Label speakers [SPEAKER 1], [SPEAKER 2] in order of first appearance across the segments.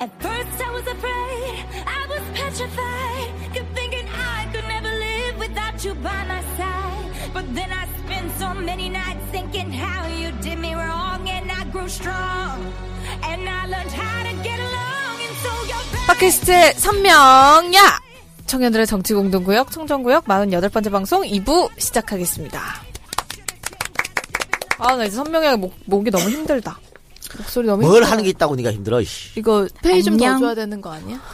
[SPEAKER 1] At first I was afraid, I was petrified, kept thinking I could never live without you by my side. But then I spent so many nights thinking how you did me wrong, and I grew strong, and I learned how to get along, and so you're back.
[SPEAKER 2] 팟캐스트 선명야 청년들의 정치공동구역 청정구역 48번째 방송 2부 시작하겠습니다. 아 나 이제 선명야 목, 목이 너무 힘들다. 목소리 너무
[SPEAKER 3] 뭘
[SPEAKER 2] 힘들다.
[SPEAKER 3] 하는 게 있다고 네가 힘들어. 이씨.
[SPEAKER 2] 이거
[SPEAKER 4] 페이 좀 더
[SPEAKER 1] 안녕.
[SPEAKER 4] 줘야 되는 거 아니야?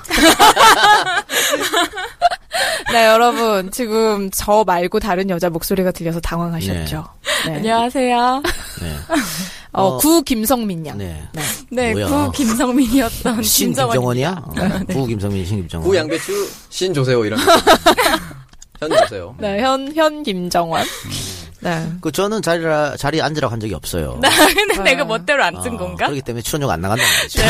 [SPEAKER 2] 네 여러분 지금 저 말고 다른 여자 목소리가 들려서 당황하셨죠. 네.
[SPEAKER 4] 안녕하세요.
[SPEAKER 3] 네.
[SPEAKER 2] 어,
[SPEAKER 3] 어.
[SPEAKER 2] 구 김성민 양.
[SPEAKER 3] 네.
[SPEAKER 4] 네,
[SPEAKER 3] 뭐야.
[SPEAKER 4] 구 김성민이었던
[SPEAKER 3] 신
[SPEAKER 4] 김정원.
[SPEAKER 3] 김정원이야? 어, 구 김성민 신 김정원.
[SPEAKER 5] 구 양배추 신 조세호 이런 현 조세호
[SPEAKER 2] 네, 현, 현 김정환.
[SPEAKER 3] 음.
[SPEAKER 2] 네.
[SPEAKER 3] 그 저는 자리라 자리에 앉으라고 한 적이 없어요.
[SPEAKER 4] 근데
[SPEAKER 6] 네.
[SPEAKER 4] 내가 멋대로 안 쓴
[SPEAKER 3] 어,
[SPEAKER 4] 건가?
[SPEAKER 3] 그렇기 때문에 출연료가 안 나간단 말이죠.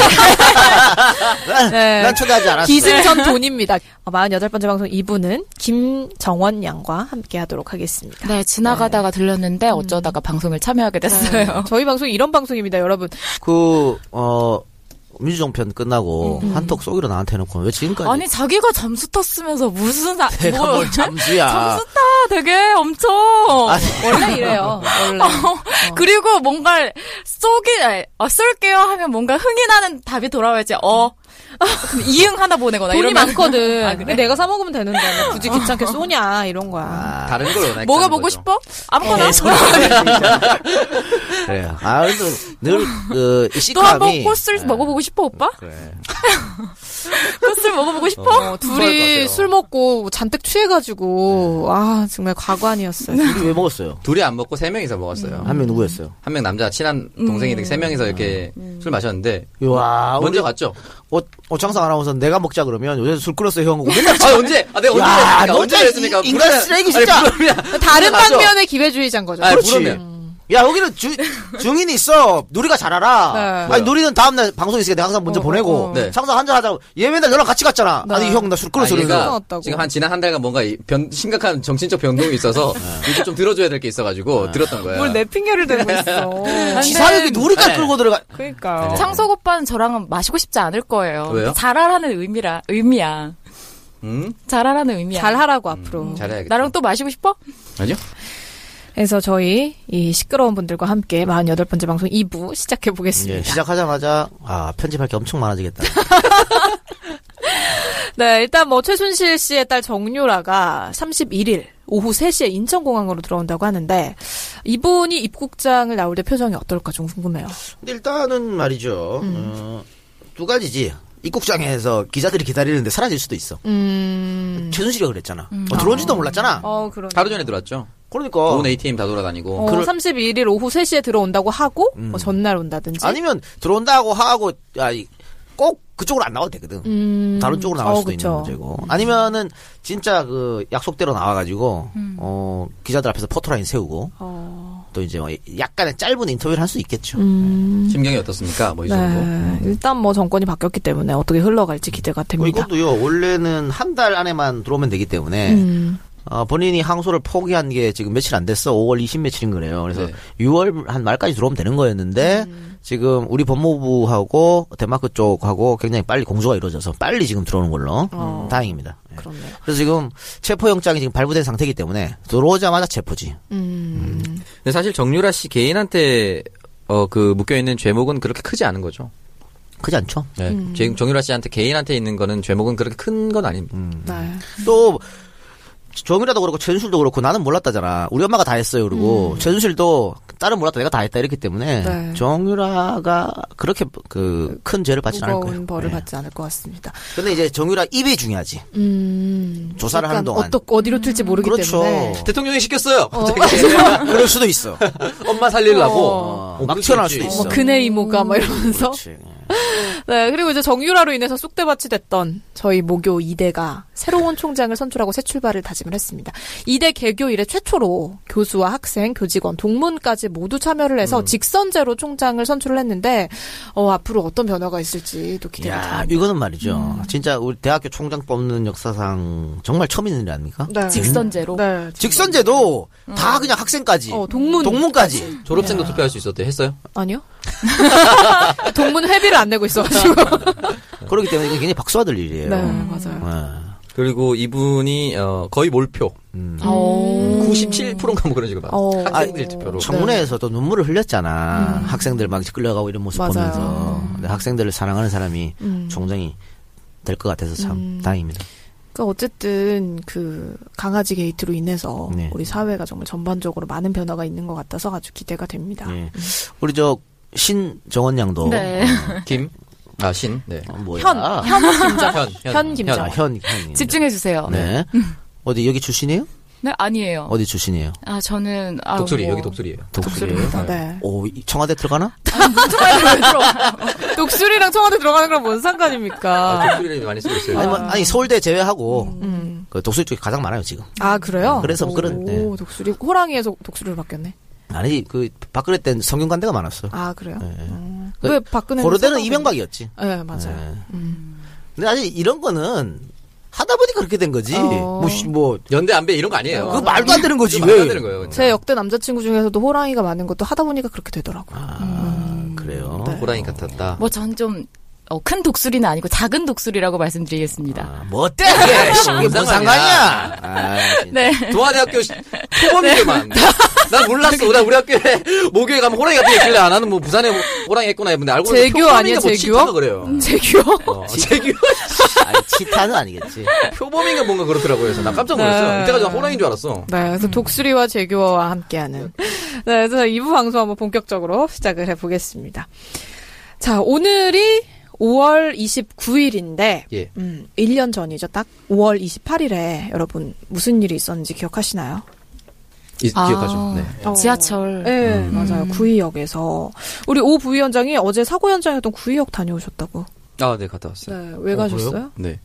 [SPEAKER 3] 난,
[SPEAKER 2] 네.
[SPEAKER 3] 난 초대하지 않았어.
[SPEAKER 2] 기승전 돈입니다. 어, 48번째 방송 2부는 김정원 양과 함께 하도록 하겠습니다.
[SPEAKER 6] 네, 지나가다가 들렸는데 어쩌다가 방송을 참여하게 됐어요.
[SPEAKER 2] 저희 방송이 이런 방송입니다, 여러분.
[SPEAKER 3] 그, 어, 민주정편 끝나고 한턱 쏘기로 나한테 해놓고 왜 지금까지.
[SPEAKER 6] 아니 자기가 잠수 탔으면서 무슨 사,
[SPEAKER 3] 네. 내가
[SPEAKER 6] 뭐-
[SPEAKER 3] 뭘 아. 잠수야.
[SPEAKER 6] 잠수 타 되게 엄청 어,
[SPEAKER 2] 원래 이래요, 원래.
[SPEAKER 6] 그리고 뭔가 쏘기 아니, 어, 쏠게요 하면 뭔가 흥이 나는 답이 돌아와야지 어 그럼 이응 하나 보내거나
[SPEAKER 2] 돈이
[SPEAKER 6] 이러면
[SPEAKER 2] 많거든.
[SPEAKER 6] 아,
[SPEAKER 2] 근데
[SPEAKER 6] 그래?
[SPEAKER 2] 내가 사먹으면 되는데, 뭐 굳이 귀찮게 쏘냐, 이런
[SPEAKER 3] 아,
[SPEAKER 2] 거야.
[SPEAKER 5] 다른 걸 원하니까
[SPEAKER 6] 뭐가
[SPEAKER 5] 하는
[SPEAKER 6] 보고
[SPEAKER 5] 거죠.
[SPEAKER 6] 싶어? 아무거나
[SPEAKER 3] 그래요. 아, 그래도 늘, 그, 이
[SPEAKER 6] 또 한 번
[SPEAKER 3] 식감이.
[SPEAKER 6] 코스를 먹어보고 싶어 오빠?
[SPEAKER 3] 그래.
[SPEAKER 6] 코스를 먹어보고 싶어?
[SPEAKER 2] 어, 둘이 술 먹고 잔뜩 취해가지고, 아, 정말 과관이었어요.
[SPEAKER 3] 우리 왜 먹었어요?
[SPEAKER 5] 둘이 안 먹고 세 명이서 먹었어요
[SPEAKER 2] 음.
[SPEAKER 3] 한 명 누구였어요?
[SPEAKER 5] 한 명 남자 친한 동생이 세 명이서 이렇게
[SPEAKER 2] 음.
[SPEAKER 5] 술 마셨는데
[SPEAKER 3] 와,
[SPEAKER 5] 먼저
[SPEAKER 3] 우리
[SPEAKER 5] 갔죠
[SPEAKER 3] 어, 어, 장상 아나운서 내가 먹자 그러면 요새 술 끓었어 형. 맨날
[SPEAKER 5] 아 언제 아 내가 언제
[SPEAKER 3] 야,
[SPEAKER 5] 그랬습니까?
[SPEAKER 3] 너 진짜
[SPEAKER 5] 언제 그랬습니까
[SPEAKER 3] 이- 인간 쓰레기 진짜.
[SPEAKER 2] 다른
[SPEAKER 5] 맞아.
[SPEAKER 2] 방면의 기회주의자인 거죠.
[SPEAKER 5] 아
[SPEAKER 3] 그렇지. 음.
[SPEAKER 5] 그러면
[SPEAKER 3] 야 여기는 주, 증인이 있어 누리가 잘 알아
[SPEAKER 2] 네.
[SPEAKER 3] 아니 누리는 다음날 방송 있으니까 내가 항상 먼저
[SPEAKER 2] 어,
[SPEAKER 3] 보내고
[SPEAKER 2] 어, 어.
[SPEAKER 5] 네.
[SPEAKER 3] 항상 한잔 하자고 얘 맨날 너랑 같이 갔잖아
[SPEAKER 2] 네.
[SPEAKER 3] 아니 형 나 술 끓었어
[SPEAKER 2] 얘가-
[SPEAKER 3] 그러니까
[SPEAKER 2] 없다고.
[SPEAKER 5] 지금 한 지난 한 달간 뭔가 이 변, 심각한 정신적 변동이 있어서
[SPEAKER 3] 네.
[SPEAKER 5] 이거 좀 들어줘야 될 게 있어가지고 들었던 거예요
[SPEAKER 2] 뭘 내 핑계를 대고 있어.
[SPEAKER 3] 네. 지사력이 누리가
[SPEAKER 5] 네.
[SPEAKER 3] 끌고 들어가
[SPEAKER 2] 그러니까요.
[SPEAKER 6] 창석 오빠는 저랑은 마시고 싶지 않을 거예요.
[SPEAKER 5] 왜요?
[SPEAKER 6] 잘하라는 의미라 의미야.
[SPEAKER 5] 음?
[SPEAKER 6] 잘하라는
[SPEAKER 7] 네.
[SPEAKER 6] 의미야.
[SPEAKER 2] 잘하라고 앞으로.
[SPEAKER 5] 잘해야겠다
[SPEAKER 6] 나랑 또 마시고 싶어?
[SPEAKER 5] 아니요?
[SPEAKER 2] 그래서 저희 이 시끄러운 분들과 함께 48번째 방송 2부 시작해 보겠습니다.
[SPEAKER 3] 예, 시작하자마자 아 편집할 게 엄청 많아지겠다
[SPEAKER 2] 네, 일단 뭐 최순실 씨의 딸 정유라가 31일 오후 3시에 인천공항으로 들어온다고 하는데 이분이 입국장을 나올 때 표정이 어떨까 좀 궁금해요.
[SPEAKER 3] 근데 일단은 말이죠 어, 두 가지지 입국장에서 기자들이 기다리는데 사라질 수도 있어
[SPEAKER 2] 음.
[SPEAKER 3] 최순실이가 그랬잖아 어, 들어온지도 몰랐잖아
[SPEAKER 2] 어, 그러네.
[SPEAKER 5] 하루 전에 들어왔죠
[SPEAKER 3] 그러니까
[SPEAKER 5] 온 ATM 다 돌아다니고
[SPEAKER 2] 어, 31일 오후 3시에 들어온다고 하고 뭐 전날 온다든지
[SPEAKER 3] 음. 아니면 들어온다고 하고 야, 이- 꼭 그쪽으로 안 나와도 되거든.
[SPEAKER 2] 음.
[SPEAKER 3] 다른 쪽으로 나갈
[SPEAKER 2] 어,
[SPEAKER 3] 수도
[SPEAKER 2] 그쵸.
[SPEAKER 3] 있는 문제고. 아니면은 진짜 그 약속대로 나와가지고 어 기자들 앞에서 포토라인 세우고
[SPEAKER 2] 음. 어.
[SPEAKER 3] 또 이제 뭐 약간의 짧은 인터뷰를 할 수 있겠죠.
[SPEAKER 2] 음.
[SPEAKER 5] 심경이 어떻습니까? 뭐 이
[SPEAKER 2] 네.
[SPEAKER 5] 정도
[SPEAKER 3] 음.
[SPEAKER 2] 일단 뭐 정권이 바뀌었기 때문에 어떻게 흘러갈지 기대가
[SPEAKER 3] 뭐
[SPEAKER 2] 됩니다.
[SPEAKER 3] 이것도요 원래는 한 달 안에만 들어오면 되기 때문에
[SPEAKER 2] 음.
[SPEAKER 3] 어, 본인이 항소를 포기한 게 지금 며칠 안 됐어 5월 20 며칠인 거래요 그래서
[SPEAKER 5] 네.
[SPEAKER 3] 6월 한 말까지 들어오면 되는 거였는데
[SPEAKER 2] 음.
[SPEAKER 3] 지금 우리 법무부하고 덴마크 쪽하고 굉장히 빨리 공조가 이루어져서 빨리 지금 들어오는 걸로
[SPEAKER 2] 어.
[SPEAKER 3] 다행입니다 예.
[SPEAKER 2] 그렇네요.
[SPEAKER 3] 그래서 지금 체포영장이 지금 발부된 상태이기 때문에 들어오자마자 체포지.
[SPEAKER 2] 음.
[SPEAKER 5] 근데 사실 정유라 씨 개인한테 어 그 묶여 있는 죄목은 그렇게 크지 않은 거죠.
[SPEAKER 3] 크지 않죠?
[SPEAKER 5] 네. 제- 정유라 씨한테 개인한테 있는 거는 죄목은 그렇게 큰 건 아닙니다.
[SPEAKER 3] 음, 뭐.
[SPEAKER 2] 네.
[SPEAKER 3] 또 정유라도 그렇고 최순실도 그렇고 나는 몰랐다잖아. 우리 엄마가 다 했어요. 그리고 최순실도 딸은 몰랐다 내가 다 했다 이렇기
[SPEAKER 2] 음.
[SPEAKER 3] 때문에
[SPEAKER 2] 네.
[SPEAKER 3] 정유라가 그렇게 그 큰 죄를 받지는 않을 거예요.
[SPEAKER 2] 무거운 벌을
[SPEAKER 3] 예.
[SPEAKER 2] 받지 않을 것 같습니다.
[SPEAKER 3] 근데 이제 정유라 입이 중요하지.
[SPEAKER 2] 음,
[SPEAKER 3] 조사를 하는
[SPEAKER 2] 약간
[SPEAKER 3] 동안.
[SPEAKER 2] 어떠, 어디로 튈지 모르기
[SPEAKER 3] 그렇죠.
[SPEAKER 2] 때문에
[SPEAKER 5] 대통령이 시켰어요.
[SPEAKER 3] 그럴 수도 있어.
[SPEAKER 5] 엄마 살리려고
[SPEAKER 2] 어.
[SPEAKER 3] 막 튀어나올 수도 있어.
[SPEAKER 2] 뭐 그네 이모가 막 이러면서
[SPEAKER 3] 그렇지.
[SPEAKER 2] 네 그리고 이제 정유라로 인해서 쑥대밭이 됐던 저희 모교 2대가 새로운 총장을 선출하고 새 출발을 다짐을 했습니다. 2대 개교 이래 최초로 교수와 학생, 교직원, 동문까지 모두 참여를 해서 직선제로 총장을 선출을 했는데 어, 앞으로 어떤 변화가 있을지 음. 또 기대가
[SPEAKER 3] 야,
[SPEAKER 2] 됩니다.
[SPEAKER 3] 이거는 말이죠. 진짜 우리 대학교 총장 뽑는 역사상 정말 처음 있는 일 아닙니까?
[SPEAKER 2] 네.
[SPEAKER 6] 직선제로.
[SPEAKER 2] 네.
[SPEAKER 3] 직선제도 다 그냥 학생까지
[SPEAKER 2] 어, 동문. 네.
[SPEAKER 3] 동문까지
[SPEAKER 5] 졸업생도 투표할 수 있었대. 했어요?
[SPEAKER 2] 아니요. 동문 회비를 안 내고 있어가지고.
[SPEAKER 3] 그렇기 때문에 이건 굉장히 박수받을 일이에요.
[SPEAKER 2] 네,
[SPEAKER 3] 예.
[SPEAKER 2] 맞아요.
[SPEAKER 5] 그리고 이분이 어, 거의 몰표
[SPEAKER 3] 음.
[SPEAKER 6] 오.
[SPEAKER 5] 97%인가 뭐 그런 식으로 어. 나왔어요.
[SPEAKER 2] 어. 네.
[SPEAKER 5] 학생들 투표로.
[SPEAKER 3] 청문회에서 또 눈물을 흘렸잖아. 학생들 막 끌려가고 이런 모습
[SPEAKER 2] 맞아요. 음.
[SPEAKER 3] 보면서. 근데 학생들을 사랑하는 사람이 총장이 될 것 같아서 참 다행입니다.
[SPEAKER 2] 그러니까 어쨌든 그 강아지 게이트로 인해서
[SPEAKER 3] 네.
[SPEAKER 2] 우리 사회가 정말 전반적으로 많은 변화가 있는 것 같아서 아주 기대가 됩니다.
[SPEAKER 3] 예. 우리 저 신정원
[SPEAKER 5] 어.
[SPEAKER 3] 양도
[SPEAKER 6] 네.
[SPEAKER 5] 김. 아, 신. 네.
[SPEAKER 3] 어, 뭐야?
[SPEAKER 2] 현, 현 김정.
[SPEAKER 5] 아. 현.
[SPEAKER 2] 현
[SPEAKER 3] 현,
[SPEAKER 2] 김정.
[SPEAKER 3] 아, 현, 현.
[SPEAKER 6] 집중해 주세요. 네.
[SPEAKER 3] 네. 어디 여기 출신이에요?
[SPEAKER 6] 아니에요.
[SPEAKER 3] 어디 출신이에요?
[SPEAKER 6] 아 저는 아,
[SPEAKER 5] 독수리.
[SPEAKER 6] 뭐.
[SPEAKER 5] 여기 독수리예요.
[SPEAKER 3] 독수리예요.
[SPEAKER 2] 네.
[SPEAKER 3] 오, 이- 청와대 들어가나?
[SPEAKER 2] 독수리랑 청와대 들어가는 거랑 뭔 상관입니까?
[SPEAKER 5] 아, 독수리를 많이 쓰고 있어요.
[SPEAKER 3] 아니, 뭐, 아니 서울대 제외하고
[SPEAKER 2] 음.
[SPEAKER 3] 그 독수리 쪽이 가장 많아요 지금.
[SPEAKER 2] 아 그래요?
[SPEAKER 3] 그래서
[SPEAKER 2] 오,
[SPEAKER 3] 그런- 네.
[SPEAKER 2] 독수리 호랑이에서 독수리로 바뀌었네.
[SPEAKER 3] 아니 그 박근혜 때는 성균관대가 많았어.
[SPEAKER 2] 아 그래요?
[SPEAKER 3] 네.
[SPEAKER 2] 음.
[SPEAKER 3] 그
[SPEAKER 2] 왜 박근혜
[SPEAKER 3] 고려대는 이명박이었지.
[SPEAKER 2] 네 맞아요.
[SPEAKER 3] 네. 근데 아직 이런 거는 하다 보니까 그렇게 된 거지.
[SPEAKER 2] 어.
[SPEAKER 3] 뭐, 씨, 뭐,
[SPEAKER 5] 연대 안배 이런 거 아니에요.
[SPEAKER 3] 그 말도 안 되는 거지,
[SPEAKER 5] 네, 어. 그거
[SPEAKER 3] 왜.
[SPEAKER 5] 말도 안 되는 거예요. 네.
[SPEAKER 2] 제 역대 남자친구 중에서도 호랑이가 많은 것도 하다 보니까 그렇게 되더라고요.
[SPEAKER 3] 아, 그래요.
[SPEAKER 5] 호랑이 같았다.
[SPEAKER 6] 뭐 전 좀 큰 독수리는 아니고 작은 독수리라고 말씀드리겠습니다.
[SPEAKER 3] 아, 뭐 어때? 이게, 씨, 이게 뭔 상관이야?
[SPEAKER 5] 뭔 네, 상관이야.
[SPEAKER 3] 아, 진짜.
[SPEAKER 6] 네.
[SPEAKER 5] 동아대학교 시- 표범이더만.
[SPEAKER 2] 네.
[SPEAKER 5] 난 몰랐어. 나 우리 학교에 목요일 가면 호랑이 같은 게 있길래 아, 나는 뭐 부산에 뭐 호랑이 했구나 했는데 알고 보니까
[SPEAKER 2] 재규어
[SPEAKER 5] 표범이가
[SPEAKER 2] 아니야,
[SPEAKER 5] 뭐
[SPEAKER 2] 재규어? 음.
[SPEAKER 5] 치타가 그래요.
[SPEAKER 2] 제규어?
[SPEAKER 5] 어, 재규
[SPEAKER 3] 아니, 치타는 아니겠지.
[SPEAKER 5] 표범인가 뭔가 그렇더라고요. 그래서 나 깜짝 놀랐어요. 이때까지 난 호랑이인 줄 알았어.
[SPEAKER 2] 네, 그래서 독수리와 제규어와 함께하는. 네, 그래서 2부 방송 한번 본격적으로 시작을 해보겠습니다. 자, 오늘이 5월 29일인데,
[SPEAKER 5] 예.
[SPEAKER 2] 음, 1년 전이죠. 딱 5월 28일에 여러분 무슨 일이 있었는지 기억하시나요?
[SPEAKER 5] 이-
[SPEAKER 6] 아.
[SPEAKER 5] 기억하죠. 네.
[SPEAKER 6] 지하철.
[SPEAKER 2] 네,
[SPEAKER 5] 음.
[SPEAKER 2] 맞아요. 구의역에서. 우리 오 부위원장이 어제 사고 현장이었던 구의역 다녀오셨다고.
[SPEAKER 5] 아, 네, 갔다 왔어요.
[SPEAKER 2] 네, 왜
[SPEAKER 3] 어,
[SPEAKER 2] 가셨어요?
[SPEAKER 3] 그래요?
[SPEAKER 5] 네.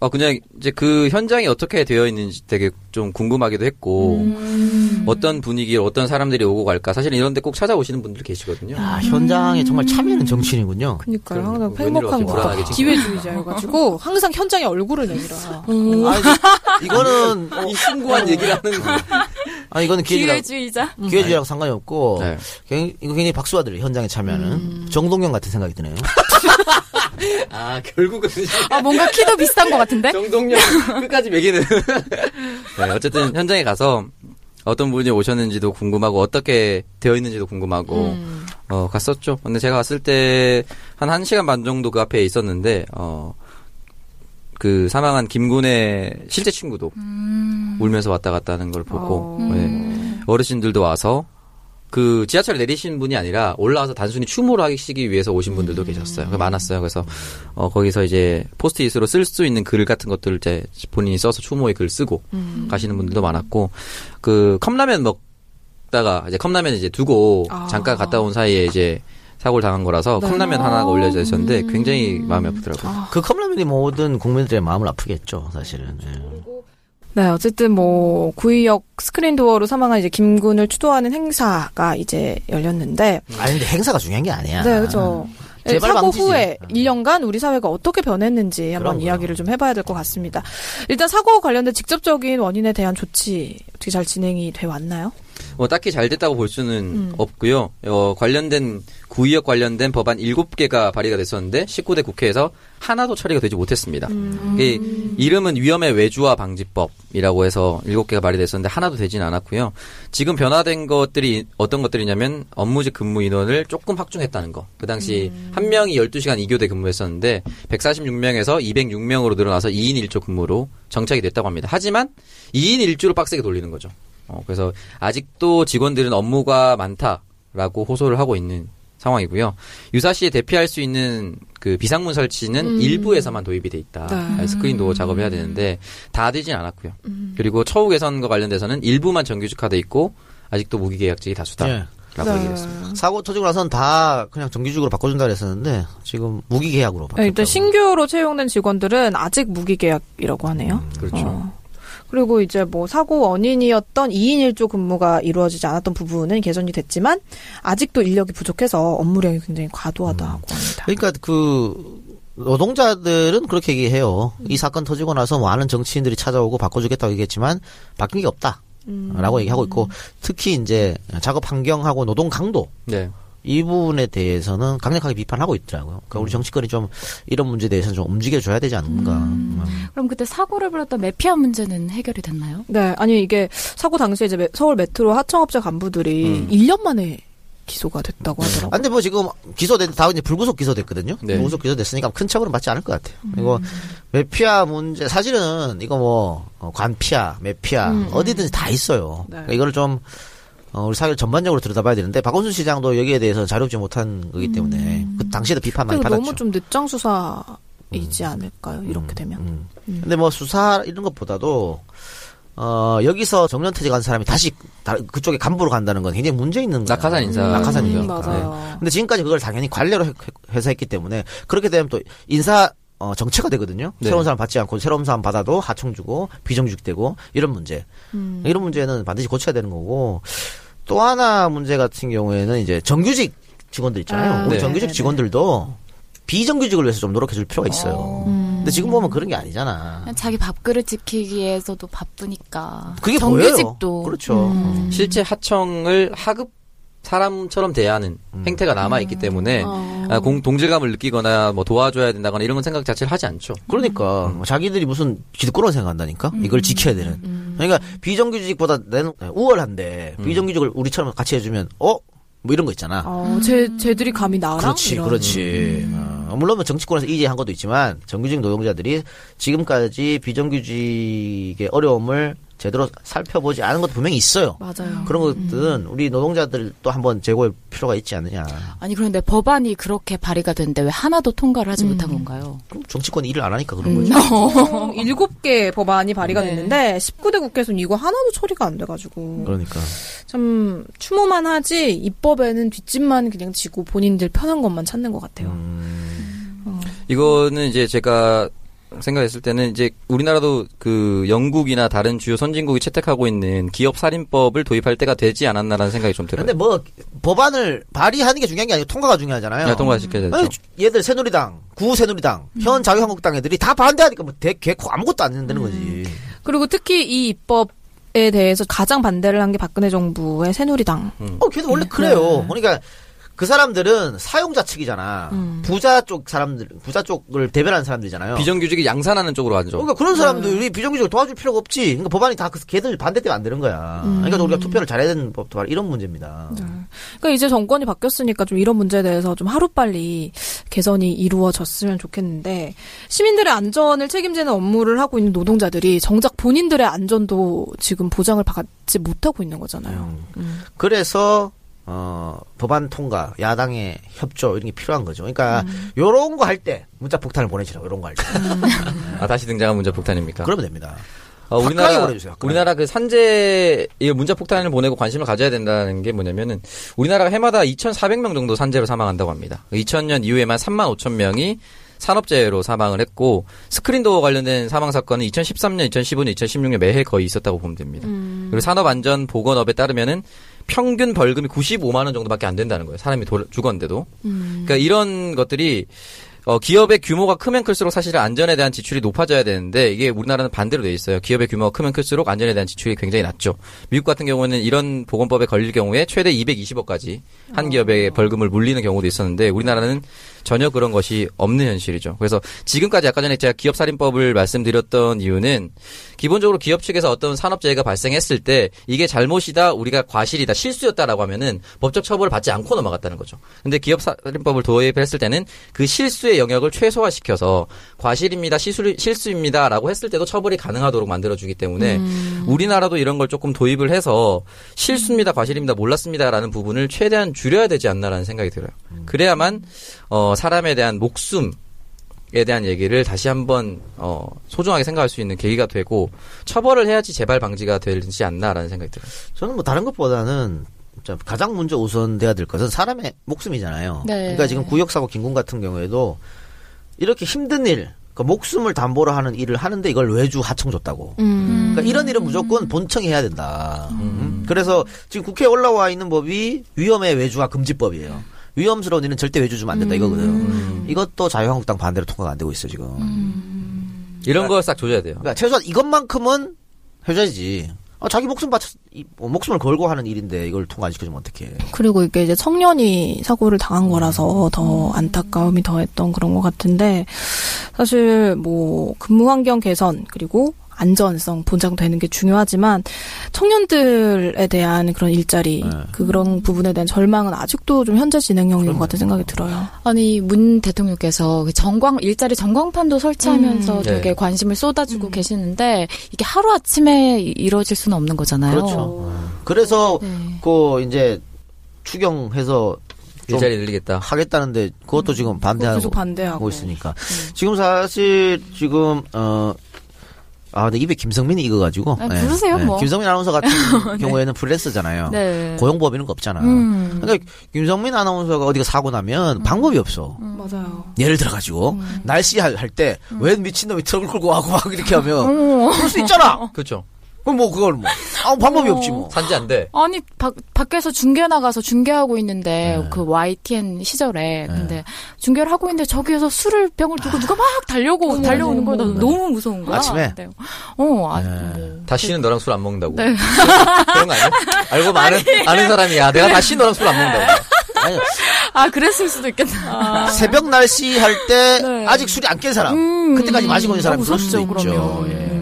[SPEAKER 5] 아, 그냥 이제 그 현장이 어떻게 되어 있는지 되게 좀 궁금하기도 했고,
[SPEAKER 2] 음.
[SPEAKER 5] 어떤 분위기, 어떤 사람들이 오고 갈까. 사실 이런데 꼭 찾아오시는 분들 계시거든요.
[SPEAKER 3] 아, 현장에 정말 참여하는 정신이군요.
[SPEAKER 2] 그러니까요.
[SPEAKER 5] 그럼
[SPEAKER 2] 항상
[SPEAKER 5] 뭐 웬일로
[SPEAKER 2] 팽목한
[SPEAKER 5] 이렇게
[SPEAKER 2] 국가.
[SPEAKER 5] 불안하게 지금.
[SPEAKER 2] 기회주의자여가지고 항상 현장에 얼굴을 내밀어요.
[SPEAKER 3] 아니, 이거는, 어,
[SPEAKER 5] 이 숭고한 얘기를 하는
[SPEAKER 2] 아.
[SPEAKER 5] 거.
[SPEAKER 3] 아니, 이거는 기회주의라,
[SPEAKER 6] 네. 기회주의자.
[SPEAKER 3] 기회주의라고 상관이 없고,
[SPEAKER 5] 네.
[SPEAKER 3] 굉장히, 이거 굉장히 박수아들 현장에 참여하는 정동영 같은 생각이 드네요.
[SPEAKER 5] 아, 결국은
[SPEAKER 6] 아 뭔가 키도 비슷한 것 같은데?
[SPEAKER 5] 정동영 끝까지 매기는. 네, 어쨌든 현장에 가서 어떤 분이 오셨는지도 궁금하고 어떻게 되어 있는지도 궁금하고 어 갔었죠. 근데 제가 갔을 때한 1시간 반 정도 그 앞에 있었는데 어 그 사망한 김군의 실제 친구도 울면서 왔다 갔다 하는 걸 보고 네. 어르신들도 와서 그 지하철 내리신 분이 아니라 올라와서 단순히 추모를 하시기 위해서 오신 분들도 계셨어요. 그래서 많았어요. 그래서 어 거기서 이제 포스트잇으로 쓸 수 있는 글 같은 것들을 이제 본인이 써서 추모의 글 쓰고 가시는 분들도 많았고 그 컵라면 먹다가 이제 컵라면 이제 두고
[SPEAKER 2] 아.
[SPEAKER 5] 잠깐 갔다 온 사이에 이제 사고를 당한 거라서 컵라면 하나가 올려져 있었는데 굉장히 마음이 아프더라고요.
[SPEAKER 3] 그 컵라면이 모든 국민들의 마음을 아프겠죠, 사실은. 예.
[SPEAKER 2] 네, 어쨌든 뭐 구의역 스크린 도어로 사망한 이제 김군을 추도하는 행사가 이제 열렸는데,
[SPEAKER 3] 아니, 근데 행사가 중요한 게 아니야.
[SPEAKER 2] 네, 그렇죠.
[SPEAKER 3] 재발
[SPEAKER 2] 사고
[SPEAKER 3] 방지지. 아.
[SPEAKER 2] 후에 1년간 우리 사회가 어떻게 변했는지 한번
[SPEAKER 3] 그럼요.
[SPEAKER 2] 이야기를 좀 해봐야 될 것 같습니다. 일단 사고 관련된 직접적인 원인에 대한 조치 어떻게 잘 진행이 돼 왔나요?
[SPEAKER 5] 뭐 딱히 잘 됐다고 볼 수는 없고요. 어, 관련된 구의역 관련된 법안 7개가 발의가 됐었는데 19대 국회에서 하나도 처리가 되지 못했습니다. 이 이름은 위험의 외주화 방지법이라고 해서 7개가 발의됐었는데 하나도 되진 않았고요. 지금 변화된 것들이 어떤 것들이냐면 업무직 근무 인원을 조금 확충했다는 거. 그 당시 한 명이 12시간 2교대 근무했었는데 146명에서 206명으로 늘어나서 2인 1조 근무로 정착이 됐다고 합니다. 하지만 2인 1조로 빡세게 돌리는 거죠. 어, 그래서 아직도 직원들은 업무가 많다라고 호소를 하고 있는 상황이고요. 유사시에 대피할 수 있는 그 비상문
[SPEAKER 2] 음.
[SPEAKER 5] 설치는 일부에서만 도입이 돼 있다.
[SPEAKER 2] 네.
[SPEAKER 5] 스크린도 작업해야 되는데 다 되진 않았고요.
[SPEAKER 2] 음.
[SPEAKER 5] 그리고 처우 개선과 관련돼서는 일부만 정규직화돼 있고 아직도 무기계약직이
[SPEAKER 3] 예.
[SPEAKER 5] 다수다라고
[SPEAKER 3] 아,
[SPEAKER 5] 얘기를 했습니다.
[SPEAKER 3] 사고 터지고 나선 다 그냥 정규직으로 바꿔준다 그랬었는데 지금 무기계약으로 바뀌었다고.
[SPEAKER 2] 네, 일단 신규로 채용된 직원들은 아직 무기계약이라고 하네요.
[SPEAKER 3] 음.
[SPEAKER 5] 그렇죠.
[SPEAKER 2] 어. 그리고 이제 뭐 사고 원인이었던 2인 1조 근무가 이루어지지 않았던 부분은 개선이 됐지만 아직도 인력이 부족해서 업무량이 굉장히 과도하다고 합니다.
[SPEAKER 3] 그러니까 그 노동자들은 그렇게 얘기해요. 이 사건 터지고 나서 많은 정치인들이 찾아오고 바꿔주겠다고 얘기했지만 바뀐
[SPEAKER 2] 음.
[SPEAKER 3] 게 없다. 라고 얘기하고 있고 특히 이제 작업 환경하고 노동 강도
[SPEAKER 5] 네.
[SPEAKER 3] 이 부분에 대해서는 강력하게 비판하고 있더라고요. 그러니까
[SPEAKER 2] 음.
[SPEAKER 3] 우리 정치권이 좀 이런 문제에 대해서는 좀 움직여줘야 되지 않는가. 음.
[SPEAKER 6] 그럼 그때 사고를 불렀던 매피아 문제는 해결이 됐나요?
[SPEAKER 2] 네, 아니 이게 사고 당시에 이제 메- 서울 메트로 하청업체
[SPEAKER 3] 음.
[SPEAKER 2] 간부들이 1년 만에 기소가 됐다고
[SPEAKER 3] 아,
[SPEAKER 2] 하더라고요.
[SPEAKER 3] 근데 뭐 지금 기소된 다 이제 불구속 기소됐거든요.
[SPEAKER 5] 그렇죠. 네.
[SPEAKER 3] 불구속 기소됐으니까 큰 처벌은 받지 않을 것 같아요.
[SPEAKER 2] 음.
[SPEAKER 3] 이거 매피아 문제 사실은 이거 뭐 어, 관피아, 매피아
[SPEAKER 2] 음,
[SPEAKER 3] 어디든지 다
[SPEAKER 2] 네.
[SPEAKER 3] 있어요. 그러니까 이거를 좀 어, 우리 사회를 전반적으로 들여다봐야 되는데 박원순 시장도 여기에 대해서 자료지 못한 거기 때문에 그 당시에도 비판 많이
[SPEAKER 2] 음. 그리고
[SPEAKER 3] 받았죠.
[SPEAKER 2] 너무 좀 늦장 수사이지 않을까요? 이렇게 되면.
[SPEAKER 3] 음. 근데 뭐 수사 이런 것보다도 어 여기서 정년퇴직 한 사람이 다시 다- 그쪽에 간부로 간다는 건 굉장히 문제 있는 거예요.
[SPEAKER 5] 낙하산 인사.
[SPEAKER 3] 낙하산이죠.
[SPEAKER 2] 음, 맞아요.
[SPEAKER 3] 네. 근데 지금까지 그걸 당연히 관례로 해- 회사했기 때문에 그렇게 되면 또 인사 어, 정체가 되거든요.
[SPEAKER 5] 네.
[SPEAKER 3] 새로운 사람 받지 않고 새로운 사람 받아도 하청 주고 비정규직 되고 이런 문제. 이런 문제는 반드시 고쳐야 되는 거고 또 하나 문제 같은 경우에는 이제 정규직 직원들 있잖아요.
[SPEAKER 2] 아,
[SPEAKER 3] 우리
[SPEAKER 5] 네.
[SPEAKER 3] 정규직 직원들도 비정규직을 위해서 좀 노력해 줄 필요가 있어요. 근데 지금 보면 그런 게
[SPEAKER 7] 음.
[SPEAKER 3] 아니잖아.
[SPEAKER 6] 그냥 자기 밥그릇 지키기 위해서도 바쁘니까.
[SPEAKER 3] 그게
[SPEAKER 6] 정규직도.
[SPEAKER 3] 보여요. 그렇죠.
[SPEAKER 5] 실제 하청을 하급 사람처럼 대하는
[SPEAKER 3] 음.
[SPEAKER 5] 행태가 남아 있기 때문에 아, 공, 동질감을 느끼거나 뭐 도와줘야 된다거나 이런 건 생각 자체를 하지 않죠.
[SPEAKER 3] 그러니까
[SPEAKER 2] 음,
[SPEAKER 3] 자기들이 무슨 기득권을 생각한다니까 이걸 지켜야 되는
[SPEAKER 2] 음.
[SPEAKER 3] 그러니까 비정규직보다 는 우월한데 비정규직을 우리처럼 같이 해주면 어? 뭐 이런 거 있잖아
[SPEAKER 2] 어, 쟤, 쟤들이 감히 나랑
[SPEAKER 3] 그렇지
[SPEAKER 2] 이런. 음.
[SPEAKER 3] 그렇지 어, 물론 뭐 정치권에서 이제한 것도 있지만 정규직 노동자들이 지금까지 비정규직의 어려움을 제대로 살펴보지 않은 것도 분명히 있어요
[SPEAKER 6] 맞아요.
[SPEAKER 3] 그런
[SPEAKER 2] 음,
[SPEAKER 3] 것들은 우리 노동자들도 한번 제고할 필요가 있지 않느냐
[SPEAKER 6] 아니 그런데 법안이 그렇게 발의가 됐는데 왜 하나도 통과를 하지 못한 건가요?
[SPEAKER 3] 그럼 정치권이 일을 안 하니까 그런 거죠
[SPEAKER 2] 어, 일곱 개 법안이 발의가
[SPEAKER 6] 네.
[SPEAKER 2] 됐는데 19대 국회에서는 이거 하나도 처리가 안 돼가지고
[SPEAKER 3] 그러니까
[SPEAKER 2] 참 추모만 하지 입법에는 뒷짐만 그냥 지고 본인들 편한 것만 찾는 것 같아요.
[SPEAKER 5] 이거는 이제 제가 생각했을 때는 이제 우리나라도 그 영국이나 다른 주요 선진국이 채택하고 있는 기업 살인법을 도입할 때가 되지 않았나라는 생각이 좀 들어요.
[SPEAKER 3] 근데 뭐 법안을 발의하는 게 중요한 게 아니고 통과가 중요하잖아요 음.
[SPEAKER 5] 야, 네, 통과시켜야 되죠.
[SPEAKER 3] 아니, 얘들 새누리당, 구새누리당, 현 자유한국당 애들이 다 반대하니까 뭐 대, 개코 아무것도 안 된다는 거지.
[SPEAKER 2] 그리고 특히 이 입법에 대해서 가장 반대를 한 게 박근혜 정부의 새누리당.
[SPEAKER 3] 어, 걔도 원래 그래요. 그러니까 그 사람들은 사용자 측이잖아. 부자 쪽 사람들, 부자 쪽을 대변하는 사람들이잖아요.
[SPEAKER 5] 비정규직이 양산하는 쪽으로 가죠.
[SPEAKER 3] 그러니까 그런 사람들이 비정규직을 도와줄 필요가 없지. 그러니까 법안이 다 그- 걔들 반대 때문에 안 되는 거야. 그러니까 우리가 투표를 잘해야 되는 법도 바로 이런 문제입니다.
[SPEAKER 2] 그러니까 이제 정권이 바뀌었으니까 좀 이런 문제에 대해서 좀 하루빨리 개선이 이루어졌으면 좋겠는데 시민들의 안전을 책임지는 업무를 하고 있는 노동자들이 정작 본인들의 안전도 지금 보장을 받지 못하고 있는 거잖아요.
[SPEAKER 3] 그래서 어 법안 통과, 야당의 협조 이런 게 필요한 거죠. 그러니까 요런 거 할 때 문자 폭탄을 보내시라고 요런 거 할 때.
[SPEAKER 5] 아, 다시 등장한 문제 폭탄입니까?
[SPEAKER 3] 그러면 됩니다.
[SPEAKER 5] 아,
[SPEAKER 3] 가까이
[SPEAKER 5] 우리나라
[SPEAKER 3] 보내주세요, 가까이.
[SPEAKER 5] 우리나라 그 산재 이 문자 폭탄을 보내고 관심을 가져야 된다는 게 뭐냐면은 우리나라가 해마다 2,400명 정도 산재로 사망한다고 합니다. 2000년 이후에만 3만 5천 명이 산업재해로 사망을 했고 스크린도어 관련된 사망 사건은 2013년, 2015년, 2016년 매해 거의 있었다고 보면 됩니다. 그리고 산업안전보건업에 따르면은 평균 벌금이 95만 원 정도밖에 안 된다는 거예요. 사람이 돌- 죽었는데도. 그러니까 이런 것들이 어, 기업의 규모가 크면 클수록 사실 안전에 대한 지출이 높아져야 되는데 이게 우리나라는 반대로 돼 있어요. 기업의 규모가 크면 클수록 안전에 대한 지출이 굉장히 낮죠. 미국 같은 경우는 이런 보건법에 걸릴 경우에 최대 220억까지 한 기업의 벌금을 물리는 경우도 있었는데 우리나라는 전혀 그런 것이 없는 현실이죠. 그래서 지금까지 아까 전에 제가 기업 살인법을 말씀드렸던 이유는 기본적으로 기업 측에서 어떤 산업재해가 발생했을 때 이게 잘못이다, 우리가 과실이다, 실수였다라고 하면은 법적 처벌을 받지 않고 넘어갔다는 거죠. 근데 기업 살인법을 도입했을 때는 그 실수의 영역을 최소화시켜서 과실입니다, 시술, 실수입니다라고 했을 때도 처벌이 가능하도록 만들어주기 때문에 우리나라도 이런 걸 조금 도입을 해서 실수입니다, 과실입니다, 몰랐습니다라는 부분을 최대한 줄여야 되지 않나라는 생각이 들어요. 그래야만 어, 사람에 대한 목숨 에 대한 얘기를 다시 한번 어, 소중하게 생각할 수 있는 계기가 되고 처벌을 해야지 재발 방지가 되지 않나라는 생각이 들어요.
[SPEAKER 3] 저는 뭐 다른 것보다는 자, 가장 먼저 우선돼야 될 것은 사람의 목숨이잖아요.
[SPEAKER 6] 네.
[SPEAKER 3] 그러니까 지금 구역사고 김군 같은 경우에도 이렇게 힘든 일, 그러니까 목숨을 담보로 하는 일을 하는데 이걸 외주 하청 줬다고. 그러니까 이런 일은 무조건 본청이 해야 된다. 음. 그래서 지금 국회에 올라와 있는 법이 위험의 외주화 금지법이에요. 위험스러운 일은 절대 외주 주면 안 된다 이거거든요. 이것도 자유한국당 반대로 통과가 안 되고 있어 지금.
[SPEAKER 5] 이런 걸 싹 조져야 돼요.
[SPEAKER 3] 그러니까 최소한 이것만큼은 해줘야지. 아, 자기 목숨 바쳐 이, 뭐, 목숨을 걸고 하는 일인데 이걸 통과 안 시켜주면 어떡해.
[SPEAKER 8] 그리고 이게 이제 청년이 사고를 당한 거라서 더 안타까움이 더했던 그런 것 같은데 사실 뭐 근무 환경 개선 그리고 안전성 보장되는 게 중요하지만 청년들에 대한 그런 일자리
[SPEAKER 3] 네.
[SPEAKER 8] 그런 부분에 대한 절망은 아직도 좀 현재 진행 형인 것 같은 생각이 들어요.
[SPEAKER 7] 아니 문 대통령께서 그 전광 일자리 전광판도 설치하면서
[SPEAKER 8] 음.
[SPEAKER 7] 되게
[SPEAKER 5] 네.
[SPEAKER 7] 관심을 쏟아주고 계시는데 이게 하루 아침에 이루어질 수는 없는 거잖아요.
[SPEAKER 3] 그렇죠. 그래서
[SPEAKER 7] 네.
[SPEAKER 3] 그 이제 추경해서 좀
[SPEAKER 5] 일자리 늘리겠다.
[SPEAKER 3] 하겠다는데 그것도 지금 반대하고
[SPEAKER 8] 계속 반대하고
[SPEAKER 3] 하고 있으니까 지금 사실 지금 어. 아, 근데 입에 김성민이 익어가지고.
[SPEAKER 7] 아,
[SPEAKER 3] 예,
[SPEAKER 7] 부르세요,
[SPEAKER 3] 예.
[SPEAKER 7] 뭐.
[SPEAKER 3] 김성민 아나운서 같은 경우에는 프리랜서잖아요.
[SPEAKER 7] 네.
[SPEAKER 3] 고용법 이런 거 없잖아.
[SPEAKER 7] 음.
[SPEAKER 3] 그러니까 김성민 아나운서가 어디가 사고 나면 방법이 없어.
[SPEAKER 8] 음, 맞아요.
[SPEAKER 3] 예를 들어가지고
[SPEAKER 2] 음.
[SPEAKER 3] 날씨 할 때 왜 미친놈이 트럭을 끌고 와고 막 이렇게 하면 그럴 수 있잖아.
[SPEAKER 5] 그렇죠.
[SPEAKER 3] 그럼 뭐 그걸 뭐 아무 방법이 없지 뭐.
[SPEAKER 5] 산지 안 돼.
[SPEAKER 7] 아니 바- 밖에서 중계 나가서 중계하고 있는데
[SPEAKER 3] 네.
[SPEAKER 7] 그 YTN 시절에 근데 중계를 하고 있는데 저기에서 술을 병을 들고 누가 막 달려고 달려오는 거야 나
[SPEAKER 3] 네.
[SPEAKER 7] 너무 무서운 거야
[SPEAKER 3] 아침에? 예.
[SPEAKER 7] 네. 어 아,
[SPEAKER 2] 네.
[SPEAKER 7] 뭐.
[SPEAKER 5] 다시는 너랑 술 안 먹는다고. 그런 거 아니야? 알고 보면 네. 아는, 아는 사람이야. 내가 다시 너랑 술 안 먹는다고.
[SPEAKER 3] 아니,
[SPEAKER 7] 아 그랬을 수도 있겠다
[SPEAKER 3] 아,
[SPEAKER 2] 아.
[SPEAKER 3] 새벽 날씨 할 때
[SPEAKER 2] 네.
[SPEAKER 3] 아직 술이 안 깬 사람
[SPEAKER 2] 음.
[SPEAKER 3] 그때까지 마시고 있는 사람이 그럴 수도 있죠.
[SPEAKER 7] 그러면
[SPEAKER 3] 예.
[SPEAKER 2] 네.
[SPEAKER 7] 음.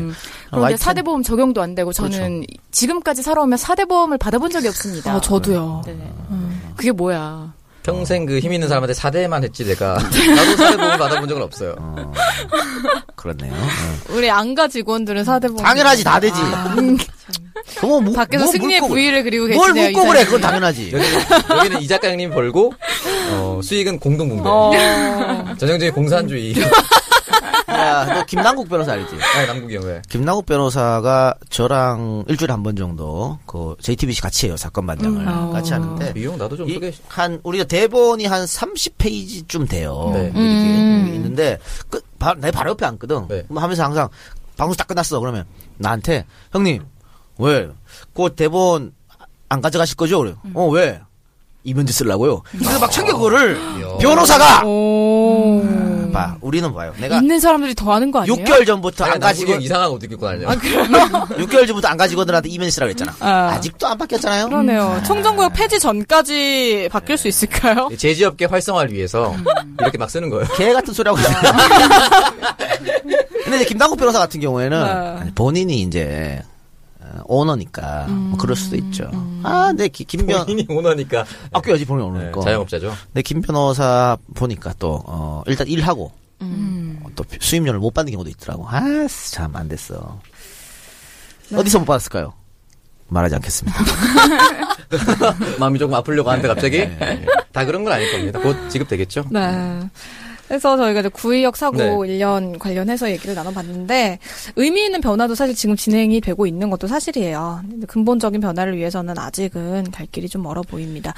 [SPEAKER 7] 그런데
[SPEAKER 3] 하여튼
[SPEAKER 7] 사대보험 적용도 안 되고 저는
[SPEAKER 3] 그렇죠.
[SPEAKER 7] 지금까지 살아오면 사대보험을 받아본 적이 없습니다
[SPEAKER 8] 아 저도요.
[SPEAKER 7] 네. 그게 뭐야
[SPEAKER 5] 평생 그 힘 있는 사람한테 4대만 했지 내가. 나도 4대 보험 받아본 적은 없어요.
[SPEAKER 3] 그렇네요. 예.
[SPEAKER 2] 우리 안가 직원들은 사대본
[SPEAKER 3] 당연하지 다 되지. 그거 뭐
[SPEAKER 2] 밖에서
[SPEAKER 3] 뭐
[SPEAKER 2] 승리의
[SPEAKER 3] 묻고
[SPEAKER 2] 부위를 그리고
[SPEAKER 3] 그래. 뭘
[SPEAKER 2] 계시네요.
[SPEAKER 3] 묻고 그래? 그건 당연하지.
[SPEAKER 5] 여기는, 여기는 이 작가 형님 벌고 어, 수익은 공동 분배. 전형적인 공산주의.
[SPEAKER 3] 야, 너 김남국 변호사 알지?
[SPEAKER 5] 아니 남국이 형 왜?
[SPEAKER 3] 김남국 변호사가 저랑 일주일에 한 번 정도 그 JTBC 같이 해요 사건 반장을
[SPEAKER 2] 음.
[SPEAKER 3] 같이 하는데
[SPEAKER 5] 이형 나도 좀
[SPEAKER 3] 이-
[SPEAKER 5] 소개.
[SPEAKER 3] 한 우리가 대본이 한 30페이지쯤 돼요.
[SPEAKER 5] 네.
[SPEAKER 3] 이렇게
[SPEAKER 8] 음.
[SPEAKER 3] 있는데 끝, 바, 내 바로 옆에 앉거든.
[SPEAKER 5] 네.
[SPEAKER 3] 뭐 하면서 항상 방송 다 끝났어. 그러면 나한테 형님 왜? 그 대본 안 가져가실 거죠? 그래요.
[SPEAKER 8] 음.
[SPEAKER 3] 어 왜? 이면지 쓰려고요. 그래서 막 챙겨 그거를 변호사가 봐. 우리는 봐요. 내가
[SPEAKER 8] 있는 사람들이 더 하는 거 아니에요?
[SPEAKER 3] 6개월 전부터
[SPEAKER 5] 아니 아,
[SPEAKER 3] 안 가지고
[SPEAKER 5] 남국이 형 이상한 옷 입고 다녀.
[SPEAKER 3] 6개월 전부터 안 가지고들한테 이면지 쓰라고 했잖아.
[SPEAKER 8] 어.
[SPEAKER 2] 아.
[SPEAKER 3] 아직도 안 바뀌었잖아요.
[SPEAKER 8] 그러니까.
[SPEAKER 2] 그러네요.
[SPEAKER 3] 음.
[SPEAKER 2] 청정구역 폐지 전까지 바뀔 수 있을까요?
[SPEAKER 5] 제지업계 활성화를 위해서 이렇게 막 쓰는 거예요.
[SPEAKER 3] 개 같은 소리 하고 있어요. 근데 이제 김남국 변호사 같은 경우에는 본인이 이제 어, 오너니까 뭐 그럴 수도 있죠. 아, 근데 기- 김 변,
[SPEAKER 5] 본인이 오너니까.
[SPEAKER 3] 아껴야지 본인
[SPEAKER 5] 네,
[SPEAKER 3] 오너니까.
[SPEAKER 5] 자영업자죠.
[SPEAKER 3] 근데 김 변호사 보니까 또, 어, 일단 일하고, 어, 또 수임료를 못 받는 경우도 있더라고. 아, 참 안 됐어. 어디서 못 받았을까요? 말하지 않겠습니다.
[SPEAKER 5] 마음이 조금 아프려고 하는데 갑자기 네, 다 그런 건 아닐 겁니다. 곧 지급 되겠죠.
[SPEAKER 2] 네. 그래서 저희가 이제 구의역 사고
[SPEAKER 5] 네.
[SPEAKER 2] 관련 관련해서 얘기를 나눠봤는데 의미 있는 변화도 사실 지금 진행이 되고 있는 것도 사실이에요. 근데 근본적인 변화를 위해서는 아직은 갈 길이 좀 멀어 보입니다.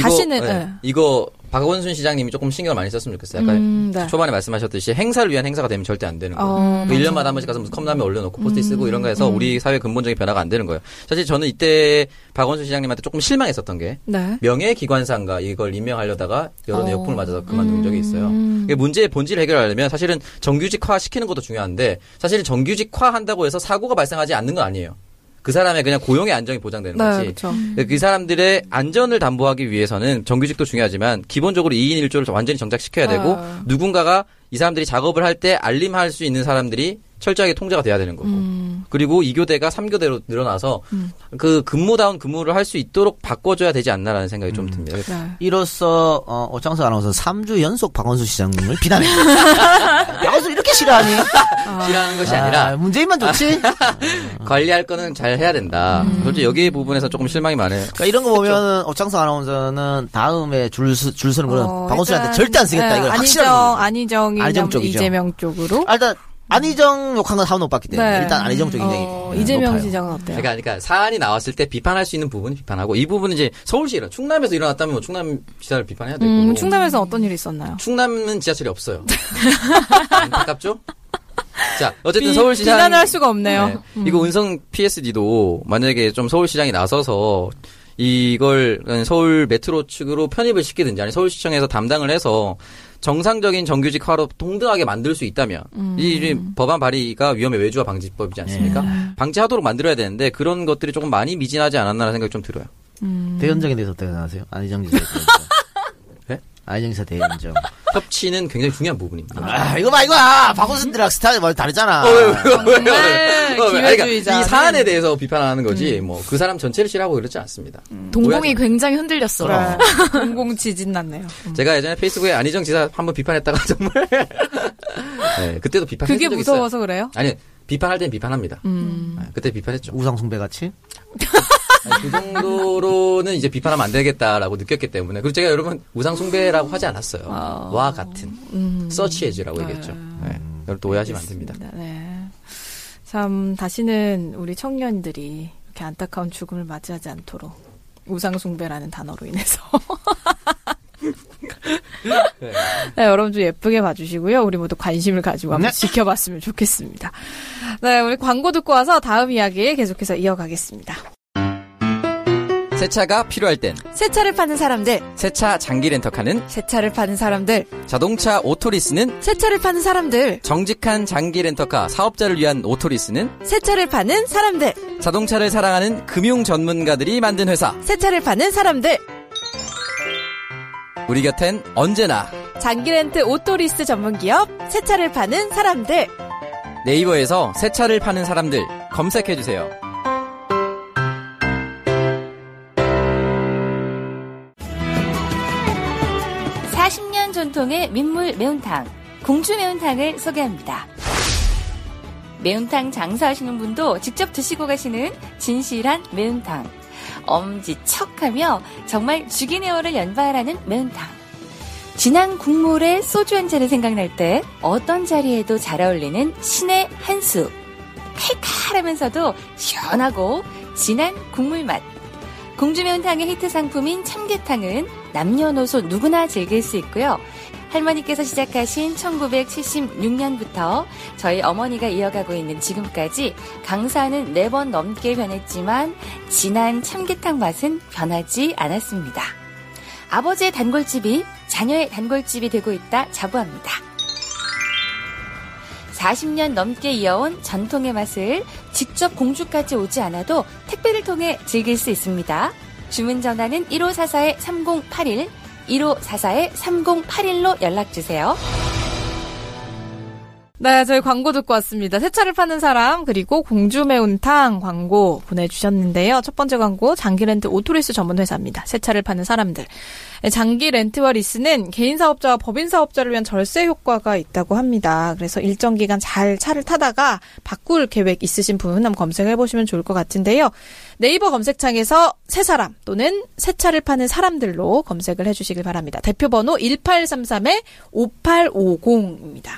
[SPEAKER 2] 다시는
[SPEAKER 5] 이거, 네. 이거 박원순 시장님이 조금 신경을 많이 썼으면 좋겠어요. 약간
[SPEAKER 2] 음, 네.
[SPEAKER 5] 초반에 말씀하셨듯이 행사를 위한 행사가 되면 절대 안 되는 거예요. 음,
[SPEAKER 2] 어,
[SPEAKER 5] 그 1년마다 한 번씩 가서 무슨 컵라면 올려놓고 포스트잇 쓰고 이런 거 해서 우리 사회 근본적인 변화가 안 되는 거예요. 사실 저는 이때 박원순 시장님한테 조금 실망했었던 게
[SPEAKER 2] 네.
[SPEAKER 5] 명예기관상가 이걸 임명하려다가
[SPEAKER 2] 어.
[SPEAKER 5] 여론의 역풍을 맞아서 그만둔 적이 있어요.
[SPEAKER 2] 음.
[SPEAKER 5] 이게 문제의 본질을 해결하려면 사실은 정규직화 시키는 것도 중요한데 사실은 정규직화 한다고 해서 사고가 발생하지 않는 건 아니에요. 그 사람의 그냥 고용의 안정이 보장되는
[SPEAKER 2] 네,
[SPEAKER 5] 거지.
[SPEAKER 2] 그렇죠.
[SPEAKER 3] 음,
[SPEAKER 5] 근데 그 사람들의 안전을 담보하기 위해서는 정규직도 중요하지만 기본적으로 2인 1조를 완전히 정착시켜야 되고
[SPEAKER 2] 아.
[SPEAKER 5] 누군가가 이 사람들이 작업을 할 때 알림할 수 있는 사람들이 철저하게 통제가 돼야 되는 거고
[SPEAKER 2] 음.
[SPEAKER 5] 그리고 2교대가 3교대로 늘어나서 그 근무다운 근무를 할 수 있도록 바꿔줘야 되지 않나라는 생각이 좀 듭니다.
[SPEAKER 2] 네.
[SPEAKER 3] 이로써, 어, 오창석 아나운서는 3주 연속 박원순 시장님을 비난했다. 박원순 이렇게 싫어하니?
[SPEAKER 5] 싫어하는 것이 아니라
[SPEAKER 3] 아, 문재인만 좋지?
[SPEAKER 5] 관리할 거는 잘 해야 된다.
[SPEAKER 2] 음.
[SPEAKER 5] 솔직히 여기 부분에서 조금 실망이 많아요.
[SPEAKER 3] 그러니까 이런 거 보면은 오창석 아나운서는 다음에 줄, 수- 줄 서는 거는
[SPEAKER 2] 어,
[SPEAKER 3] 박원순한테
[SPEAKER 2] 일단,
[SPEAKER 3] 절대 안 쓰겠다.
[SPEAKER 2] 네,
[SPEAKER 3] 이걸
[SPEAKER 2] 안희정,
[SPEAKER 3] 확실하게.
[SPEAKER 2] 안희정이
[SPEAKER 3] 안희정
[SPEAKER 2] 남-
[SPEAKER 3] 쪽이죠.
[SPEAKER 2] 이재명 쪽으로.
[SPEAKER 3] 아, 일단 안희정 욕한 건 사원 못 봤기 때문에
[SPEAKER 2] 네.
[SPEAKER 3] 일단 안희정 쪽이 굉장히
[SPEAKER 2] 어,
[SPEAKER 3] 높아요.
[SPEAKER 2] 이재명 시장은 어때요?
[SPEAKER 5] 그러니까, 그러니까 사안이 나왔을 때 비판할 수 있는 부분은 비판하고 이 부분은 이제 서울시 일어 충남에서 일어났다면 뭐 충남 지사를 비판해야 되고 뭐
[SPEAKER 2] 음, 충남에서 어떤 일이 있었나요?
[SPEAKER 5] 충남은 지하철이 없어요. 안타깝죠? 자, 어쨌든
[SPEAKER 2] 비-
[SPEAKER 5] 서울시장
[SPEAKER 2] 비난을 할 수가 없네요. 음.
[SPEAKER 5] 네. 이거 은성 PSD도 만약에 좀 서울시장이 나서서 이걸 서울 메트로 측으로 편입을 시키든지 아니 서울시청에서 담당을 해서 정상적인 정규직화로 동등하게 만들 수 있다면
[SPEAKER 2] 음.
[SPEAKER 5] 이 지금 법안 발의가 위험의 외주화 방지법이지 않습니까?
[SPEAKER 2] 네.
[SPEAKER 5] 방지하도록 만들어야 되는데 그런 것들이 조금 많이 미진하지 않았나라는 생각이 좀 들어요.
[SPEAKER 3] 대연정에 대해서 어떻게 생각하세요? 안희정 지사 대연정.
[SPEAKER 5] 네?
[SPEAKER 3] 안희정 지사 대연정.
[SPEAKER 5] 협치는 굉장히 중요한 부분입니다.
[SPEAKER 3] 아, 이거 봐, 이거 봐! 박원순들이랑 스타일이 많이
[SPEAKER 5] 어,
[SPEAKER 3] 다르잖아.
[SPEAKER 2] 정말 기회주의자.
[SPEAKER 5] 그러니까 이 사안에 대해서 비판하는 거지 뭐 그 사람 전체를 싫어하고 그렇지 않습니다.
[SPEAKER 6] 동공이 굉장히 흔들렸어.
[SPEAKER 7] 네.
[SPEAKER 2] 공공 지진 났네요.
[SPEAKER 5] 음. 제가 예전에 페이스북에 안희정 지사 한번 비판했다가 정말 네, 그때도 비판했던
[SPEAKER 2] 그게
[SPEAKER 5] 적
[SPEAKER 2] 무서워서 음. 그래요?
[SPEAKER 5] 있어요. 아니 비판할 땐 비판합니다. 아, 그때 비판했죠.
[SPEAKER 3] 우상숭배 같이?
[SPEAKER 5] 아니, 그 정도로는 이제 비판하면 안 되겠다라고 느꼈기 때문에 그리고 제가 여러분 우상숭배라고 하지 않았어요.
[SPEAKER 2] 아.
[SPEAKER 5] 와 같은
[SPEAKER 2] 음.
[SPEAKER 5] 서치에즈라고 얘기했죠. 네. 여러분 또 오해하시면 안 됩니다.
[SPEAKER 8] 네. 참 다시는 우리 청년들이 이렇게 안타까운 죽음을 맞이하지 않도록 우상숭배라는 단어로 인해서 네, 여러분 좀 예쁘게 봐주시고요. 우리 모두 관심을 가지고 한번
[SPEAKER 3] 네.
[SPEAKER 8] 지켜봤으면 좋겠습니다. 네, 우리 광고 듣고 와서 다음 이야기 계속해서 이어가겠습니다.
[SPEAKER 5] 세차가 필요할 땐
[SPEAKER 1] 세차를 파는 사람들,
[SPEAKER 5] 세차 장기 렌터카는
[SPEAKER 1] 세차를 파는 사람들,
[SPEAKER 5] 자동차 오토리스는
[SPEAKER 1] 세차를 파는 사람들,
[SPEAKER 5] 정직한 장기 렌터카 사업자를 위한 오토리스는
[SPEAKER 1] 세차를 파는 사람들,
[SPEAKER 5] 자동차를 사랑하는 금융 전문가들이 만든 회사.
[SPEAKER 1] 세차를 파는 사람들.
[SPEAKER 5] 우리 곁엔 언제나
[SPEAKER 1] 장기렌트 오토리스 전문기업 세차를 파는 사람들.
[SPEAKER 5] 네이버에서 새 차를 파는 사람들 검색해주세요.
[SPEAKER 1] 전통의 민물 매운탕, 공주 매운탕을 소개합니다. 매운탕 장사하시는 분도 직접 드시고 가시는 진실한 매운탕. 엄지척하며 정말 죽이네어를 연발하는 매운탕. 진한 국물에 소주 한 잔이 생각날 때 어떤 자리에도 잘 어울리는 신의 한수. 칼칼하면서도 시원하고 진한 국물 맛. 공주 매운탕의 히트 상품인 참게탕은 남녀노소 누구나 즐길 수 있고요. 할머니께서 시작하신 1976년부터 저희 어머니가 이어가고 있는 지금까지 강사는 4번 넘게 변했지만 진한 참게탕 맛은 변하지 않았습니다. 아버지의 단골집이 자녀의 단골집이 되고 있다 자부합니다. 40년 넘게 이어온 전통의 맛을 직접 공주까지 오지 않아도 택배를 통해 즐길 수 있습니다. 주문 전화는 1544-3081, 1544-3081로 연락주세요.
[SPEAKER 2] 네, 저희 광고 듣고 왔습니다. 새차를 파는 사람 그리고 공주 매운탕 광고 보내주셨는데요. 첫 번째 광고 장기 렌트 오토리스 전문 회사입니다. 새차를 파는 사람들. 네, 장기 렌트와 리스는 개인 사업자와 법인 사업자를 위한 절세 효과가 있다고 합니다. 그래서 일정 기간 잘 차를 타다가 바꿀 계획 있으신 분 한번 검색해 보시면 좋을 것 같은데요. 네이버 검색창에서 새 사람 또는 새 차를 파는 사람들로 검색을 해주시길 바랍니다. 대표 번호 1833에 5850입니다.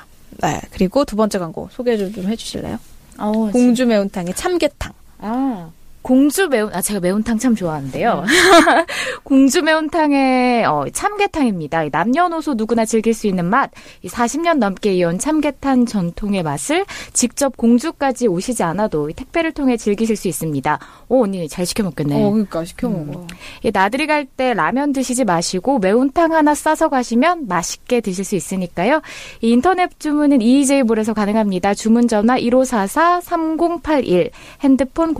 [SPEAKER 2] 네, 그리고 두 번째 광고 소개 좀, 좀 해주실래요?
[SPEAKER 7] 어,
[SPEAKER 2] 공주 매운탕의 참게탕.
[SPEAKER 7] 아, 공주 매운, 아, 제가 매운탕 참 좋아하는데요.
[SPEAKER 6] 음.
[SPEAKER 7] 공주 매운탕의 어, 참게탕입니다. 이 남녀노소 누구나 즐길 수 있는 맛, 이 40년 넘게 이어온 참게탕 전통의 맛을 직접 공주까지 오시지 않아도 이 택배를 통해 즐기실 수 있습니다. 오, 언니 잘 시켜먹겠네.
[SPEAKER 2] 그러니까 시켜 먹어.
[SPEAKER 7] 이 예, 나들이 갈 때 라면 드시지 마시고 매운탕 하나 싸서 가시면 맛있게 드실 수 있으니까요. 이 인터넷 주문은 EJ몰에서 가능합니다. 주문 전화 1544-3081, 핸드폰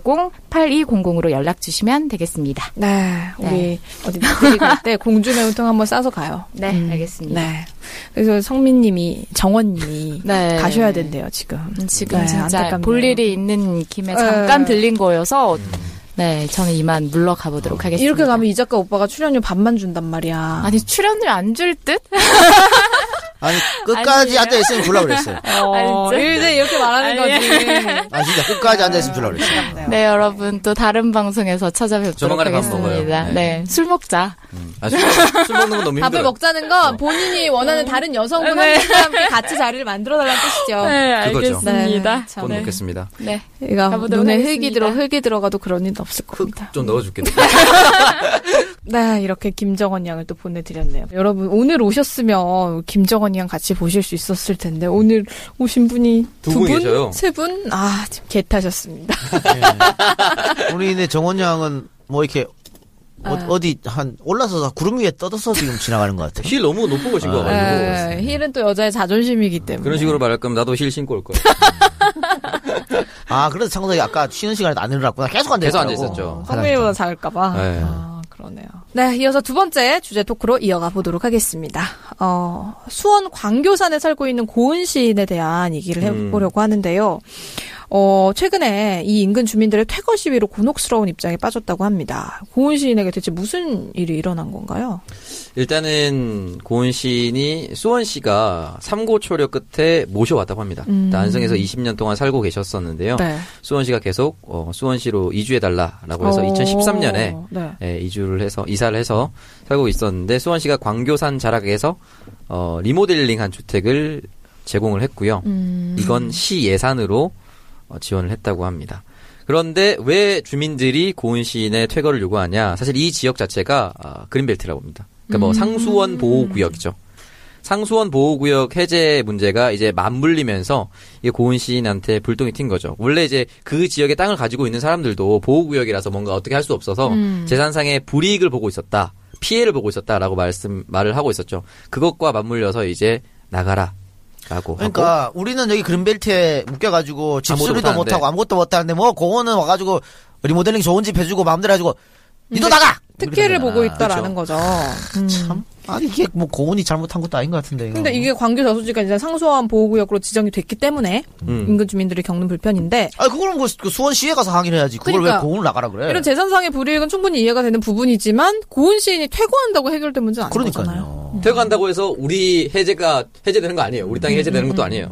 [SPEAKER 7] 010-4910-8200으로 연락 주시면 되겠습니다.
[SPEAKER 2] 네, 우리 어디 나들이 갈때 공주 매운탕 한번 싸서 가요.
[SPEAKER 7] 네, 알겠습니다.
[SPEAKER 2] 네. 그래서 성민님이 정원님이
[SPEAKER 7] 네. 음,
[SPEAKER 2] 가셔야 된대요 지금.
[SPEAKER 7] 지금
[SPEAKER 2] 네,
[SPEAKER 7] 진짜
[SPEAKER 2] 안타깝네요.
[SPEAKER 7] 볼 일이 있는 김에
[SPEAKER 2] 네. 음.
[SPEAKER 7] 잠깐 들린 거여서 네, 저는 이만 물러가 보도록 하겠습니다.
[SPEAKER 2] 어, 이렇게 가면 이 작가 오빠가 출연료 반만 준단 말이야.
[SPEAKER 7] 아니 출연을 안 줄 듯?
[SPEAKER 3] 아니, 끝까지 앉아있으면 불라 그랬어요.
[SPEAKER 2] 어, 이제 이렇게 말하는 거지.
[SPEAKER 3] 아, 진짜 끝까지 앉아있으면 불라 그랬어요.
[SPEAKER 7] 네, 여러분 또 다른 방송에서 찾아뵙도록
[SPEAKER 5] 조만간에 밥
[SPEAKER 7] 하겠습니다.
[SPEAKER 5] 먹어요. 네.
[SPEAKER 7] 네. 술 먹자.
[SPEAKER 5] 아, 술, 술 먹는 건 너무
[SPEAKER 2] 밥을
[SPEAKER 5] 힘들어요.
[SPEAKER 2] 먹자는 건 본인이 원하는 다른 여성분 한 분과 함께 같이 자리를 만들어 달라는 뜻이죠.
[SPEAKER 5] 그거죠.
[SPEAKER 2] 네, 알겠습니다. 네,
[SPEAKER 5] 곧 먹겠습니다.
[SPEAKER 2] 얘가
[SPEAKER 7] 가보도록
[SPEAKER 2] 눈에 흙이
[SPEAKER 7] 하겠습니다.
[SPEAKER 2] 들어 흙이 들어가도 그런 일 없을 겁니다.
[SPEAKER 5] 좀 넣어줄게요.
[SPEAKER 2] 네, 이렇게 김정은 양을 또 보내드렸네요. 여러분, 오늘 오셨으면 김정은 양 같이 보실 수 있었을 텐데, 오늘 오신 분이
[SPEAKER 5] 두
[SPEAKER 2] 두
[SPEAKER 5] 분
[SPEAKER 2] 분?
[SPEAKER 5] 계셔요.
[SPEAKER 2] 세 분? 아, 지금 개 타셨습니다.
[SPEAKER 3] 우리네 정원양은 뭐 이렇게
[SPEAKER 2] 네.
[SPEAKER 3] 어, 디한 올라서서 구름 위에 떠서 지금 지나가는 것 같아요.
[SPEAKER 5] 힐 너무 높은 거 신고
[SPEAKER 3] 아,
[SPEAKER 5] 와가지고
[SPEAKER 2] 에, 네, 힐은 또 여자의 자존심이기 때문에.
[SPEAKER 5] 네, 그런 식으로 말할 거면 나도 힐 신고 올 거야.
[SPEAKER 3] 아 그래서 창석이 아까 쉬는 시간에 안 일어났구나. 계속 앉아
[SPEAKER 5] 계속
[SPEAKER 3] 있더라고.
[SPEAKER 5] 앉아
[SPEAKER 2] 어,
[SPEAKER 5] 있었죠.
[SPEAKER 2] 황미보다 잘까봐.
[SPEAKER 5] 네.
[SPEAKER 2] 아, 그러네요. 네, 이어서 두 번째 주제 토크로 이어가 보도록 하겠습니다. 어, 수원 광교산에 살고 있는 고은 시인에 대한 얘기를
[SPEAKER 5] 음.
[SPEAKER 2] 해보려고 하는데요. 어, 최근에 이 인근 주민들의 퇴거 시위로 곤혹스러운 입장에 빠졌다고 합니다. 고은 시인에게 대체 무슨 일이 일어난 건가요?
[SPEAKER 5] 일단은 고은 시인이 수원 씨가 삼고초려 끝에 모셔왔다고 합니다.
[SPEAKER 2] 음.
[SPEAKER 5] 안성에서 20년 동안 살고 계셨었는데요.
[SPEAKER 2] 네.
[SPEAKER 5] 수원 씨가 계속 어, 수원 씨로 이주해달라라고 해서
[SPEAKER 2] 어,
[SPEAKER 5] 2013년에 예,
[SPEAKER 2] 네.
[SPEAKER 5] 이주를 해서 이사를 해서 살고 있었는데 수원 씨가 광교산 자락에서 어, 리모델링한 주택을 제공을 했고요.
[SPEAKER 2] 음,
[SPEAKER 5] 이건 시 예산으로 어, 지원을 했다고 합니다. 그런데 왜 주민들이 고은 시인의 퇴거를 요구하냐? 사실 이 지역 자체가 아, 그린벨트라고 합니다. 그러니까 뭐 상수원 보호 구역이죠. 상수원 보호구역 해제 문제가 이제 맞물리면서 이 고은 시인한테 불똥이 튄 거죠. 원래 이제 그 지역의 땅을 가지고 있는 사람들도 보호구역이라서 뭔가 어떻게 할 수 없어서 재산상의 불이익을 보고 있었다, 피해를 보고 있었다라고 말씀 말을 하고 있었죠. 그것과 맞물려서 이제 나가라라고 하고
[SPEAKER 2] 뭐?
[SPEAKER 3] 그러니까 우리는 여기 그린벨트에 묶여가지고 집수리도
[SPEAKER 5] 아무것도
[SPEAKER 3] 못하고 아무것도 못하는데 뭐 공원은 와가지고 리모델링 좋은 집 해주고 마음대로 해주고 니도 나가!
[SPEAKER 2] 특혜를
[SPEAKER 3] 이러잖아.
[SPEAKER 2] 보고 있다라는
[SPEAKER 5] 그렇죠?
[SPEAKER 2] 거죠. 음.
[SPEAKER 3] 참 아니 이게 뭐 공원이 잘못한 것도 아닌 것 같은데 이거.
[SPEAKER 2] 근데 이게 광교 저수지가 이제 상수원 보호구역으로 지정이 됐기 때문에
[SPEAKER 5] 음.
[SPEAKER 2] 인근 주민들이 겪는 불편인데
[SPEAKER 3] 아 그거는 그, 그 수원시에 가서 항의를 해야지 그걸
[SPEAKER 2] 그러니까.
[SPEAKER 3] 왜 공원을 나가라 그래
[SPEAKER 5] 네.
[SPEAKER 2] 이런 재산상의 불이익은 충분히 이해가 되는 부분이지만 고은 시인이 퇴거한다고 해결된 문제는 아니잖아요.
[SPEAKER 3] 그러니까요
[SPEAKER 5] 퇴거한다고 해서 우리 해제가 해제되는 거 아니에요. 우리 땅이 해제되는 것도 아니에요.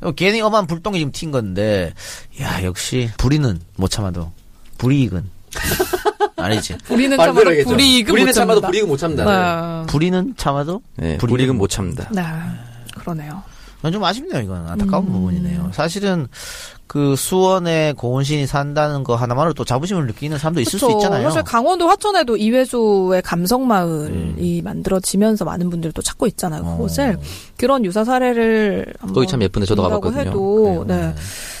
[SPEAKER 2] 네.
[SPEAKER 3] 괜히 엄한 불똥이 지금 튄 건데 야 역시 불이는 못 참아도 불이익은 아니지
[SPEAKER 2] 우리는 그러니까 참아도
[SPEAKER 5] 반대로 얘기했죠.
[SPEAKER 2] 불이익은
[SPEAKER 5] 우리는
[SPEAKER 2] 못
[SPEAKER 5] 참아도
[SPEAKER 2] 참는다.
[SPEAKER 5] 불이익은 못 참다.
[SPEAKER 3] 불이는 참아도
[SPEAKER 5] 네, 불이익은 못 참다.
[SPEAKER 2] 네. 그러네요.
[SPEAKER 3] 아, 좀 아쉽네요, 이건. 안타까운
[SPEAKER 2] 음.
[SPEAKER 3] 부분이네요. 사실은 그 수원에 고은신이 산다는 거 하나만으로 또 자부심을 느끼는 사람도 있을 수
[SPEAKER 2] 그쵸.
[SPEAKER 3] 있잖아요.
[SPEAKER 2] 그렇죠. 사실 강원도 화천에도 이회수의
[SPEAKER 5] 음.
[SPEAKER 2] 감성마을이 만들어지면서 많은 분들이 또 찾고 있잖아요. 그곳을 그런 유사 사례를
[SPEAKER 5] 어. 거기 참 예쁜데 저도
[SPEAKER 2] 본다고
[SPEAKER 5] 가봤거든요.
[SPEAKER 2] 해도 네.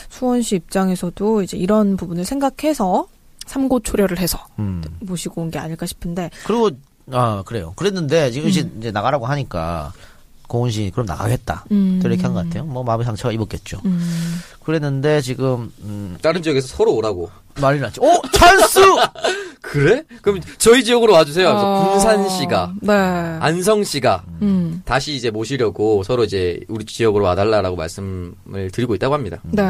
[SPEAKER 2] 수원시 입장에서도 이제 이런 부분을 생각해서 삼고 초려를 해서
[SPEAKER 3] 음.
[SPEAKER 2] 모시고 온 게 아닐까 싶은데
[SPEAKER 3] 그리고, 아, 그래요. 그랬는데 지금
[SPEAKER 2] 음.
[SPEAKER 3] 이제- 이제 나가라고 하니까 고은신이 그럼 나가겠다. 또 이렇게 한 것 같아요. 뭐 마음의 상처가 입었겠죠. 그랬는데 지금, 음,
[SPEAKER 5] 다른 지역에서 서로 오라고.
[SPEAKER 3] 난리 났죠. 오! 찬스!
[SPEAKER 5] 그래? 그럼 저희 지역으로 와주세요. 하면서
[SPEAKER 2] 어,
[SPEAKER 5] 군산 씨가
[SPEAKER 2] 네.
[SPEAKER 5] 안성 씨가
[SPEAKER 2] 음.
[SPEAKER 5] 다시 이제 모시려고 서로 이제 우리 지역으로 와달라라고 말씀을 드리고 있다고 합니다.
[SPEAKER 2] 네.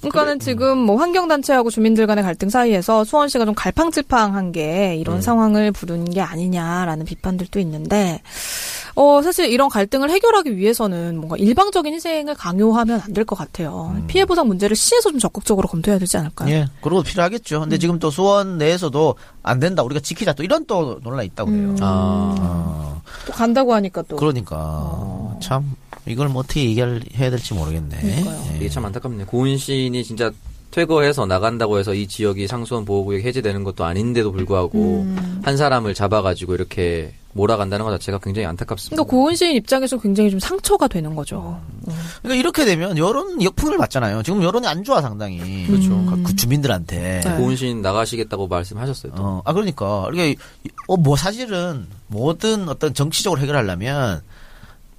[SPEAKER 2] 그러니까는 지금 뭐 환경단체하고 주민들 간의 갈등 사이에서 수원시가 좀 갈팡질팡한 게 이런
[SPEAKER 3] 네.
[SPEAKER 2] 상황을 부른 게 아니냐라는 비판들도 있는데, 어, 사실 이런 갈등을 해결하기 위해서는 뭔가 일방적인 희생을 강요하면 안 될 것 같아요. 피해보상 문제를 시에서 좀 적극적으로 검토해야 되지 않을까요?
[SPEAKER 3] 음. 예, 그런 것 필요하겠죠.
[SPEAKER 2] 음.
[SPEAKER 3] 근데 지금 또 수원 내에서도 안 된다. 우리가 지키자. 또 이런 또 논란이 있다고
[SPEAKER 2] 음.
[SPEAKER 3] 그래요. 아.
[SPEAKER 2] 또 간다고 하니까 또.
[SPEAKER 3] 그러니까 참 이걸 뭐 어떻게 얘기해야 될지 모르겠네. 예.
[SPEAKER 5] 이게 참 안타깝네요. 고은 시인이 진짜 퇴거해서 나간다고 해서 이 지역이 상수원 보호구역 해제되는 것도 아닌데도 불구하고
[SPEAKER 2] 음.
[SPEAKER 5] 한 사람을 잡아가지고 이렇게 몰아간다는 것 자체가 굉장히 안타깝습니다.
[SPEAKER 2] 그러니까 고은 시인 입장에서 굉장히 좀 상처가 되는 거죠.
[SPEAKER 3] 그러니까 이렇게 되면 여론 역풍을 맞잖아요. 지금 여론이 안 좋아 상당히. 그렇죠. 그 주민들한테.
[SPEAKER 2] 네.
[SPEAKER 5] 고은 시인 나가시겠다고 말씀하셨어요. 또.
[SPEAKER 3] 어, 아 그러니까 그러니까 어뭐 사실은 모든 어떤 정치적으로 해결하려면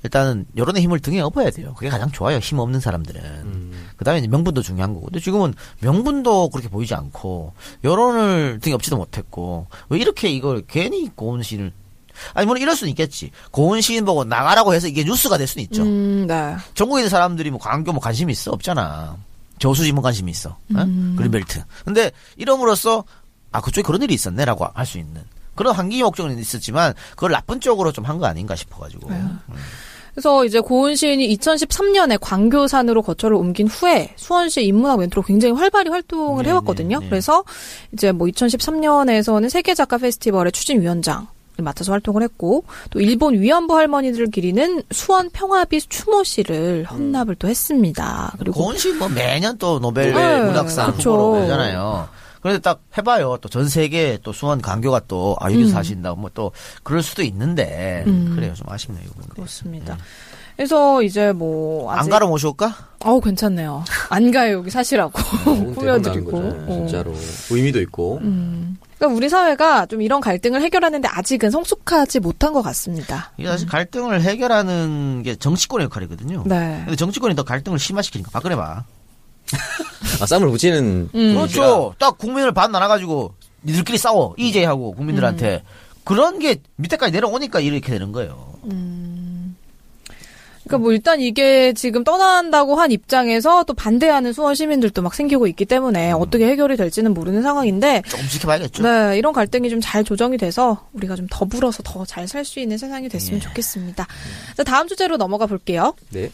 [SPEAKER 3] 일단은 여론의 힘을 등에 업어야 돼요. 그게 가장 좋아요. 힘 없는 사람들은. 그다음에 이제 명분도 중요한 거고. 근데 지금은 명분도 그렇게 보이지 않고 여론을 등에 업지도 못했고 왜 이렇게 이걸 괜히 고은 시인을 아니 물론 이럴 수는 있겠지. 고은 시인 보고 나가라고 해서 이게 뉴스가 될 수는 있죠.
[SPEAKER 2] 음, 네.
[SPEAKER 3] 전국에 있는 사람들이 뭐 광교 뭐 관심이 있어 없잖아. 저수지 뭐 관심이 있어. 어?
[SPEAKER 2] 음.
[SPEAKER 3] 그린벨트. 근데 이름으로써 아 그쪽에 그런 일이 있었네라고 할 수 있는 그런 환기 걱정은 있었지만 그걸 나쁜 쪽으로 좀 한 거 아닌가 싶어가지고.
[SPEAKER 2] 네. 그래서 이제 고은 시인이 2013년에 광교산으로 거처를 옮긴 후에 수원시 인문학 멘토로 굉장히 활발히 활동을
[SPEAKER 3] 네,
[SPEAKER 2] 해왔거든요.
[SPEAKER 3] 네, 네.
[SPEAKER 2] 그래서 이제 뭐 2013년에서는 세계 작가 페스티벌의 추진위원장. 을 맡아서 활동을 했고 또 일본 위안부 할머니들 기리는 수원 평화비 추모 씨를
[SPEAKER 3] 음.
[SPEAKER 2] 헌납을 또 했습니다. 그리고
[SPEAKER 3] 고은 씨뭐 매년 또 노벨
[SPEAKER 2] 네,
[SPEAKER 3] 문학상
[SPEAKER 2] 그쵸.
[SPEAKER 3] 후보로 되잖아요. 그런데 딱 해봐요. 또 전 세계 또 수원 강교가 또 아,
[SPEAKER 2] 음.
[SPEAKER 3] 여기서 사신다. 뭐 또 그럴 수도 있는데. 그래요. 좀 아쉽네요. 이거.
[SPEAKER 2] 그렇습니다. 그래서 이제 뭐 아직
[SPEAKER 3] 안 가러 모셔올까?
[SPEAKER 2] 어우 괜찮네요. 안 가요 여기 사시라고
[SPEAKER 3] 네,
[SPEAKER 2] 꾸며드리고. 어.
[SPEAKER 5] 네, 진짜로 의미도 있고
[SPEAKER 2] 그러니까 우리 사회가 좀 이런 갈등을 해결하는데 아직은 성숙하지 못한 것 같습니다.
[SPEAKER 3] 이게 사실 갈등을 해결하는 게 정치권의 역할이거든요.
[SPEAKER 2] 네.
[SPEAKER 3] 근데 정치권이 더 갈등을 심화시키니까 박근혜 봐.
[SPEAKER 5] 아, 쌈을 붙이는
[SPEAKER 2] 음.
[SPEAKER 3] 그렇죠. 딱 국민을 반 나눠가지고 니들끼리 싸워 이제 하고 국민들한테
[SPEAKER 2] 음.
[SPEAKER 3] 그런 게 밑에까지 내려오니까 이렇게 되는 거예요.
[SPEAKER 2] 그러니까 뭐 일단 이게 지금 떠난다고 한 입장에서 또 반대하는 수원 시민들도 막 생기고 있기 때문에 어떻게 해결이 될지는 모르는 상황인데
[SPEAKER 3] 조금 지켜봐야겠죠.
[SPEAKER 2] 네, 이런 갈등이 좀 잘 조정이 돼서 우리가 좀 더불어서 더 잘 살 수 있는 세상이 됐으면 좋겠습니다. 자, 다음 주제로 넘어가 볼게요.
[SPEAKER 5] 네.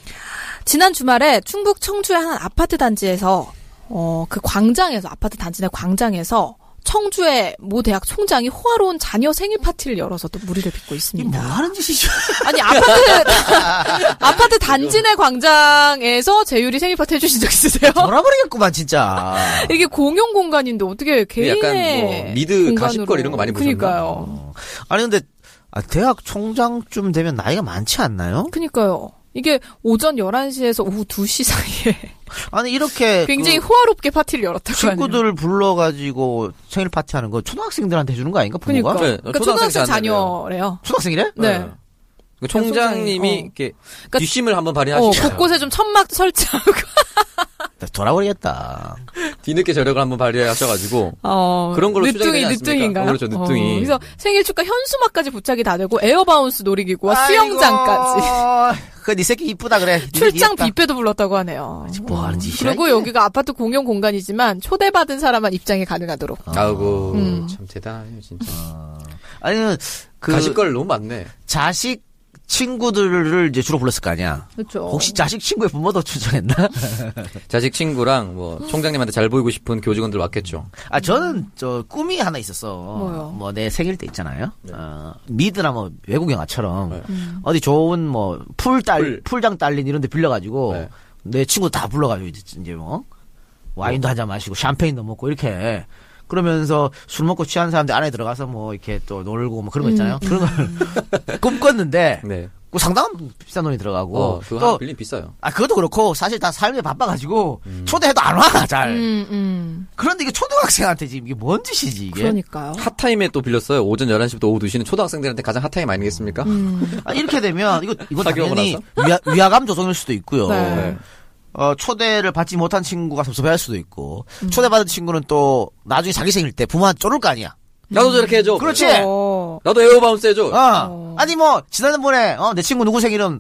[SPEAKER 2] 지난 주말에 충북 청주의 한 아파트 단지에서 어, 그 광장에서 아파트 단지 내 광장에서 청주의 모 대학 총장이 호화로운 자녀 생일 파티를 열어서 또 무리를 빚고
[SPEAKER 3] 이게 뭐
[SPEAKER 2] 있습니다.
[SPEAKER 3] 하는 짓이죠?
[SPEAKER 2] 아니 아파트 아파트 단지 내 광장에서 재율이 생일 파티 해주신 적 있으세요?
[SPEAKER 3] 돌아버리겠구만 진짜.
[SPEAKER 2] 이게 공용 공간인데 어떻게 개인의
[SPEAKER 5] 약간 뭐 미드 가십걸 이런 거 많이 보셨나? 어.
[SPEAKER 2] 그니까요.
[SPEAKER 3] 아니 근데 아, 대학 총장쯤 되면 나이가 많지 않나요?
[SPEAKER 2] 그니까요. 이게 오전 11시에서 오후 2시 사이에
[SPEAKER 3] 아니
[SPEAKER 5] 네,
[SPEAKER 3] 이렇게
[SPEAKER 2] 굉장히
[SPEAKER 3] 그
[SPEAKER 2] 호화롭게 파티를 열었다고 하네요.
[SPEAKER 3] 친구들을 불러가지고 생일 파티 하는 거 초등학생들한테 해주는 거 아닌가
[SPEAKER 2] 그니까.
[SPEAKER 3] 부모가?
[SPEAKER 5] 네,
[SPEAKER 2] 그러니까
[SPEAKER 5] 초등학생
[SPEAKER 2] 초등학생
[SPEAKER 5] 자녀예요.
[SPEAKER 2] 자녀래요.
[SPEAKER 3] 초등학생이래?
[SPEAKER 2] 네.
[SPEAKER 5] 어. 그 총장님이
[SPEAKER 2] 총장이, 어.
[SPEAKER 5] 이렇게
[SPEAKER 2] 그러니까
[SPEAKER 5] 뒷심을 한번
[SPEAKER 2] 어,
[SPEAKER 5] 발휘하시고
[SPEAKER 2] 곳곳에 좀 천막 설치하고.
[SPEAKER 3] 나 돌아버리겠다.
[SPEAKER 5] 뒤늦게 저력을 한번 발휘하셔가지고
[SPEAKER 2] 어,
[SPEAKER 5] 그런 걸로
[SPEAKER 2] 늦둥이,
[SPEAKER 5] 추정되지 않습니까?
[SPEAKER 2] 늦둥이인가요?
[SPEAKER 5] 어, 그렇죠, 늦둥이.
[SPEAKER 2] 어, 그래서 생일 축하 현수막까지 부착이 다 되고 에어바운스 놀이기구와 수영장까지.
[SPEAKER 3] 그네 새끼 이쁘다 그래. 네
[SPEAKER 2] 출장
[SPEAKER 3] 이쁘다.
[SPEAKER 2] 뷔페도 불렀다고 하네요.
[SPEAKER 3] 뭐 하는 짓이야?
[SPEAKER 2] 그리고
[SPEAKER 3] 이게?
[SPEAKER 2] 여기가 아파트 공용 공간이지만 초대받은 사람만 입장이 가능하도록.
[SPEAKER 5] 아이고
[SPEAKER 2] 음. 아.
[SPEAKER 5] 참 대단해요 진짜
[SPEAKER 3] 아니면 그
[SPEAKER 5] 가십걸 너무 많네
[SPEAKER 3] 자식 친구들을 이제 주로 불렀을 거 아니야.
[SPEAKER 5] 어.
[SPEAKER 2] 그렇죠.
[SPEAKER 3] 혹시 자식 친구의 부모도 추정했나?
[SPEAKER 5] 자식 친구랑
[SPEAKER 2] 음.
[SPEAKER 5] 뭐 총장님한테 잘 보이고 싶은 교직원들 왔겠죠
[SPEAKER 3] 아
[SPEAKER 5] 음.
[SPEAKER 3] 저는 저 꿈이 하나 있었어.
[SPEAKER 2] 뭐요?
[SPEAKER 3] 뭐 내 생일 때 있잖아요. 어, 미드나 뭐 외국 영화처럼
[SPEAKER 5] 네.
[SPEAKER 2] 음.
[SPEAKER 3] 어디 좋은 뭐풀딸
[SPEAKER 5] 풀.
[SPEAKER 3] 풀장 딸린 이런데 빌려가지고
[SPEAKER 5] 네.
[SPEAKER 3] 내 친구 다 불러가지고 이제 이제 뭐
[SPEAKER 5] 뭐.
[SPEAKER 3] 와인도 한 잔 마시고 샴페인도 먹고 이렇게 그러면서 술 먹고 취한 사람들 안에 들어가서 뭐 이렇게 또 놀고 뭐 그런 거 있잖아요.
[SPEAKER 2] 음.
[SPEAKER 3] 그런 걸 꿈꿨는데
[SPEAKER 5] 네
[SPEAKER 3] 그 상당한 비싼 돈이 들어가고
[SPEAKER 5] 어, 그거
[SPEAKER 3] 또
[SPEAKER 5] 하나 빌린 비싸요
[SPEAKER 3] 아, 그것도 그렇고, 사실 다 삶에 바빠가지고,
[SPEAKER 5] 음.
[SPEAKER 3] 초대해도 안 와, 잘.
[SPEAKER 2] 음, 음.
[SPEAKER 3] 그런데 이게 초등학생한테 지금 이게 뭔 짓이지, 이게.
[SPEAKER 2] 그러니까요.
[SPEAKER 5] 핫타임에 또 빌렸어요 오전 11시부터 오후 2시는 초등학생들한테 가장 핫타임 아니겠습니까
[SPEAKER 2] 음.
[SPEAKER 3] 아, 이렇게 되면, 이거, 이거
[SPEAKER 5] 사귀고
[SPEAKER 3] 당연히 위화, 위화감 조성일 수도 있고요.
[SPEAKER 2] 네.
[SPEAKER 5] 네.
[SPEAKER 3] 어, 초대를 받지 못한 친구가 섭섭해 할 수도 있고,
[SPEAKER 2] 음.
[SPEAKER 3] 초대받은 친구는 또, 나중에 자기 생일 때 부모한테 쫄을 거 아니야.
[SPEAKER 5] 나도 저렇게 해줘
[SPEAKER 3] 그렇지!
[SPEAKER 5] 그렇죠.
[SPEAKER 2] 어,
[SPEAKER 5] 나도 에어바운스 해줘
[SPEAKER 3] 어. 아니, 뭐, 지난번에, 어, 내 친구 누구 생일은,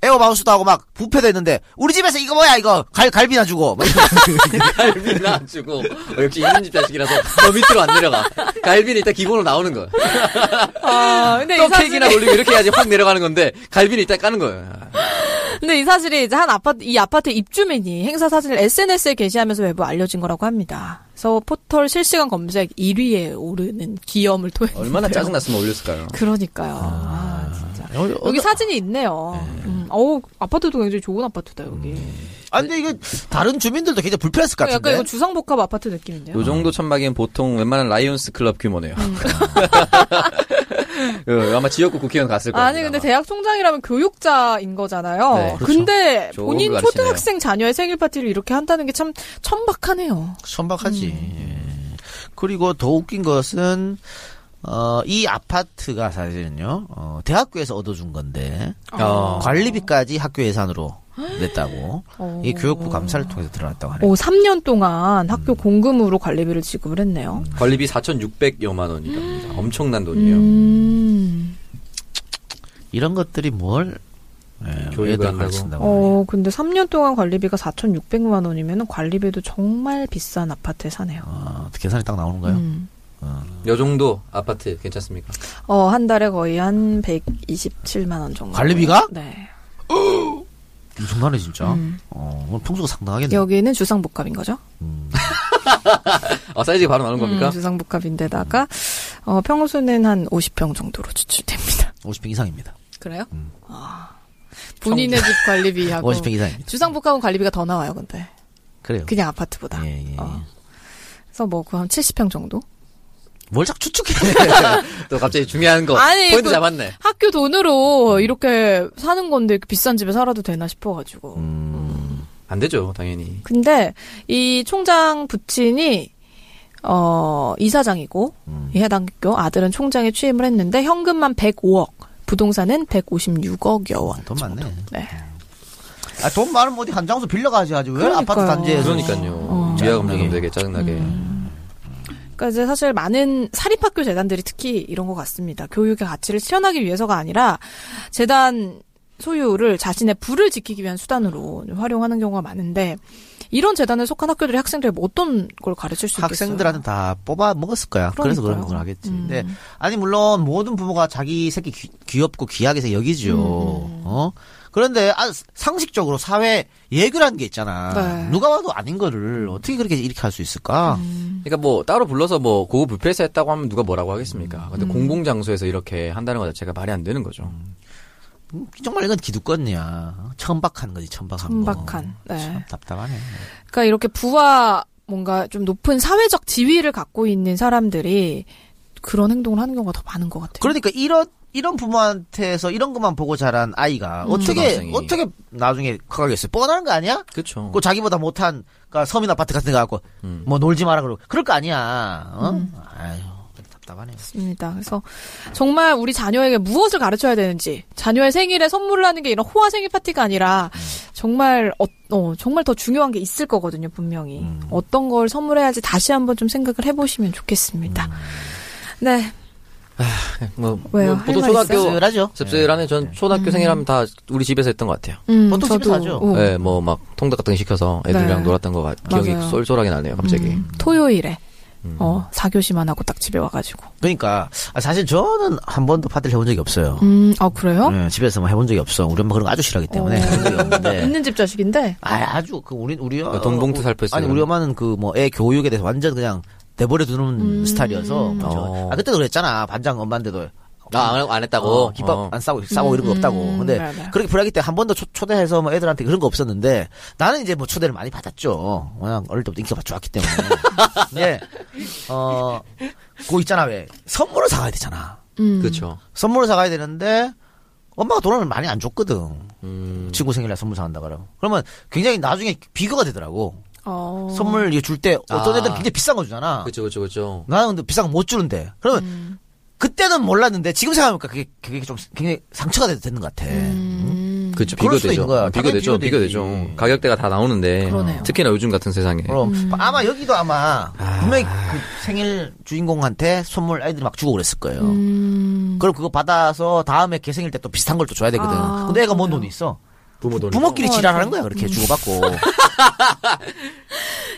[SPEAKER 3] 에어바운스도 하고 막, 부패도 했는데, 우리 집에서 이거 뭐야, 이거, 갈, 갈비나 주고. 막 이러면서.
[SPEAKER 5] 갈비는 안 주고 어, 역시 이민집 자식이라서 더 밑으로 안 내려가 갈비는 일단 기본으로 나오는 거야
[SPEAKER 2] 아, 근데 이
[SPEAKER 5] 떡 케이크나
[SPEAKER 2] 사실이,
[SPEAKER 5] 올리고 이렇게 해야지 확 내려가는 건데 갈비는 일단 까는 거예요
[SPEAKER 2] 근데 이 사실이 이제 한 아파트, 이 아파트 입주민이 행사 사진을 SNS에 게시하면서 외부 알려진 거라고 합니다. 그래서 포털 실시간 검색 1위에 오르는 기염을 토해.
[SPEAKER 5] 얼마나 짜증났으면 올렸을까요
[SPEAKER 2] 그러니까요. 아, 진짜.
[SPEAKER 3] 여기,
[SPEAKER 2] 여기 사진이 있네요. 음, 어우, 아파트도 굉장히 좋은 아파트다, 여기.
[SPEAKER 5] 음,
[SPEAKER 3] 아, 근데 이거, 다른 주민들도 굉장히 불편했을 것
[SPEAKER 2] 어, 약간
[SPEAKER 3] 같은데.
[SPEAKER 2] 이거 주상복합 아파트 느낌인데요?
[SPEAKER 5] 요 정도 천막이면 보통 웬만한 라이온스 클럽 규모네요.
[SPEAKER 2] 음.
[SPEAKER 5] 어, 아마 지역구 국회의원 갔을 거예요.
[SPEAKER 2] 아니 근데 대학 총장이라면 교육자인 거잖아요.
[SPEAKER 5] 네, 그렇죠.
[SPEAKER 2] 근데
[SPEAKER 5] 좋은
[SPEAKER 2] 본인
[SPEAKER 5] 거
[SPEAKER 2] 초등학생 자녀의 생일 파티를 이렇게 한다는 게 참 천박하네요.
[SPEAKER 3] 천박하지.
[SPEAKER 2] 음.
[SPEAKER 3] 예. 그리고 더 웃긴 것은 어, 이 아파트가 사실은요 어, 대학교에서 얻어준 건데 관리비까지 학교 예산으로 냈다고
[SPEAKER 2] 아. 어.
[SPEAKER 3] 이 교육부 감사를 통해서 드러났다고 하네요.
[SPEAKER 2] 오, 3년 동안
[SPEAKER 5] 음.
[SPEAKER 2] 학교 공금으로 관리비를 지급을 했네요.
[SPEAKER 5] 관리비 4,600여만 원이랍니다. 엄청난 돈이에요.
[SPEAKER 2] 음.
[SPEAKER 3] 이런 것들이 뭘 예,
[SPEAKER 5] 교육을
[SPEAKER 3] 애들
[SPEAKER 5] 한다고?
[SPEAKER 3] 가르친다고 하네요.
[SPEAKER 2] 어, 근데 3년 동안 관리비가 4,600만 원이면 관리비도 정말 비싼 아파트에 사네요.
[SPEAKER 3] 어, 계산이 딱 나오는가요?
[SPEAKER 2] 음.
[SPEAKER 5] 요 정도 아파트 괜찮습니까?
[SPEAKER 2] 어, 한 달에 거의 한 127만 원 정도.
[SPEAKER 3] 관리비가?
[SPEAKER 2] 네.
[SPEAKER 3] 엄청나네 진짜. 어, 오늘 평소가
[SPEAKER 2] 음.
[SPEAKER 3] 상당하겠네.
[SPEAKER 2] 여기는 주상복합인 거죠?
[SPEAKER 5] 아, 사이즈가 바로 나오는 겁니까?
[SPEAKER 2] 음, 주상복합인데다가 어, 평수는 한 50평 정도로 추출됩니다.
[SPEAKER 3] 50평 이상입니다.
[SPEAKER 2] 그래요?
[SPEAKER 3] 음.
[SPEAKER 2] 아, 본인의 집 관리비하고
[SPEAKER 3] 50평 이상입니다. 네.
[SPEAKER 2] 주상복합은 관리비가 더 나와요, 근데
[SPEAKER 3] 그래요.
[SPEAKER 2] 그냥 아파트보다.
[SPEAKER 3] 예, 예.
[SPEAKER 2] 어.
[SPEAKER 8] 그래서 뭐 그 한 70평 정도?
[SPEAKER 3] 뭘 자꾸 추측해.
[SPEAKER 5] 또 갑자기 중요한 거
[SPEAKER 2] 아니,
[SPEAKER 5] 포인트
[SPEAKER 2] 그-
[SPEAKER 5] 잡았네.
[SPEAKER 8] 학교 돈으로 이렇게 사는 건데 이렇게 비싼 집에 살아도 되나 싶어가지고.
[SPEAKER 5] 안 되죠, 당연히.
[SPEAKER 8] 근데 이 총장 부친이 어 이사장이고 이 해당 학교 아들은 총장에 취임을 했는데 현금만 105억, 부동산은 156억여 원.
[SPEAKER 3] 돈 많네.
[SPEAKER 8] 네.
[SPEAKER 3] 아, 돈 많으면 어디 한 장소 빌려가지 하지. 왜 아파트
[SPEAKER 8] 그러니까요.
[SPEAKER 2] 어.
[SPEAKER 3] 단지에서.
[SPEAKER 5] 그러니까요. 미아 감정이
[SPEAKER 2] 네.
[SPEAKER 5] 되게 짜증나게.
[SPEAKER 2] 음.
[SPEAKER 8] 그러니까 이제 사실 많은 사립학교 재단들이 특히 이런 것 같습니다. 교육의 가치를 실현하기 위해서가 아니라 재단 소유를 자신의 부를 지키기 위한 수단으로 활용하는 경우가 많은데 이런 재단에 속한 학교들이 학생들에게 뭐 어떤 걸 가르칠 수 있겠어요?
[SPEAKER 3] 학생들한테 다 뽑아 먹었을 거야. 그래서 그런
[SPEAKER 8] 그러니까요.
[SPEAKER 3] 건 하겠지.
[SPEAKER 8] 음.
[SPEAKER 3] 근데 아니 물론 모든 부모가 자기 새끼 귀, 엽고 귀하게 서 여기죠.
[SPEAKER 8] 음.
[SPEAKER 3] 어? 그런데 아, 상식적으로 사회 예규라는 게 있잖아.
[SPEAKER 8] 네.
[SPEAKER 3] 누가 봐도 아닌 거를 어떻게 그렇게 이렇게 할 수 있을까?
[SPEAKER 8] 음.
[SPEAKER 5] 그러니까 뭐 따로 불러서 뭐 고급 뷔페에서 했다고 하면 누가 뭐라고 하겠습니까? 근데 공공 장소에서 이렇게 한다는 것 자체가 말이 안 되는 거죠.
[SPEAKER 3] 정말 이건 기득권이야. 천박한 거지. 천박한 거. 그렇죠.
[SPEAKER 8] 천박한, 네.
[SPEAKER 3] 참 답답하네.
[SPEAKER 8] 그러니까 이렇게 부와 뭔가 좀 높은 사회적 지위를 갖고 있는 사람들이 그런 행동을 하는 경우가 더 많은 것 같아요.
[SPEAKER 3] 그러니까 이런 이런 부모한테서 이런 것만 보고 자란 아이가
[SPEAKER 8] 음.
[SPEAKER 3] 어떻게
[SPEAKER 5] 초등학생이.
[SPEAKER 3] 어떻게 나중에 커가겠어요? 뻔한 거 아니야?
[SPEAKER 5] 그렇죠.
[SPEAKER 3] 그 자기보다 못한 그러니까 서민 아파트 같은 데 갖고
[SPEAKER 8] 음.
[SPEAKER 3] 뭐 놀지 마라 그러고 그럴 거 아니야. 어? 아유 답답하네요.
[SPEAKER 8] 있습니다. 그래서 정말 우리 자녀에게 무엇을 가르쳐야 되는지 자녀의 생일에 선물을 하는 게 이런 호화 생일 파티가 아니라 정말 어, 어, 정말 더 중요한 게 있을 거거든요 분명히
[SPEAKER 3] 음.
[SPEAKER 8] 어떤 걸 선물해야지 다시 한번 좀 생각을 해보시면 좋겠습니다.
[SPEAKER 3] 음.
[SPEAKER 8] 네,
[SPEAKER 5] 뭐,
[SPEAKER 8] 왜요? 할
[SPEAKER 5] 뭐
[SPEAKER 8] 말
[SPEAKER 5] 보통
[SPEAKER 8] 있어요?
[SPEAKER 5] 초등학교
[SPEAKER 3] 씁쓸하죠.
[SPEAKER 5] 씁쓸하네. 전 초등학교 생일하면 다 우리 집에서 했던 것 같아요.
[SPEAKER 8] 음,
[SPEAKER 3] 보통 집에서 하죠.
[SPEAKER 8] 어,
[SPEAKER 5] 예, 뭐 막 통닭 같은 거 시켜서 애들이랑
[SPEAKER 8] 네.
[SPEAKER 5] 놀았던 거 같- 기억이
[SPEAKER 8] 맞아요.
[SPEAKER 5] 쏠쏠하게 나네요, 갑자기.
[SPEAKER 8] 음, 토요일에
[SPEAKER 3] 음.
[SPEAKER 8] 어, 4교시만 하고 딱 집에 와가지고.
[SPEAKER 3] 그러니까 아, 사실 저는 한 번도 파티를 해본 적이 없어요.
[SPEAKER 8] 음, 아 그래요?
[SPEAKER 3] 예, 집에서 뭐 해본 적이 없어. 우리 엄마 그런 거 아주 싫어하기 때문에 해본 적이 없는데.
[SPEAKER 8] 있는 집 자식인데
[SPEAKER 3] 아, 아주 그 우리 우리
[SPEAKER 5] 어, 돈 봉투 살펴있어요.
[SPEAKER 3] 아니 우리 엄마는 그 뭐 애 교육에 대해서 완전 그냥 내버려 두는 스타일이어서 저-
[SPEAKER 5] 어.
[SPEAKER 3] 아 그때도 그랬잖아 반장 엄마인데도
[SPEAKER 5] 나 아, 안, 안 했다고.
[SPEAKER 3] 어, 김밥
[SPEAKER 5] 어.
[SPEAKER 3] 안 싸고 싸고 이런 거 없다고. 근데
[SPEAKER 8] 네, 네.
[SPEAKER 3] 그렇게 불하기 때 한 번도 초- 초대해서 뭐 애들한테 그런 거 없었는데 나는 이제 뭐 초대를 많이 받았죠. 워낙 어릴 때부터 인기가 좋았기 때문에. 예. 어, 그거 있잖아 왜 선물을 사가야 되잖아.
[SPEAKER 5] 그렇죠.
[SPEAKER 3] 선물을 사가야 되는데 엄마가 돈을 많이 안 줬거든.
[SPEAKER 5] 음.
[SPEAKER 3] 친구 생일날 선물 사간다 그러고. 그러면 굉장히 나중에 비교가 되더라고.
[SPEAKER 8] 어,
[SPEAKER 3] 선물 줄 때 어떤
[SPEAKER 5] 아.
[SPEAKER 3] 애들은 굉장히 비싼 거 주잖아.
[SPEAKER 5] 그렇죠, 그렇죠, 그렇죠.
[SPEAKER 3] 나는 근데 비싼 거 못 주는데. 그러면
[SPEAKER 8] 음.
[SPEAKER 3] 그때는 몰랐는데 지금 생각해보니까 그게 그게 좀 굉장히 상처가 되- 되는 것 같아.
[SPEAKER 8] 음.
[SPEAKER 2] 음.
[SPEAKER 5] 그렇죠.
[SPEAKER 3] 그럴 수도 있는
[SPEAKER 5] 비교되죠.
[SPEAKER 3] 거야.
[SPEAKER 5] 비교되죠.
[SPEAKER 3] 당연히 비교되지.
[SPEAKER 5] 비교되죠. 음. 가격대가 다 나오는데 특히나 요즘 같은 세상에.
[SPEAKER 3] 그럼
[SPEAKER 8] 음.
[SPEAKER 3] 아마 여기도 아마 분명히 그 생일 주인공한테 선물 아이들이 막 주고 그랬을 거예요. 그럼 그거 받아서 다음에 걔 생일 때 또 비슷한 걸 또 줘야 되거든.
[SPEAKER 8] 음. 아,
[SPEAKER 3] 근데 애가 뭔 돈이 있어?
[SPEAKER 5] 부모 돈.
[SPEAKER 3] 부모끼리
[SPEAKER 2] 어,
[SPEAKER 3] 지랄하는 거야
[SPEAKER 2] 음.
[SPEAKER 3] 그렇게 주고받고.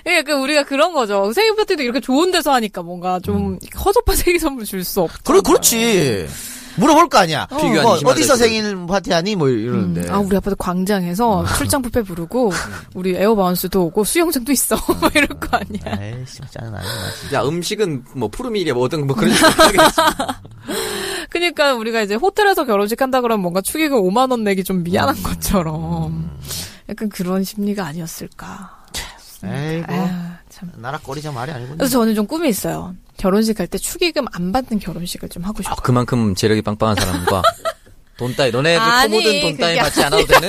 [SPEAKER 2] 예, 그 우리가 그런 거죠. 생일 파티도 이렇게 좋은 데서 하니까 뭔가 좀 허접한 생일 선물 줄 수 없.
[SPEAKER 3] 음. 그래 그렇지. 그렇죠. 물어볼 거 아니야.
[SPEAKER 5] 비교 안
[SPEAKER 3] 뭐,
[SPEAKER 5] 이심하다
[SPEAKER 3] 어디서
[SPEAKER 5] 했지.
[SPEAKER 3] 생일 파티하니 뭐
[SPEAKER 5] 네.
[SPEAKER 3] 이러는데.
[SPEAKER 2] 아, 우리 아빠도
[SPEAKER 5] 어.
[SPEAKER 2] 광장에서 출장 뷔페 부르고 우리 에어바운스도 오고 수영장도 있어. 막 이럴 거 아니야.
[SPEAKER 3] 에이씨 짜증나네. 나 진짜.
[SPEAKER 5] 야 음식은 뭐 푸르밀이야 뭐든 뭐 그런 식으로 네.
[SPEAKER 2] 그러니까 우리가 이제 호텔에서 결혼식 한다 그러면 뭔가 축의금 5만 원 내기 좀 미안한
[SPEAKER 5] 음.
[SPEAKER 2] 것처럼 약간 그런 심리가 아니었을까.
[SPEAKER 5] 어?
[SPEAKER 3] 에이고
[SPEAKER 2] 아, 참.
[SPEAKER 3] 나라 꺼리자 말이 아니군요.
[SPEAKER 2] 그래서 저는 좀 꿈이 있어요. 결혼식 할 때 축의금 안 받는 결혼식을 좀
[SPEAKER 5] 아,
[SPEAKER 2] 하고 싶어요.
[SPEAKER 5] 그만큼 재력이 빵빵한 사람과 돈 따위 너네 그
[SPEAKER 2] 아니,
[SPEAKER 5] 부모든 돈 따위
[SPEAKER 2] 그게
[SPEAKER 5] 받지 않아도 되는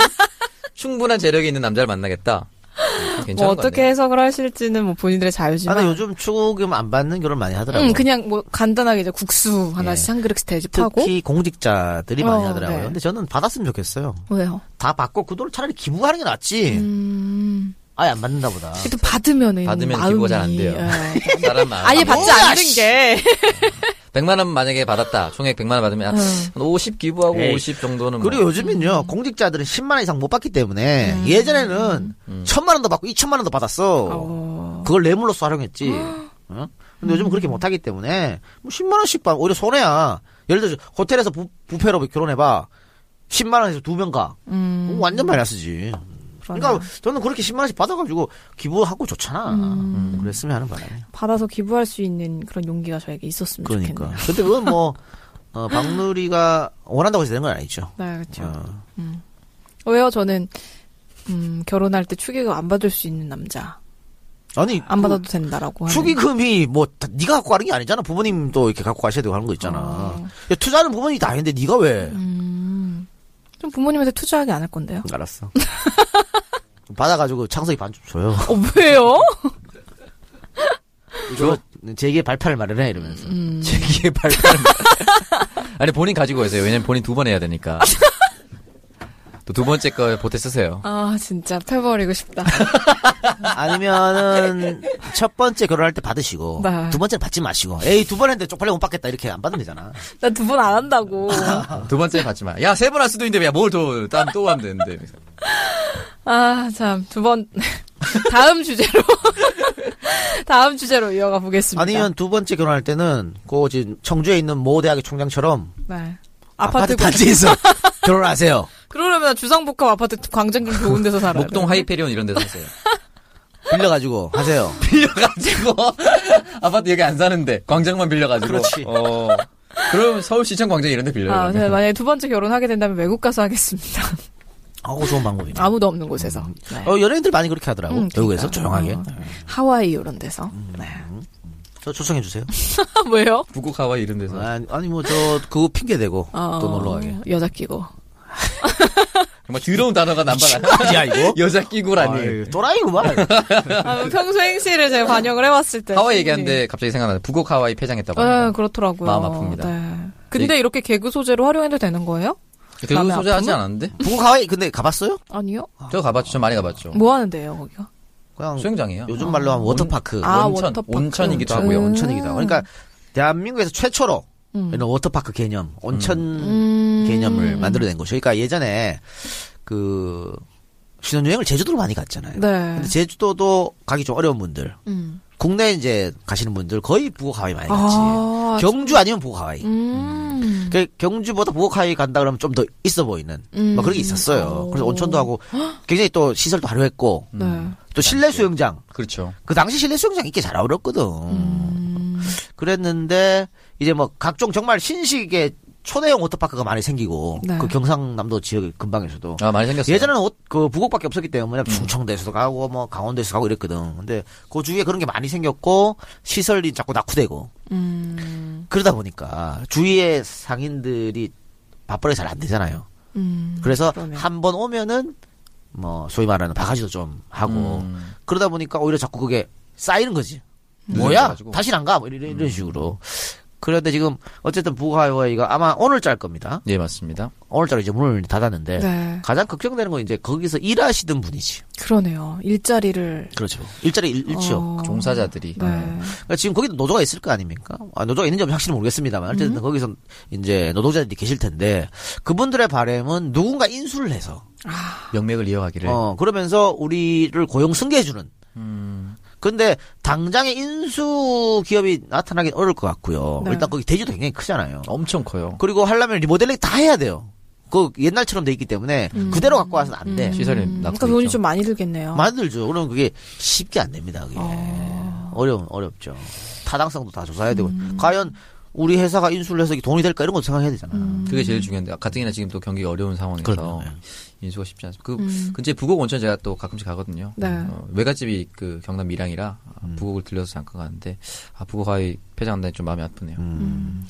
[SPEAKER 5] 충분한 재력이 있는 남자를 만나겠다. 음,
[SPEAKER 2] 뭐
[SPEAKER 5] 괜찮은 것
[SPEAKER 2] 어떻게
[SPEAKER 5] 같네요.
[SPEAKER 2] 해석을 하실지는 뭐 본인들의
[SPEAKER 3] 아,
[SPEAKER 2] 자유지만.
[SPEAKER 3] 나 요즘 축의금 안 받는 결혼 많이 하더라고.
[SPEAKER 2] 음,
[SPEAKER 3] 요
[SPEAKER 2] 그냥 뭐 간단하게 이제 국수
[SPEAKER 5] 예.
[SPEAKER 2] 하나씩 한 그릇씩 대접하고.
[SPEAKER 3] 특히 공직자들이 많이
[SPEAKER 2] 어,
[SPEAKER 3] 하더라고요.
[SPEAKER 2] 네.
[SPEAKER 3] 근데 저는 받았으면 좋겠어요.
[SPEAKER 2] 왜요?
[SPEAKER 3] 다 받고 그 돈을 차라리 기부하는 게 낫지.
[SPEAKER 2] 음.
[SPEAKER 3] 아예 안 받는다 보다.
[SPEAKER 2] 또 받으면은
[SPEAKER 5] 받으면
[SPEAKER 2] 마음이
[SPEAKER 5] 기부가 잘 안 돼요.
[SPEAKER 2] 예.
[SPEAKER 5] 사람 마음.
[SPEAKER 2] 아예 받지
[SPEAKER 3] 뭐야,
[SPEAKER 2] 않는 게
[SPEAKER 5] 100만 원 만약에 받았다. 총액 100만 원 받으면 한50 기부하고
[SPEAKER 3] 에이.
[SPEAKER 5] 50 정도는 뭐
[SPEAKER 3] 그리고 요즘은요
[SPEAKER 2] 음.
[SPEAKER 3] 공직자들은 10만 원 이상 못 받기 때문에 예전에는 1000만 원도 받고 2000만 원도 받았어. 그걸 뇌물로써 활용했지. 어? 근데 요즘은 그렇게 못하기 때문에 뭐 10만 원씩 받 오히려 손해야. 예를 들어 호텔에서 부, 부페로 결혼해봐. 10만 원에서 두 명 가.
[SPEAKER 2] 음,
[SPEAKER 3] 뭐 완전 마이너스지. 그러니까 저는 그렇게 10만 원씩 받아가지고 기부하고 좋잖아. 음, 그랬으면 하는 바람에.
[SPEAKER 2] 받아서 기부할 수 있는 그런 용기가 저에게 있었으면
[SPEAKER 3] 그러니까.
[SPEAKER 2] 좋겠네요.
[SPEAKER 3] 근데 그건 뭐, 어, 박누리가 원한다고 해서 되는 건 아니죠.
[SPEAKER 2] 네, 그렇죠.
[SPEAKER 3] 어.
[SPEAKER 2] 왜요? 저는 음, 결혼할 때 축의금 안 받을 수 있는 남자.
[SPEAKER 3] 아니
[SPEAKER 2] 안
[SPEAKER 3] 그
[SPEAKER 2] 받아도 된다라고 하는.
[SPEAKER 3] 축의금이 뭐 다, 네가 갖고 가는 게 아니잖아. 부모님도 이렇게 갖고 가셔야 되고 하는 거 있잖아. 야, 투자는 부모님이 다 했는데 네가 왜?
[SPEAKER 2] 좀 부모님한테 투자하게 안 할 건데요.
[SPEAKER 3] 알았어. 받아가지고 창석이 반 좀 줘요.
[SPEAKER 2] 어, 왜요?
[SPEAKER 3] 저 제게 발판을 마련해 이러면서.
[SPEAKER 5] 제기의 뭐
[SPEAKER 3] 음.
[SPEAKER 5] 발판. 아니 본인 가지고 계세요. 왜냐면 본인 두 번 해야 되니까. 또 두 번째 거 보태 쓰세요.
[SPEAKER 2] 아, 진짜 패버리고 싶다.
[SPEAKER 3] 아니면은 첫 번째 결혼할 때 받으시고
[SPEAKER 2] 네.
[SPEAKER 3] 두 번째는 받지 마시고 에이 두 번 했는데 쪽팔려 못 받겠다 이렇게 안 받으면 되잖아.
[SPEAKER 2] 나 두 번 안 한다고.
[SPEAKER 5] 두 번째 받지 마. 야 세 번 할 수도 있는데 야뭘또또 하면 되는데.
[SPEAKER 2] 아, 참. 두 번. 다음 주제로. 다음 주제로 이어가 보겠습니다.
[SPEAKER 3] 아니면 두 번째 결혼할 때는 그 지금 청주에 있는 모 대학의 총장처럼
[SPEAKER 2] 네.
[SPEAKER 3] 아파트
[SPEAKER 2] 아파트, 광
[SPEAKER 3] 단지에서 결혼하세요.
[SPEAKER 2] 그러려면 주상복합 아파트 광장 좀 좋은 데서 살아야
[SPEAKER 5] 목동 하이페리온 이런 데서 하세요.
[SPEAKER 3] 빌려가지고 하세요.
[SPEAKER 5] 빌려가지고 아파트 여기 안 사는데 광장만 빌려가지고.
[SPEAKER 3] 그렇지.
[SPEAKER 5] 어. 그럼 서울시청 광장 이런 데 빌려요.
[SPEAKER 2] 아,
[SPEAKER 5] 그러면.
[SPEAKER 2] 네. 만약에 두 번째 결혼하게 된다면 외국 가서 하겠습니다.
[SPEAKER 3] 아우 좋은 방법이네.
[SPEAKER 2] 아무도 없는 곳에서. 네.
[SPEAKER 3] 어, 연예인들 많이 그렇게 하더라고.
[SPEAKER 2] 음,
[SPEAKER 3] 외국에서
[SPEAKER 2] 그러니까.
[SPEAKER 3] 조용하게.
[SPEAKER 2] 어. 하와이 이런 데서. 네.
[SPEAKER 3] 저 초청해 주세요.
[SPEAKER 2] 왜요?
[SPEAKER 5] 북극 하와이 이런 데서.
[SPEAKER 3] 아니, 뭐 저 그거 핑계 대고
[SPEAKER 2] 어.
[SPEAKER 3] 또 놀러 가게.
[SPEAKER 2] 아, 여자 끼고.
[SPEAKER 5] 정말 더러운 단어가 남발하네.
[SPEAKER 3] 아니야 이거?
[SPEAKER 5] 여자 끼고라니.
[SPEAKER 3] 아유, 또라이구만.
[SPEAKER 2] 아, 평소 행실을 제가 반영을 해봤을 때.
[SPEAKER 5] 하와이 얘기하는데 갑자기 생각나네. 북극 하와이 폐장했다고
[SPEAKER 2] 네,
[SPEAKER 5] 합니다.
[SPEAKER 2] 그렇더라고요.
[SPEAKER 5] 마음 아픕니다.
[SPEAKER 2] 네. 근데 이렇게 개그 소재로 활용해도 되는 거예요?
[SPEAKER 5] 결국
[SPEAKER 2] 마음의
[SPEAKER 5] 소재하지
[SPEAKER 2] 아픔은?
[SPEAKER 5] 않았는데?
[SPEAKER 3] 북극 하와이 근데 가봤어요?
[SPEAKER 2] 아니요.
[SPEAKER 5] 저 가봤죠. 저 많이 가봤죠.
[SPEAKER 2] 뭐 하는데요, 거기가?
[SPEAKER 3] 그냥
[SPEAKER 5] 수영장이에요.
[SPEAKER 3] 요즘 말로 하면 워터파크.
[SPEAKER 2] 아,
[SPEAKER 5] 온천,
[SPEAKER 2] 워터파크.
[SPEAKER 5] 온천이기도 하고요.
[SPEAKER 2] 음.
[SPEAKER 3] 온천이기도 그 하고. 그러니까 대한민국에서 최초로 이런 워터파크 개념, 온천
[SPEAKER 2] 음.
[SPEAKER 3] 개념을 만들어낸 곳이에요. 그러니까 예전에 그 신혼여행을 제주도로 많이 갔잖아요.
[SPEAKER 2] 네.
[SPEAKER 3] 근데 제주도도 가기 좀 어려운 분들,
[SPEAKER 2] 음.
[SPEAKER 3] 국내 이제 가시는 분들 거의 북극 하와이 많이 갔지.
[SPEAKER 2] 아,
[SPEAKER 3] 경주 아니면 북극 하와이.
[SPEAKER 2] 음.
[SPEAKER 3] 그 경주보다 북극 하와이 간다 그러면 좀 더 있어 보이는
[SPEAKER 2] 음.
[SPEAKER 3] 뭐 그런 게 있었어요. 그래서 온천도 하고 굉장히 또 시설도 화려했고
[SPEAKER 2] 네.
[SPEAKER 3] 또 실내 수영장
[SPEAKER 5] 그렇죠.
[SPEAKER 3] 그 당시 실내 수영장 있게 잘 어울렸거든.
[SPEAKER 2] 음.
[SPEAKER 3] 그랬는데 이제 뭐 각종 정말 신식의 초대형 워터파크가 많이 생기고
[SPEAKER 2] 네.
[SPEAKER 3] 그 경상남도 지역 근방에서도
[SPEAKER 5] 아, 많이 생겼어요. 음.
[SPEAKER 3] 예전에는 옷, 그 부곡밖에 없었기 때문에 충청도에서도 가고 뭐 강원도에서 가고 이랬거든. 근데 그 주위에 그런 게 많이 생겼고 시설이 자꾸 낙후되고
[SPEAKER 5] 음.
[SPEAKER 3] 그러다 보니까 주위에 상인들이 밥벌이 잘 안 되잖아요.
[SPEAKER 2] 음.
[SPEAKER 3] 그래서
[SPEAKER 2] 그러네요.
[SPEAKER 3] 한 번 오면은 뭐 소위 말하는 바가지도 좀 하고
[SPEAKER 5] 음.
[SPEAKER 3] 그러다 보니까 오히려 자꾸 그게 쌓이는 거지. 뭐야?
[SPEAKER 5] 늦어져가지고. 음.
[SPEAKER 3] 다시 안 가? 뭐 이런, 이런 식으로. 그런데 지금 어쨌든 북하이웨이가 아마 오늘 짤 겁니다.
[SPEAKER 5] 예, 맞습니다.
[SPEAKER 3] 오늘 짤 이제 문을 닫았는데
[SPEAKER 2] 네.
[SPEAKER 3] 가장 걱정되는 건 이제 거기서 일하시던 분이지.
[SPEAKER 2] 그러네요. 일자리를.
[SPEAKER 3] 그렇죠. 일자리 일, 일치요.
[SPEAKER 2] 어,
[SPEAKER 5] 종사자들이. 아,
[SPEAKER 2] 네.
[SPEAKER 3] 그러니까 지금 거기도 노조가 있을 거 아닙니까? 아, 노조가 있는지 없는지 확실히 모르겠습니다만
[SPEAKER 2] 음.
[SPEAKER 3] 어쨌든 거기서 이제 노동자들이 계실 텐데 그분들의 바람은 누군가 인수를 해서
[SPEAKER 5] 명맥을 이어가기를.
[SPEAKER 3] 어 그러면서 우리를 고용 승계해주는. 음. 근데 당장에 인수 기업이 나타나긴 어려울 것 같고요.
[SPEAKER 2] 네.
[SPEAKER 3] 일단 거기 대지도 굉장히 크잖아요.
[SPEAKER 5] 엄청 커요.
[SPEAKER 3] 그리고 하려면 리모델링 다 해야 돼요. 그 옛날처럼 돼 있기 때문에 그대로 갖고 와서는 안 돼.
[SPEAKER 5] 네, 시설이
[SPEAKER 2] 음,
[SPEAKER 5] 낙
[SPEAKER 2] 그러니까 돈이 좀 많이 들겠네요.
[SPEAKER 3] 만들죠. 그러면 그게 쉽게 안 됩니다. 그게 어려운 어렵죠. 타당성도 다 조사해야 되고
[SPEAKER 2] 음.
[SPEAKER 3] 과연 우리 회사가 인수를 해서 이게 돈이 될까 이런 것도 생각해야 되잖아.
[SPEAKER 2] 음.
[SPEAKER 5] 그게 제일 중요한데 가뜩이나 지금 또 경기 어려운 상황에서
[SPEAKER 3] 그렇죠.
[SPEAKER 5] 인수가 쉽지 않습니다. 그
[SPEAKER 2] 음.
[SPEAKER 5] 근처에 부곡 온천 제가 또 가끔씩 가거든요.
[SPEAKER 2] 네.
[SPEAKER 5] 어, 외갓집이 그 경남 밀양이라 아, 부곡을 들려서 잠깐 가는데 아, 부곡 하이 폐장한다니 좀 마음이 아프네요.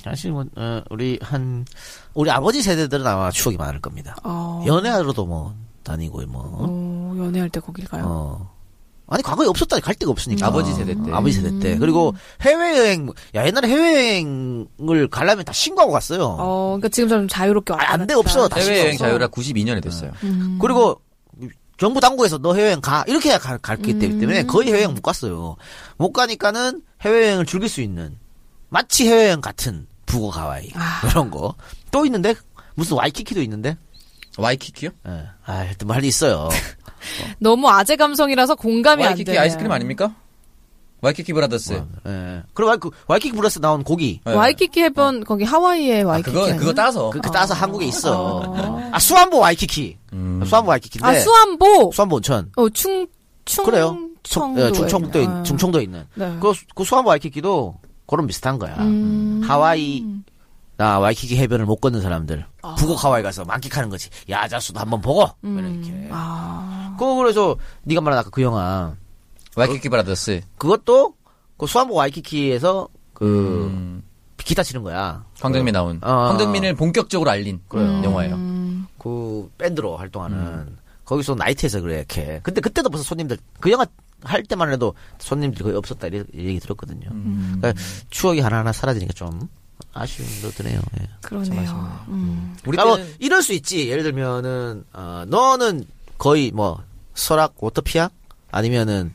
[SPEAKER 3] 사실 뭐 어, 우리 한 우리 아버지 세대들은 아마 추억이 많을 겁니다.
[SPEAKER 2] 어,
[SPEAKER 3] 연애하러도 뭐 다니고 뭐
[SPEAKER 2] 어, 연애할 때 거길 가요.
[SPEAKER 3] 어. 아니 과거에 없었다 갈 데가 없으니까
[SPEAKER 5] 아버지 세대 때.
[SPEAKER 3] 아버지 세대
[SPEAKER 2] 음.
[SPEAKER 3] 때 그리고 해외여행 야 옛날에 해외여행을 가려면 다 신고하고 갔어요.
[SPEAKER 2] 어, 그러니까 지금처럼 자유롭게 왔다
[SPEAKER 3] 아, 안돼
[SPEAKER 2] 갔다.
[SPEAKER 3] 없어. 다
[SPEAKER 5] 해외여행
[SPEAKER 3] 신고하고.
[SPEAKER 5] 자유라 92년이 됐어요.
[SPEAKER 3] 그리고 정부 당국에서 너 해외여행 가 이렇게 해야 가, 갔기 때문에 거의 해외여행 못 갔어요. 못 가니까는 해외여행을 즐길 수 있는 마치 해외여행 같은 북어 가와이 이런 거 또 있는데 무슨 와이키키도 있는데
[SPEAKER 5] 와이키키요?
[SPEAKER 3] 예. 아, 하여튼 말이 있어요.
[SPEAKER 2] 너무 아재 감성이라서 공감이 안
[SPEAKER 5] 와이키키
[SPEAKER 2] 돼.
[SPEAKER 5] 아이스크림 아닙니까? 와이키키 브라더스.
[SPEAKER 3] 예. 그리고 와이키, 와이키키 브러스 나온 고기
[SPEAKER 5] 네.
[SPEAKER 2] 와이키키 해변 거기 하와이의
[SPEAKER 5] 아,
[SPEAKER 2] 와이키키.
[SPEAKER 5] 그거
[SPEAKER 2] 아니에요?
[SPEAKER 5] 그거 따서.
[SPEAKER 3] 어. 그, 그 따서 한국에 있어. 아 수안보 와이키키. 수안보 와이키키인데
[SPEAKER 2] 아 수안보.
[SPEAKER 3] 네. 수안보 온천.
[SPEAKER 2] 어, 충, 충.
[SPEAKER 3] 그래요. 충- 예, 충청도에
[SPEAKER 2] 아.
[SPEAKER 3] 있- 충청도에 있는
[SPEAKER 2] 네.
[SPEAKER 3] 그, 그 수안보 와이키키도 그런 비슷한 거야. 하와이 나 와이키키 해변을 못 걷는 사람들 북극 하와이 가서 만끽하는 거지. 야자수도 한번 보고 뭐 이렇게. 그거 그래서 네가 말한 아까 그 영화
[SPEAKER 5] 와이키키 브라더스.
[SPEAKER 3] 그것도 그 수안보 와이키키에서 그
[SPEAKER 5] 음,
[SPEAKER 3] 기타 치는 거야.
[SPEAKER 5] 황정민 나온.
[SPEAKER 3] 아.
[SPEAKER 5] 황정민을 본격적으로 알린 영화예요.
[SPEAKER 2] 음.
[SPEAKER 3] 그 밴드로 활동하는 거기서 나이트에서 그렇게. 근데 그때도 벌써 손님들 그 영화 할 때만 해도 손님들이 거의 없었다 이런 얘기 들었거든요.
[SPEAKER 5] 음.
[SPEAKER 3] 그러니까 추억이 하나하나 사라지니까 좀 아쉬움도 드네요. 예.
[SPEAKER 2] 그러네요.
[SPEAKER 5] 우리
[SPEAKER 3] 그러니까
[SPEAKER 5] 때는
[SPEAKER 3] 뭐 이럴 수 있지. 예를 들면은 어, 너는 거의 뭐 설악 워터피아 아니면은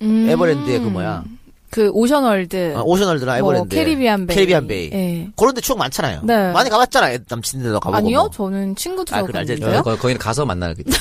[SPEAKER 3] 에버랜드의 그 뭐야
[SPEAKER 2] 음, 그 오션월드.
[SPEAKER 3] 아, 오션월드나
[SPEAKER 2] 뭐
[SPEAKER 3] 에버랜드
[SPEAKER 2] 캐리비안 베이.
[SPEAKER 3] 캐리비안 베이
[SPEAKER 2] 예.
[SPEAKER 3] 그런데 추억 많잖아요.
[SPEAKER 2] 네.
[SPEAKER 3] 많이 가봤잖아. 요 남친들도 가보고.
[SPEAKER 2] 아니요,
[SPEAKER 3] 뭐.
[SPEAKER 2] 저는 친구들하고
[SPEAKER 3] 아, 그래, 알겠어요.
[SPEAKER 2] 갔는데요.
[SPEAKER 5] 거, 거기는 가서 만나기 때문에.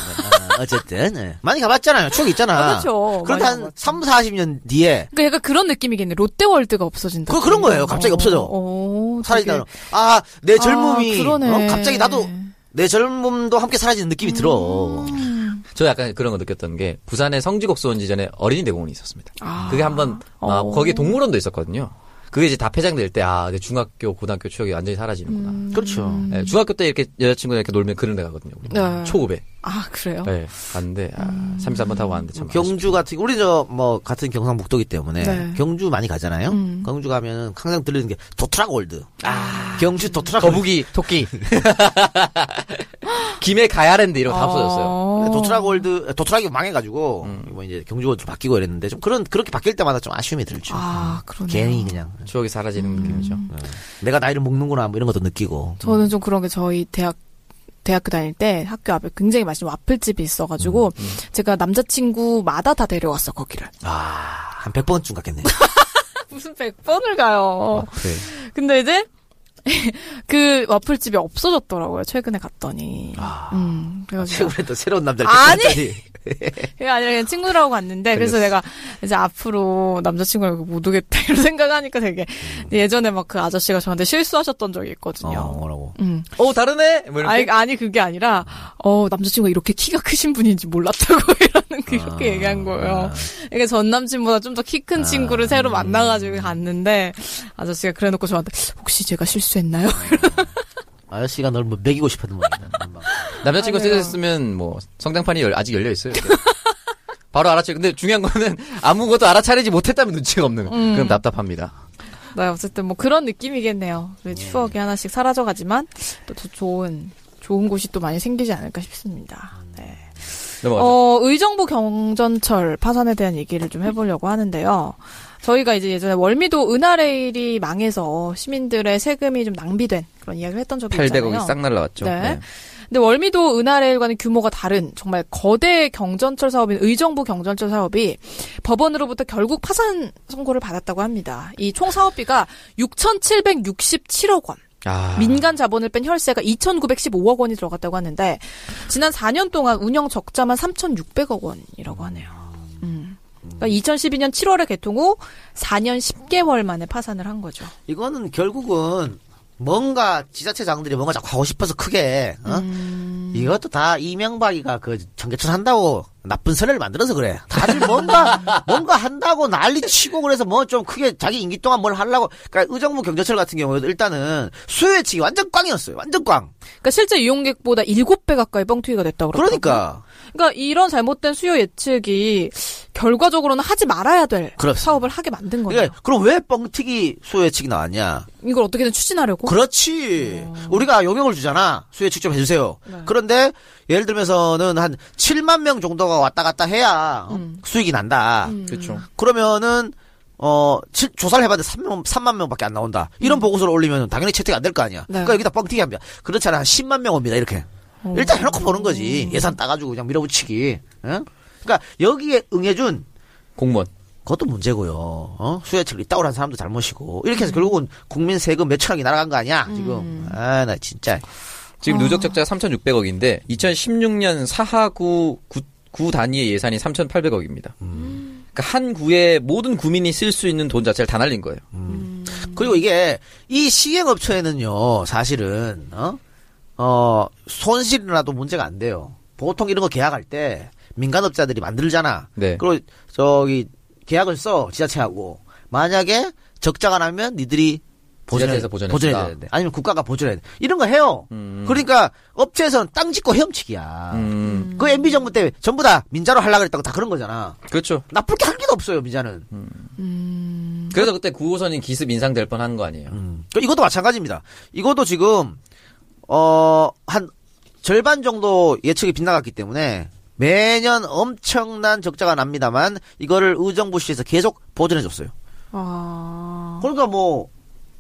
[SPEAKER 3] 아, 어쨌든 예. 많이 가봤잖아요. 추억 있잖아.
[SPEAKER 2] 아, 그렇죠.
[SPEAKER 3] 그런데
[SPEAKER 2] 많이
[SPEAKER 3] 한
[SPEAKER 2] 가봤죠.
[SPEAKER 3] 3, 40년 뒤에
[SPEAKER 2] 그러니까 약간 그런 느낌이겠네. 롯데월드가 없어진다.
[SPEAKER 3] 그거 그런 거예요. 갑자기 없어져.
[SPEAKER 2] 어,
[SPEAKER 3] 사라지다. 아, 내 젊음이
[SPEAKER 2] 아, 그러네.
[SPEAKER 3] 어? 갑자기 나도 내 젊음도 함께 사라지는 느낌이 들어.
[SPEAKER 2] 음.
[SPEAKER 5] 저 약간 그런 거 느꼈던 게 부산에 성지곡소 온지 전에 어린이 대공원이 있었습니다. 그게 한번 아,
[SPEAKER 2] 어.
[SPEAKER 5] 거기 동물원도 있었거든요. 그게 이제 다 폐장될 때 아, 내 중학교, 고등학교 추억이 완전히 사라지는구나.
[SPEAKER 2] 음.
[SPEAKER 3] 그렇죠.
[SPEAKER 5] 예, 중학교 때 이렇게 여자친구랑 이렇게 놀면 그런 데 가거든요. 우리.
[SPEAKER 2] 네.
[SPEAKER 5] 초급에.
[SPEAKER 2] 아, 그래요? 음.
[SPEAKER 5] 예, 갔는데 아, 33번 타고 왔는데 참 아쉽-
[SPEAKER 3] 경주 같은 우리 저 뭐 같은 경상북도기 때문에
[SPEAKER 2] 네. 음.
[SPEAKER 3] 경주 많이 가잖아요. 경주 가면은 항상 들리는 게 도트락 월드.
[SPEAKER 2] 아.
[SPEAKER 3] 경주 도트락 네,
[SPEAKER 5] 거북이, 토끼. 김해 가야랜드 이런 거다 없어졌어요.
[SPEAKER 3] 월드. 도트락 월드 도트락이 망해가지고 뭐 이제 경주 월드로 바뀌고 이랬는데 좀 그런 그렇게 바뀔 때마다 좀 아쉬움이 들죠.
[SPEAKER 2] 아, 그러네.
[SPEAKER 3] 괜히 그냥
[SPEAKER 5] 추억이 사라지는
[SPEAKER 2] 음.
[SPEAKER 5] 느낌이죠.
[SPEAKER 3] 내가 나이를 먹는구나 뭐 이런 것도 느끼고.
[SPEAKER 2] 저는 좀 그런 게 저희 대학 대학교 다닐 때 학교 앞에 굉장히 맛있는 와플집이 있어가지고 제가 남자친구마다 다 데려왔어 거기를
[SPEAKER 3] 아한 100번쯤 갔겠네.
[SPEAKER 2] 무슨 100번을 가요
[SPEAKER 5] 그래.
[SPEAKER 2] 근데 이제 그 와플집이 없어졌더라고요 최근에 갔더니 음 그래가지고
[SPEAKER 3] 최근에 또 새로운 남자를
[SPEAKER 2] 아니!
[SPEAKER 3] 만났더니
[SPEAKER 2] 그게 아니라 그냥 친구라고 갔는데 그래서 내가 이제 앞으로 남자친구를 못 오겠다 이런 생각하니까 되게 예전에 막 그 아저씨가 저한테 실수하셨던 적이 있거든요
[SPEAKER 3] 어, 뭐라고.
[SPEAKER 2] 음.
[SPEAKER 5] 오, 다르네! 뭐 이렇게.
[SPEAKER 2] 아니, 아니 그게 아니라 어 남자친구가 이렇게 키가 크신 분인지 몰랐다고 이러는 거 이렇게
[SPEAKER 5] 아.
[SPEAKER 3] 아.
[SPEAKER 2] 얘기한 거예요. 그러니까 전 남친보다 좀 더 키 큰 친구를 새로 만나가지고 갔는데 아저씨가 그래놓고 저한테 혹시 제가 실수했나요?
[SPEAKER 3] 아저씨가 널 뭐 먹이고 싶었던 모양이다. 금방.
[SPEAKER 5] 남자친구
[SPEAKER 2] 아니에요.
[SPEAKER 5] 쓰셨으면 뭐 성장판이 열- 아직 열려 있어요. 이렇게. 바로 알아채. 근데 중요한 거는 아무것도 알아차리지 못했다면 눈치가 없는 거.
[SPEAKER 2] 음.
[SPEAKER 5] 그럼 답답합니다.
[SPEAKER 2] 네 어쨌든 뭐 그런 느낌이겠네요.
[SPEAKER 5] 예.
[SPEAKER 2] 왜 추억이 하나씩 사라져가지만 또, 더 좋은 좋은 곳이 또 많이 생기지 않을까 싶습니다. 네.
[SPEAKER 5] 넘어가죠.
[SPEAKER 2] 어, 의정부 경전철 파산에 대한 얘기를 좀 해보려고 하는데요. 저희가 이제 예전에 월미도 은하레일이 망해서 시민들의 세금이 좀 낭비된 그런 이야기를 했던 적이
[SPEAKER 5] 800억이
[SPEAKER 2] 있잖아요.
[SPEAKER 5] 싹 날라왔죠.
[SPEAKER 2] 네. 근데 월미도 은하레일과는 규모가 다른 정말 거대 경전철 사업인 의정부 경전철 사업이 법원으로부터 결국 파산 선고를 받았다고 합니다. 이 총 사업비가 6,767억 원.
[SPEAKER 5] 아,
[SPEAKER 2] 민간 자본을 뺀 혈세가 2,915억 원이 들어갔다고 하는데 지난 4년 동안 운영 적자만 3,600억 원이라고 하네요. 음. 그러니까 2012년 7월에 개통 후 4년 10개월 만에 파산을 한 거죠.
[SPEAKER 3] 이거는 결국은 뭔가 지자체장들이 뭔가 자꾸 하고 싶어서 크게 어?
[SPEAKER 2] 음.
[SPEAKER 3] 이것도 다 이명박이가 그 청계천 한다고 나쁜 선례를 만들어서 그래. 다들 뭔가 뭔가 한다고 난리치고 그래서 뭐 좀 크게 자기 임기 동안 뭘 하려고. 그러니까 의정부 경제철 같은 경우에도 일단은 수요예측이 완전 꽝이었어요. 완전 꽝.
[SPEAKER 2] 그러니까 실제 이용객보다 7배 가까이 뻥튀기가 됐다고 그러더라고요.
[SPEAKER 3] 그러니까
[SPEAKER 2] 그러니까 이런 잘못된 수요 예측이 결과적으로는 하지 말아야 될
[SPEAKER 3] 그렇습니다.
[SPEAKER 2] 사업을 하게 만든 거예요.
[SPEAKER 3] 그러니까 그럼 왜 뻥튀기 수요예측이 나왔냐?
[SPEAKER 2] 이걸 어떻게든 추진하려고.
[SPEAKER 3] 그렇지. 우리가 용역을 주잖아. 수혜 측정 해주세요. 그런데 예를 들면서는 한 7만 명 정도가 왔다 갔다 해야 어, 수익이 난다.
[SPEAKER 5] 그렇죠.
[SPEAKER 3] 그러면은 어 칠- 조사를 해봤는데 3명, 3만 명밖에 안 나온다. 이런 보고서를 올리면 당연히 채택이 안 될 거 아니야. 그러니까 여기다 뻥튀기 합니다. 그렇잖아. 한 10만 명 옵니다. 이렇게. 일단 해놓고 보는 거지. 예산 따가지고 그냥 밀어붙이기. 응? 그러니까 여기에 응해준
[SPEAKER 5] 공무원.
[SPEAKER 3] 그것도 문제고요. 어? 수혜책을 이따오라는 사람도 잘못이고 이렇게 해서 결국은 국민 세금 몇 천억이 날아간 거 아니야 지금. 아 나 진짜.
[SPEAKER 2] 아.
[SPEAKER 5] 지금 누적 적자가 3,600억인데 2016년 사하구 구, 구 단위의 예산이 3,800억입니다. 그러니까 한 구의 모든 구민이 쓸 수 있는 돈 자체를 다 날린 거예요.
[SPEAKER 3] 그리고 이게 이 시행업체에는요 사실은 어? 어 손실이라도 문제가 안 돼요. 보통 이런 거 계약할 때 민간업자들이 만들잖아.
[SPEAKER 5] 네.
[SPEAKER 3] 그리고 저기 계약을 써 지자체하고 만약에 적자가 나면 니들이
[SPEAKER 5] 지자체에서 보전했다.
[SPEAKER 3] 보전해야 되는데 아니면 국가가 보전해야 돼. 이런 거 해요. 그러니까 업체에서는 땅 짓고 헤엄치기야.
[SPEAKER 5] 음,
[SPEAKER 3] 그 MB 정부 때 전부 다 민자로 하려고 했다고 다 그런 거잖아.
[SPEAKER 5] 그렇죠.
[SPEAKER 3] 나쁠 게 한 개도 없어요, 민자는.
[SPEAKER 5] 그래서 그때 9호선이 기습 인상될 뻔한 거 아니에요.
[SPEAKER 3] 그 이것도 마찬가지입니다. 이것도 지금 어 한 절반 정도 예측이 빗나갔기 때문에 매년 엄청난 적자가 납니다만 이거를 의정부 시에서 계속 보전해 줬어요.
[SPEAKER 2] 아.
[SPEAKER 3] 그러니까 뭐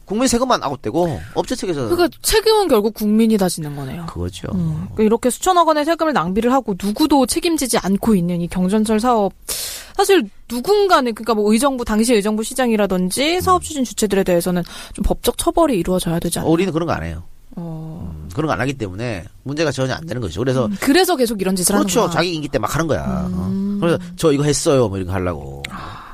[SPEAKER 3] 국민 세금만 아웃되고 업체 측에서는
[SPEAKER 2] 그러니까 책임은 결국 국민이 다지는 거네요.
[SPEAKER 3] 그거죠.
[SPEAKER 2] 그러니까 이렇게 수천억 원의 세금을 낭비를 하고 누구도 책임지지 않고 있는 이 경전철 사업 사실 누군가는 그러니까 뭐 의정부 당시 의정부 시장이라든지 사업 추진 주체들에 대해서는 좀 법적 처벌이 이루어져야 되지 않나.
[SPEAKER 3] 어, 우리는 그런 거 안 해요.
[SPEAKER 2] 어. 음.
[SPEAKER 3] 음, 그런 거 안 하기 때문에 문제가 전혀 안 되는 거죠. 그래서
[SPEAKER 2] 그래서 계속 이런 짓을
[SPEAKER 3] 그렇죠.
[SPEAKER 2] 하는 거야.
[SPEAKER 3] 자기 인기 때 막 하는 거야. 어. 그래서 저 이거 했어요. 뭐 이런 거 하려고.
[SPEAKER 2] 아.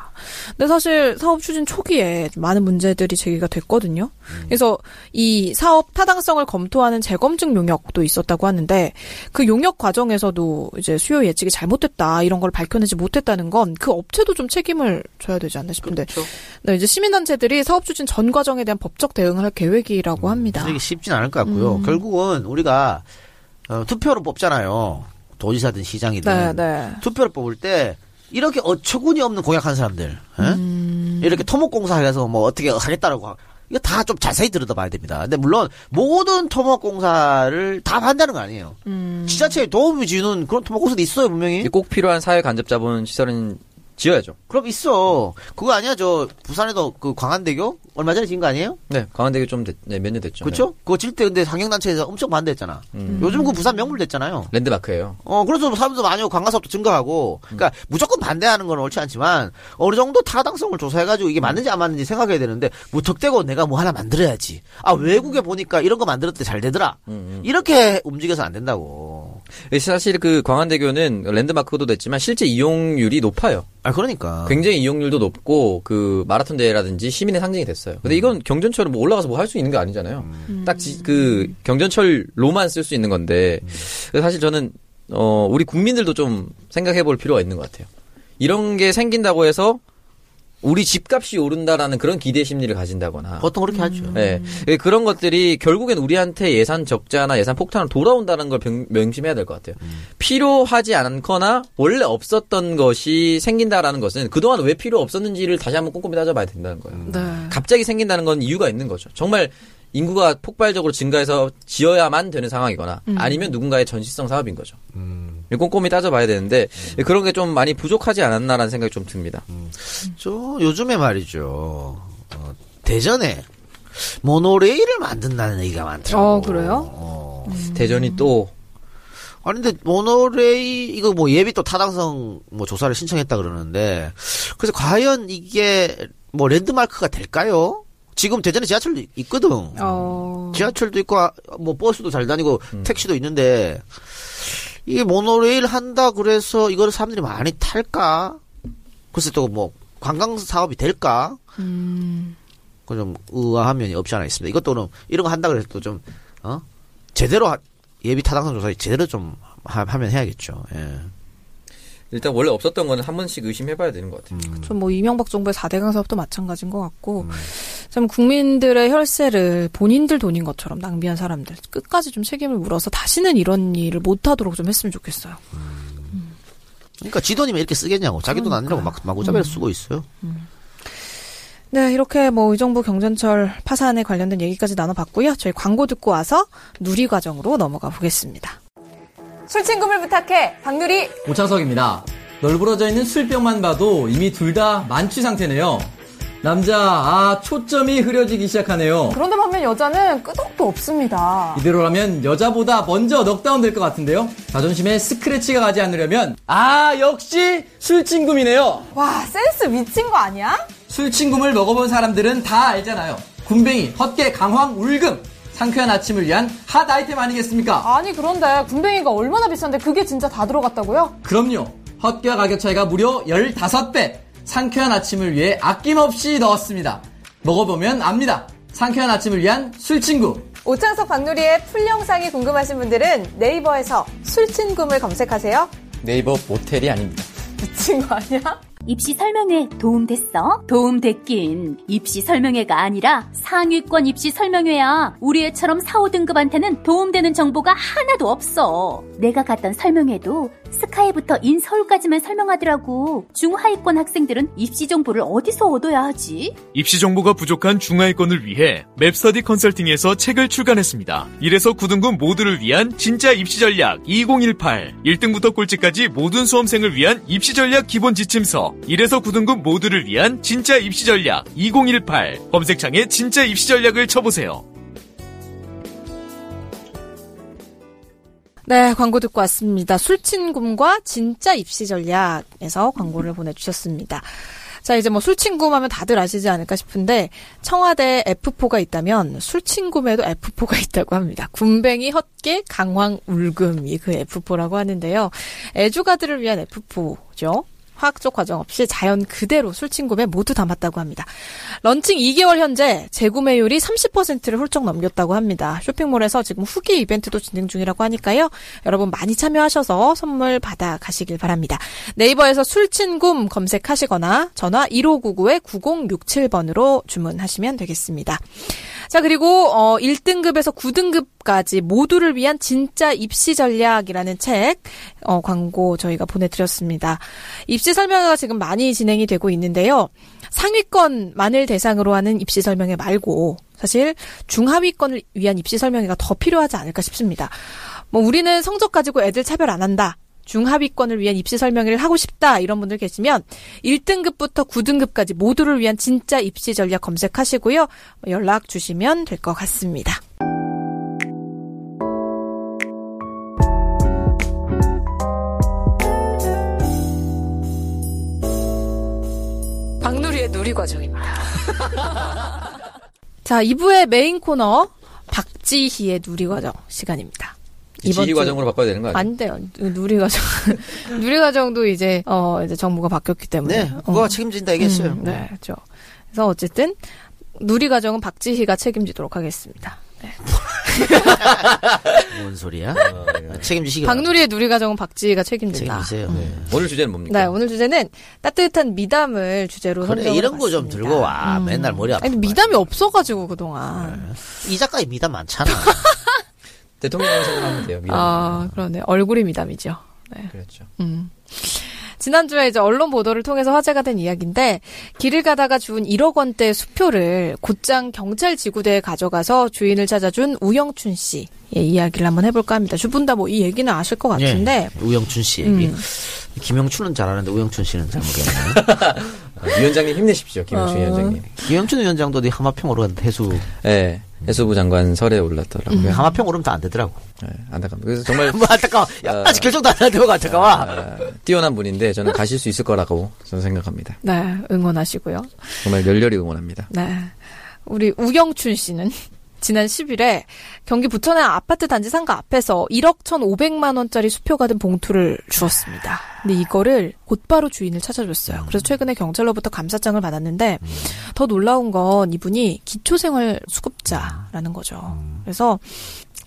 [SPEAKER 2] 근데 사실 사업 추진 초기에 좀 많은 문제들이 제기가 됐거든요. 그래서 이 사업 타당성을 검토하는 재검증 용역도 있었다고 하는데 그 용역 과정에서도 이제 수요 예측이 잘못됐다 이런 걸 밝혀내지 못했다는 건 그 업체도 좀 책임을 져야 되지 않나 싶은데 네, 이제 시민단체들이 사업 추진 전 과정에 대한 법적 대응을 할 계획이라고 합니다.
[SPEAKER 3] 이게 쉽진 않을 것 같고요.
[SPEAKER 2] 음.
[SPEAKER 3] 결국은 우리가 어, 투표로 뽑잖아요. 도지사든
[SPEAKER 2] 네,
[SPEAKER 3] 시장이든
[SPEAKER 2] 네.
[SPEAKER 3] 투표를 뽑을 때 이렇게 어처구니 없는 공약한 사람들 예?
[SPEAKER 2] 음.
[SPEAKER 3] 이렇게 토목공사해서 뭐 어떻게 하겠다라고 하- 이거 다 좀 자세히 들여다봐야 됩니다. 근데 물론 모든 토목공사를 다 한다는 거 아니에요.
[SPEAKER 2] 음.
[SPEAKER 3] 지자체에 도움이 주는 그런 토목공사도 있어요 분명히.
[SPEAKER 2] 예.
[SPEAKER 5] 이게 꼭 필요한 사회 간접 자본 시설은 지어야죠.
[SPEAKER 3] 그럼 있어. 그거 아니야 저 부산에도 그 광안대교 얼마 전에 지은 거 아니에요?
[SPEAKER 5] 네, 강한대교 좀 몇 년 됐죠.
[SPEAKER 3] 그렇죠? 그거 질 때 근데 상영단체에서 엄청 반대했잖아.
[SPEAKER 5] 음.
[SPEAKER 3] 요즘 그 부산 명물 됐잖아요.
[SPEAKER 5] 네. 랜드마크예요.
[SPEAKER 3] 어, 그래서 사람도 많이 오고 관광사업도 증가하고,
[SPEAKER 5] 음.
[SPEAKER 3] 그러니까 무조건 반대하는 건 옳지 않지만, 어느 정도 타당성을 조사해가지고
[SPEAKER 5] 음.
[SPEAKER 3] 이게 맞는지 안 맞는지 생각해야 되는데, 무턱대고 내가 뭐 하나 만들어야지. 아,
[SPEAKER 5] 음.
[SPEAKER 3] 외국에 보니까 이런 거 만들었대 잘 되더라. 이렇게 움직여서 안 된다고.
[SPEAKER 5] 사실 그 광안대교는 랜드마크도 됐지만 실제 이용률이 높아요.
[SPEAKER 3] 아, 그러니까.
[SPEAKER 5] 굉장히 이용률도 높고 그 마라톤 대회라든지 시민의 상징이 됐어요.
[SPEAKER 3] 음.
[SPEAKER 5] 근데 이건 경전철은 뭐 올라가서 뭐 할 수 있는 게 아니잖아요. 딱 그 경전철로만 쓸 수 있는 건데
[SPEAKER 3] 음.
[SPEAKER 5] 그래서 사실 저는 어 우리 국민들도 좀 생각해 볼 필요가 있는 것 같아요. 이런 게 생긴다고 해서 우리 집값이 오른다라는 그런 기대 심리를 가진다거나
[SPEAKER 3] 보통 그렇게 하죠.
[SPEAKER 5] 예. 예, 그런 것들이 결국엔 우리한테 예산 적자나 예산 폭탄으로 돌아온다는 걸 병- 명심해야 될 것 같아요. 필요하지 않거나 원래 없었던 것이 생긴다라는 것은 그동안 왜 필요 없었는지를 다시 한번 꼼꼼히 따져봐야 된다는 거예요.
[SPEAKER 2] 음. 네.
[SPEAKER 5] 갑자기 생긴다는 건 이유가 있는 거죠. 정말 인구가 폭발적으로 증가해서 지어야만 되는 상황이거나 아니면 누군가의 전시성 사업인 거죠. 꼼꼼히 따져봐야 되는데 그런 게 좀 많이 부족하지 않았나라는 생각이 좀 듭니다.
[SPEAKER 3] 저 요즘에 말이죠. 어, 대전에 모노레일을 만든다는 얘기가 많더라고.
[SPEAKER 2] 어, 그래요?
[SPEAKER 3] 어.
[SPEAKER 5] 대전이 또
[SPEAKER 3] 아니 근데 모노레이 이거 뭐 예비 또 타당성 뭐 조사를 신청했다 그러는데 그래서 과연 이게 뭐 랜드마크가 될까요? 지금 대전에 지하철도 있거든.
[SPEAKER 2] 어.
[SPEAKER 3] 지하철도 있고 아, 뭐 버스도 잘 다니고 택시도 있는데 이게 모노레일 한다 그래서 이거를 사람들이 많이 탈까? 글쎄 또 뭐 관광 사업이 될까?
[SPEAKER 2] 음.
[SPEAKER 3] 그 좀 의아한 면이 없지 않아 있습니다. 이것도 그럼 이런 거 한다 그래서 또 좀 어? 제대로 하- 예비 타당성 조사 제대로 좀 하, 면 해야겠죠. 예.
[SPEAKER 5] 일단 원래 없었던 거는 한 번씩 의심해봐야 되는 것 같아요.
[SPEAKER 2] 좀 뭐 이명박 정부의 4대강 사업도 마찬가지인 것 같고 참 국민들의 혈세를 본인들 돈인 것처럼 낭비한 사람들 끝까지 좀 책임을 물어서 다시는 이런 일을 못하도록 좀 했으면 좋겠어요.
[SPEAKER 3] 그러니까 지돈이면 이렇게 쓰겠냐고 자기 돈 아니라고 막
[SPEAKER 2] 음.
[SPEAKER 3] 마구잡이로 쓰고 있어요.
[SPEAKER 2] 네 이렇게 뭐 의정부 경전철 파산에 관련된 얘기까지 나눠봤고요. 저희 광고 듣고 와서 누리 과정으로 넘어가 보겠습니다.
[SPEAKER 9] 술친구를 부탁해 박누리
[SPEAKER 10] 오차석입니다. 널브러져 있는 술병만 봐도 이미 둘 다 만취 상태네요. 남자, 아, 초점이 흐려지기 시작하네요.
[SPEAKER 9] 그런데 반면 여자는 끄덕도 없습니다
[SPEAKER 10] 이대로라면 여자보다 먼저 넉다운 될 것 같은데요? 자존심에 스크래치가 가지 않으려면, 아, 역시 술친구미네요.
[SPEAKER 9] 와 센스 미친 거 아니야?
[SPEAKER 10] 술친구를 먹어본 사람들은 다 알잖아요. 군뱅이, 헛개, 강황, 울금. 상쾌한 아침을 위한 핫 아이템 아니겠습니까?
[SPEAKER 9] 아니 그런데 군뱅이가 얼마나 비싼데 그게 진짜 다 들어갔다고요?
[SPEAKER 10] 그럼요. 헛개와 가격 차이가 무려 15배. 상쾌한 아침을 위해 아낌없이 넣었습니다. 먹어보면 압니다. 상쾌한 아침을 위한 술친구.
[SPEAKER 9] 오창석 박누리의 풀 영상이 궁금하신 분들은 네이버에서 술친구를 검색하세요
[SPEAKER 5] 네이버 모텔이 아닙니다.
[SPEAKER 9] 미친 거 아니야?
[SPEAKER 1] 입시 설명회 도움됐어? 도움됐긴 입시 설명회가 아니라 상위권 입시 설명회야. 우리 애처럼 4, 5등급한테는 도움되는 정보가 하나도 없어. 내가 갔던 설명회도 스카이부터 인서울까지만 설명하더라고. 중하위권 학생들은 입시 정보를 어디서 얻어야 하지?
[SPEAKER 11] 입시 정보가 부족한 중하위권을 위해 맵스터디 컨설팅에서 책을 출간했습니다. 1에서 9등급 모두를 위한 진짜 입시 전략 2018. 1등부터 꼴찌까지 모든 수험생을 위한 입시 전략 기본 지침서. 1에서 9등급 모두를 위한 진짜 입시 전략 2018. 검색창에 진짜 입시 전략을 쳐보세요.
[SPEAKER 2] 네, 광고 듣고 왔습니다. 술친구과 진짜 입시 전략에서 광고를 보내주셨습니다. 자, 이제 뭐 술친구 하면 다들 아시지 않을까 싶은데, 청와대 F4가 있다면 술친구에도 F4가 있다고 합니다. 군뱅이, 헛개, 강황, 울금이 그 F4라고 하는데요. 애주가들을 위한 F4죠. 화학적 과정 없이 자연 그대로 술친구에 모두 담았다고 합니다. 런칭 2개월 현재 재구매율이 30%를 훌쩍 넘겼다고 합니다. 쇼핑몰에서 지금 후기 이벤트도 진행 중이라고 하니까요. 여러분 많이 참여하셔서 선물 받아 가시길 바랍니다. 네이버에서 술친굼 검색하시거나 전화 1599-9067번으로 주문하시면 되겠습니다. 자, 그리고 어 1등급에서 9등급까지 모두를 위한 진짜 입시 전략이라는 책 어, 광고 저희가 보내 드렸습니다. 입시 설명회가 지금 많이 진행이 되고 있는데요. 상위권만을 대상으로 하는 입시 설명회 말고 사실 중하위권을 위한 입시 설명회가 더 필요하지 않을까 싶습니다. 뭐 우리는 성적 가지고 애들 차별 안 한다. 중하위권을 위한 입시 설명회를 하고 싶다 이런 분들 계시면 1등급부터 9등급까지 모두를 위한 진짜 입시 전략 검색하시고요. 연락 주시면 될 것 같습니다.
[SPEAKER 4] 박누리의 누리 과정입니다.
[SPEAKER 2] 자, 2부의 메인 코너 박지희의 누리과정 시간입니다. 이번
[SPEAKER 12] 그 지휘
[SPEAKER 2] 주-
[SPEAKER 12] 과정으로 바꿔야 되는 거
[SPEAKER 3] 네.
[SPEAKER 12] 아니에요?
[SPEAKER 2] 안 돼요. 누리과정. 누리과정도 이제, 어, 이제 정부가 바뀌었기 때문에.
[SPEAKER 3] 네, 그거가 책임진다 얘기했어요.
[SPEAKER 2] 음, 네, 그죠. 그래서 어쨌든, 누리과정은 박지희가 책임지도록 하겠습니다.
[SPEAKER 3] 뭔 소리야? 책임지시기 바랍니다.
[SPEAKER 2] 박누리의 누리과정은 어, 예. 박지희가 책임진다.
[SPEAKER 3] 예.
[SPEAKER 2] 음.
[SPEAKER 3] 책임지세요. 네.
[SPEAKER 12] 오늘 주제는 뭡니까?
[SPEAKER 2] 네, 오늘 주제는 따뜻한 미담을 주제로
[SPEAKER 3] 그래
[SPEAKER 2] 선정을
[SPEAKER 3] 이런 거 좀
[SPEAKER 2] 해봤습니다. 음.
[SPEAKER 3] 들고 와. 맨날 머리 아파.
[SPEAKER 2] 아니, 미담이 없어가지고, 그동안.
[SPEAKER 3] 이 작가의 미담 많잖아.
[SPEAKER 12] 대통령 생각하면 돼요. 미안.
[SPEAKER 2] 아, 그러네. 얼굴이 미담이죠.
[SPEAKER 12] 그렇죠.
[SPEAKER 2] 음. 지난주에 이제 언론 보도를 통해서 화제가 된 이야기인데 길을 가다가 주운 1억 원대 수표를 곧장 경찰 지구대에 가져가서 주인을 찾아준 우영춘 씨의 이야기를 한번 해볼까 합니다. 두 분 다 뭐 이 얘기는 아실 것 같은데 음.
[SPEAKER 3] 예, 우영춘 씨 얘기. 김영춘은 잘하는데 우영춘 씨는 잘 모르겠네.
[SPEAKER 12] 아, 위원장님 힘내십시오, 김영춘 위원장님.
[SPEAKER 3] 김영춘 위원장도 네 하마평 오르는 해수.
[SPEAKER 12] 예. 해수부 장관 설에 올랐더라고요.
[SPEAKER 2] 음.
[SPEAKER 3] 하마평 오르면 다 안 되더라고.
[SPEAKER 12] 예, 안타깝습니다. 그래서 정말
[SPEAKER 3] 뭐 안타까워. 야, 아직 결정도 안 하는데 뭐가 안타까워.
[SPEAKER 12] 아, 어. 뛰어난 분인데 저는 가실 수 있을 거라고 저는 생각합니다.
[SPEAKER 2] 네 응원하시고요.
[SPEAKER 12] 정말 열렬히 응원합니다.
[SPEAKER 2] 네. 우리 우경춘 씨는 지난 10일에 경기 부천의 아파트 단지 상가 앞에서 1억 1,500만 원짜리 수표가 된 봉투를 주었습니다. 근데 이거를 곧바로 주인을 찾아줬어요. 그래서 최근에 경찰로부터 감사장을 받았는데 더 놀라운 건 이분이 기초생활 수급자라는 거죠. 그래서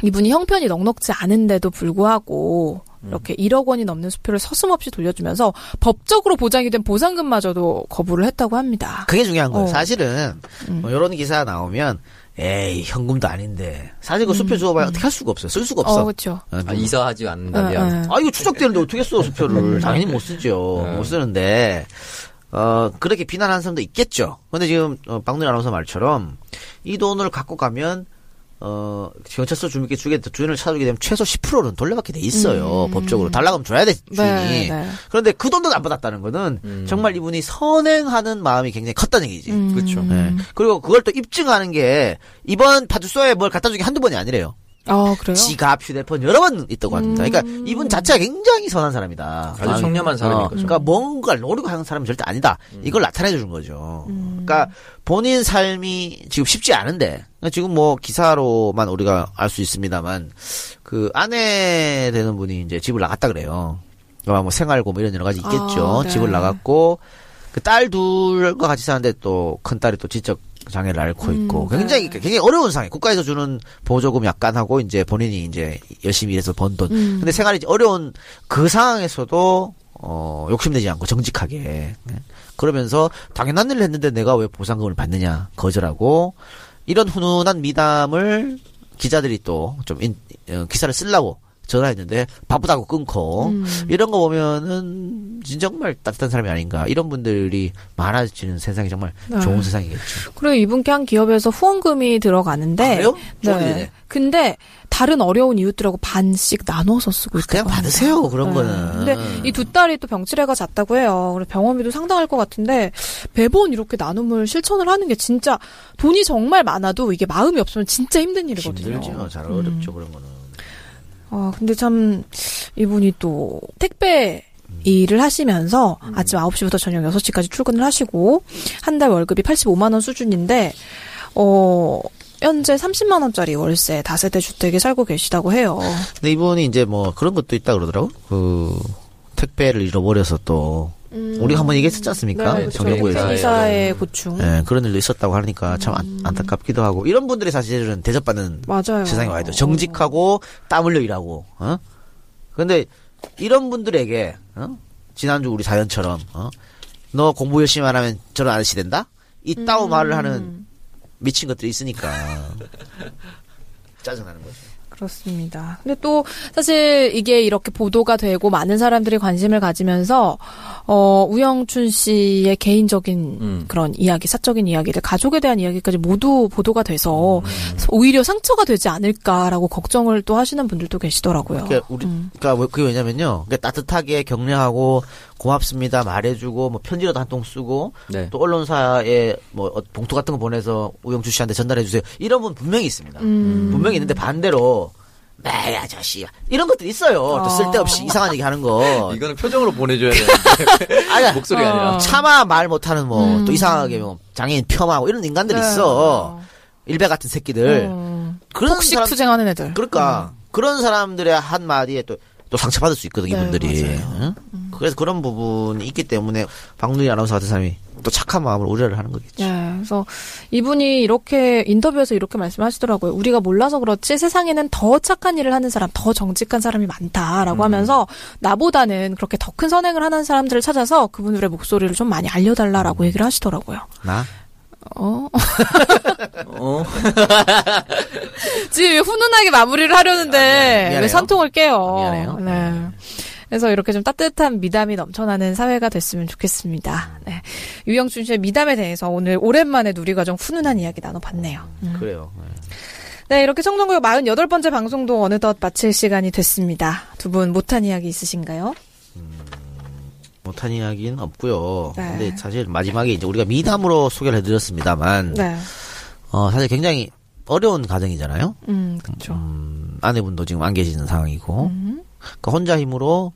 [SPEAKER 2] 이분이 형편이 넉넉지 않은데도 불구하고 이렇게 1억 원이 넘는 수표를 서슴없이 돌려주면서 법적으로 보장이 된 보상금마저도 거부를 했다고 합니다.
[SPEAKER 3] 그게 중요한 거예요.
[SPEAKER 2] 어. 음.
[SPEAKER 3] 사실은 뭐 이런 기사 나오면 에이 현금도 아닌데 사실 그 수표 주워봐야 어떻게 할 수가 없어. 요쓸 수가 없어.
[SPEAKER 2] 음. 어, 그렇죠.
[SPEAKER 3] 어,
[SPEAKER 12] 아, 이사하지 않는다면
[SPEAKER 2] 응, 응.
[SPEAKER 3] 아 이거 추적되는데 어떻게 써 수표를 당연히 못 쓰죠 못 쓰는데 어 그렇게 비난하는 사람도 있겠죠 근데 지금 어, 박누리 아나운서 말처럼 이 돈을 갖고 가면 어 경찰서 주민께 주게 주인을 찾아주게 되면 최소 10%는 돌려받게 돼 있어요 법적으로 달라고 하면 줘야 돼 주인이
[SPEAKER 2] 네, 네.
[SPEAKER 3] 그런데 그 돈도 안 받았다는 거는 정말 이분이 선행하는 마음이 굉장히 컸다는 얘기지
[SPEAKER 12] 그렇죠.
[SPEAKER 3] 예. 그리고 그걸 또 입증하는 게 이번 파출소에 뭘 갖다 주기 한두 번이 아니래요
[SPEAKER 2] 아, 그래요?
[SPEAKER 3] 지갑, 휴대폰 여러 번 있다고 합니다. 그러니까 이분 자체가 굉장히 선한 사람이다.
[SPEAKER 12] 아주 그렇죠. 청렴한 사람인
[SPEAKER 2] 어.
[SPEAKER 12] 거죠.
[SPEAKER 3] 그러니까 뭔가를 노리고 하는 사람은 절대 아니다. 이걸 나타내 주는 거죠.
[SPEAKER 2] 음.
[SPEAKER 3] 그러니까 본인 삶이 지금 쉽지 않은데 그러니까 지금 뭐 기사로만 우리가 알 수 있습니다만 그 아내 되는 분이 이제 집을 나갔다 그래요. 아마 뭐 생활고 뭐 이런 여러 가지 있겠죠.
[SPEAKER 2] 아, 네.
[SPEAKER 3] 집을 나갔고 그 딸 둘과 같이 사는데 또 큰 딸이 또 지적 장애를 앓고
[SPEAKER 2] 음,
[SPEAKER 3] 있고
[SPEAKER 2] 네.
[SPEAKER 3] 굉장히 굉장히 어려운 상황. 국가에서 주는 보조금 약간 하고
[SPEAKER 2] 음.
[SPEAKER 3] 이제 본인이 이제 열심히 일해서 번 돈. 근데 생활이 이제 어려운 그 상황에서도 어, 욕심내지 않고 정직하게. 네. 그러면서 당연한 일을 했는데 내가 왜 보상금을 받느냐 거절하고 이런 훈훈한 미담을 기자들이 또 좀 어, 기사를 쓰려고 전화했는데 바쁘다고 끊고
[SPEAKER 2] 음.
[SPEAKER 3] 이런 거 보면은 진- 정말 따뜻한 사람이 아닌가 이런 분들이 많아지는 세상이 정말 좋은
[SPEAKER 2] 아유.
[SPEAKER 3] 세상이겠죠.
[SPEAKER 2] 그리고 이분께 한 기업에서 후원금이 들어가는데
[SPEAKER 3] 아,
[SPEAKER 2] 네.
[SPEAKER 3] 그래요? 좋은데.
[SPEAKER 2] 근데 다른 어려운 이웃들하고 반씩 나눠서 쓰고 있대요.
[SPEAKER 3] 아, 그냥 받으세요 그런 거는.
[SPEAKER 2] 네. 근데 이 두 딸이 또 병치레가 잦다고 해요. 그래서 병원비도 상당할 것 같은데 매번 이렇게 나눔을 실천을 하는 게 진짜 돈이 정말 많아도 이게 마음이 없으면 진짜 힘든 일이거든요.
[SPEAKER 3] 힘들죠.
[SPEAKER 2] 음.
[SPEAKER 3] 잘 어렵죠 그런 거는.
[SPEAKER 2] 아, 근데 참, 이분이 또, 택배
[SPEAKER 3] 음.
[SPEAKER 2] 일을 하시면서 아침 9시부터 저녁 6시까지 출근을 하시고, 한 달 월급이 85만원 수준인데, 어, 현재 30만원짜리 월세 다세대 주택에 살고 계시다고 해요.
[SPEAKER 3] 근데 이분이 이제 뭐 그런 것도 있다 그러더라고. 그 택배를 잃어버려서 또
[SPEAKER 2] 음.
[SPEAKER 3] 우리가 한번 얘기했었지 않습니까?
[SPEAKER 2] 네,
[SPEAKER 3] 그러니까
[SPEAKER 2] 그렇죠.
[SPEAKER 3] 정경구에서.
[SPEAKER 2] 기사의 고충.
[SPEAKER 3] 예, 그런 일도 있었다고 하니까 참 안, 안타깝기도 하고 이런 분들이 사실은 대접받는
[SPEAKER 2] 맞아요.
[SPEAKER 3] 세상에 와야 돼. 정직하고 땀 흘려 일하고. 어? 근데 이런 분들에게 어? 지난주 우리 자연처럼 어? 너 공부 열심히 안 하면 저런 아저씨 된다? 이따오
[SPEAKER 2] 음.
[SPEAKER 3] 말을 하는 미친 것들이 있으니까 짜증나는 거죠.
[SPEAKER 2] 그렇습니다. 근데 또 사실 이게 이렇게 보도가 되고 많은 사람들이 관심을 가지면서 어 우영춘 씨의 개인적인
[SPEAKER 3] 음.
[SPEAKER 2] 그런 이야기, 사적인 이야기들, 가족에 대한 이야기까지 모두 보도가
[SPEAKER 3] 음.
[SPEAKER 2] 돼서 오히려 상처가 되지 않을까라고 걱정을 또 하시는 분들도 계시더라고요.
[SPEAKER 3] 그러니까 우리 그러니까 왜- 그게 왜냐면요. 그러니까 따뜻하게 격려하고 고맙습니다 말해주고 뭐 편지라도 한 통 쓰고
[SPEAKER 13] 네.
[SPEAKER 3] 또 언론사에 뭐 어, 봉투 같은 거 보내서 우영주 씨한테 전달해 주세요. 이런 분 분명히 있습니다. 분명히 있는데 반대로 매야 아저씨 이런 것들 있어요. 또 쓸데없이 이상한 얘기 하는
[SPEAKER 12] 음.
[SPEAKER 3] 거.
[SPEAKER 5] 이거는 표정으로 보내줘야 되는데
[SPEAKER 3] 아니,
[SPEAKER 5] 목소리가 아니라.
[SPEAKER 3] 차마 말 못하는 뭐 또 이상하게 뭐 장애인 폄하하고 이런 인간들 이 있어. 일베 같은 새끼들. 그런
[SPEAKER 14] 폭식
[SPEAKER 3] 사람-
[SPEAKER 14] 투쟁하는 애들.
[SPEAKER 3] 그러니까
[SPEAKER 2] 음.
[SPEAKER 3] 그런 사람들의 한 마디에 또, 또 상처받을 수
[SPEAKER 2] 네,
[SPEAKER 3] 있거든 이분들이. 응?
[SPEAKER 2] 음.
[SPEAKER 3] 그래서 그런 부분이 있기 때문에 박누리 아나운서 같은 사람이 또 착한 마음으로 우려를 하는 거겠죠.
[SPEAKER 2] 네, 그래서 이분이 이렇게 인터뷰에서 이렇게 말씀하시더라고요. 우리가 몰라서 그렇지 세상에는 더 착한 일을 하는 사람, 더 정직한 사람이 많다라고 하면서 나보다는 그렇게 더 큰 선행을 하는 사람들을 찾아서 그분들의 목소리를 좀 많이 알려달라라고 얘기를 하시더라고요.
[SPEAKER 3] 나
[SPEAKER 2] 어.
[SPEAKER 14] 어?
[SPEAKER 2] 지금 훈훈하게 마무리를 하려는데
[SPEAKER 14] 아, 미안해요.
[SPEAKER 2] 왜 선통을 깨요?
[SPEAKER 14] 미안해요.
[SPEAKER 2] 네. 그래서 이렇게 좀 따뜻한 미담이 넘쳐나는 사회가 됐으면 좋겠습니다. 네. 유영준 씨의 미담에 대해서 오늘 오랜만에 누리가 좀 훈훈한 이야기 나눠봤네요.
[SPEAKER 3] 그래요.
[SPEAKER 2] 네, 이렇게 청정구역 48번째 방송도 어느덧 마칠 시간이 됐습니다. 두 분 못한 이야기 있으신가요?
[SPEAKER 3] 못한 이야기는 없고요.
[SPEAKER 2] 네.
[SPEAKER 3] 근데 사실 마지막에 이제 우리가 미담으로
[SPEAKER 14] 음.
[SPEAKER 3] 소개를 해드렸습니다만
[SPEAKER 2] 네.
[SPEAKER 3] 어, 사실 굉장히 어려운 가정이잖아요.
[SPEAKER 2] 음, 그렇죠.
[SPEAKER 3] 음, 아내분도 지금 안 계시는 상황이고
[SPEAKER 2] 음.
[SPEAKER 3] 그러니까 혼자 힘으로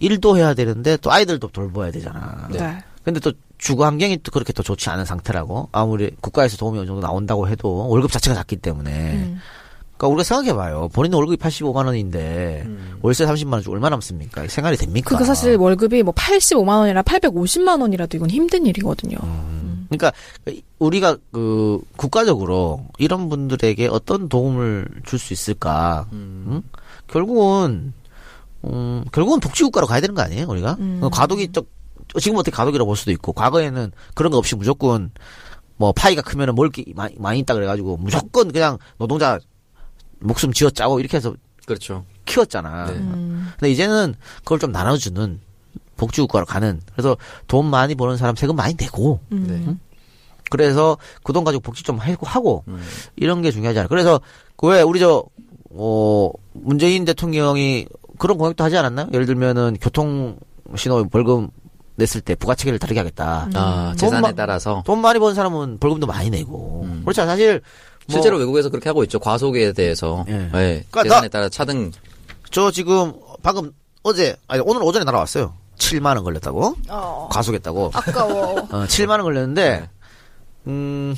[SPEAKER 3] 일도 해야 되는데 또 아이들도 돌봐야 되잖아.
[SPEAKER 2] 네.
[SPEAKER 14] 그러니까.
[SPEAKER 3] 근데 또 주거 환경이 또 그렇게 또 좋지 않은 상태라고 아무리 국가에서 도움이 어느 정도 나온다고 해도 월급 자체가 작기 때문에
[SPEAKER 2] 음.
[SPEAKER 3] 그러니까 우리가 생각해봐요 본인 월급이 85만 원인데 월세 30만 원 주고 얼마 남습니까 생활이 됩니까?
[SPEAKER 2] 음. 그게 사실 월급이 뭐 85만 원이나 850만 원이라도 이건 힘든 일이거든요.
[SPEAKER 14] 음.
[SPEAKER 3] 그러니까 우리가 그 국가적으로 이런 분들에게 어떤 도움을 줄 수 있을까? 응? 결국은 음, 결국은 복지국가로 가야 되는 거 아니에요, 우리가? 과도기 적 지금 어떻게 과도기라고 볼 수도 있고 과거에는 그런 거 없이 무조건 뭐 파이가 크면은 뭘게 많이, 많이 있다 그래가지고 무조건 그냥 노동자 목숨 쥐어 짜고 이렇게 해서
[SPEAKER 5] 그렇죠.
[SPEAKER 3] 키웠잖아. 음. 근데 이제는 그걸 좀 나눠주는 복지국가로 가는 그래서 돈 많이 버는 사람 세금 많이 내고
[SPEAKER 12] 네.
[SPEAKER 3] 응? 그래서 그 돈 가지고 복지 좀 하고 하고
[SPEAKER 5] 음.
[SPEAKER 3] 이런 게 중요하지 않아. 그래서 그 왜 우리 저 어, 문재인 대통령이 그런 공약도 하지 않았나요? 예를 들면은 교통 신호 벌금 냈을 때 부가체계를 다르게 하겠다.
[SPEAKER 5] 아,
[SPEAKER 3] 돈
[SPEAKER 5] 재산에
[SPEAKER 3] 마-
[SPEAKER 5] 따라서
[SPEAKER 3] 돈 많이 번 사람은 벌금도 많이 내고 그렇죠 사실 뭐-
[SPEAKER 5] 음. 실제로 외국에서 그렇게 하고 있죠. 과속에 대해서
[SPEAKER 3] 예.
[SPEAKER 5] 예.
[SPEAKER 3] 그러니까
[SPEAKER 5] 재산에
[SPEAKER 3] 나-
[SPEAKER 5] 따라 차등
[SPEAKER 3] 저 지금 방금 어제 아니 오늘 오전에 날아왔어요. 7만 원 걸렸다고? 과속했다고.
[SPEAKER 14] 어. 아까워.
[SPEAKER 3] 어, 7만 원 걸렸는데 음.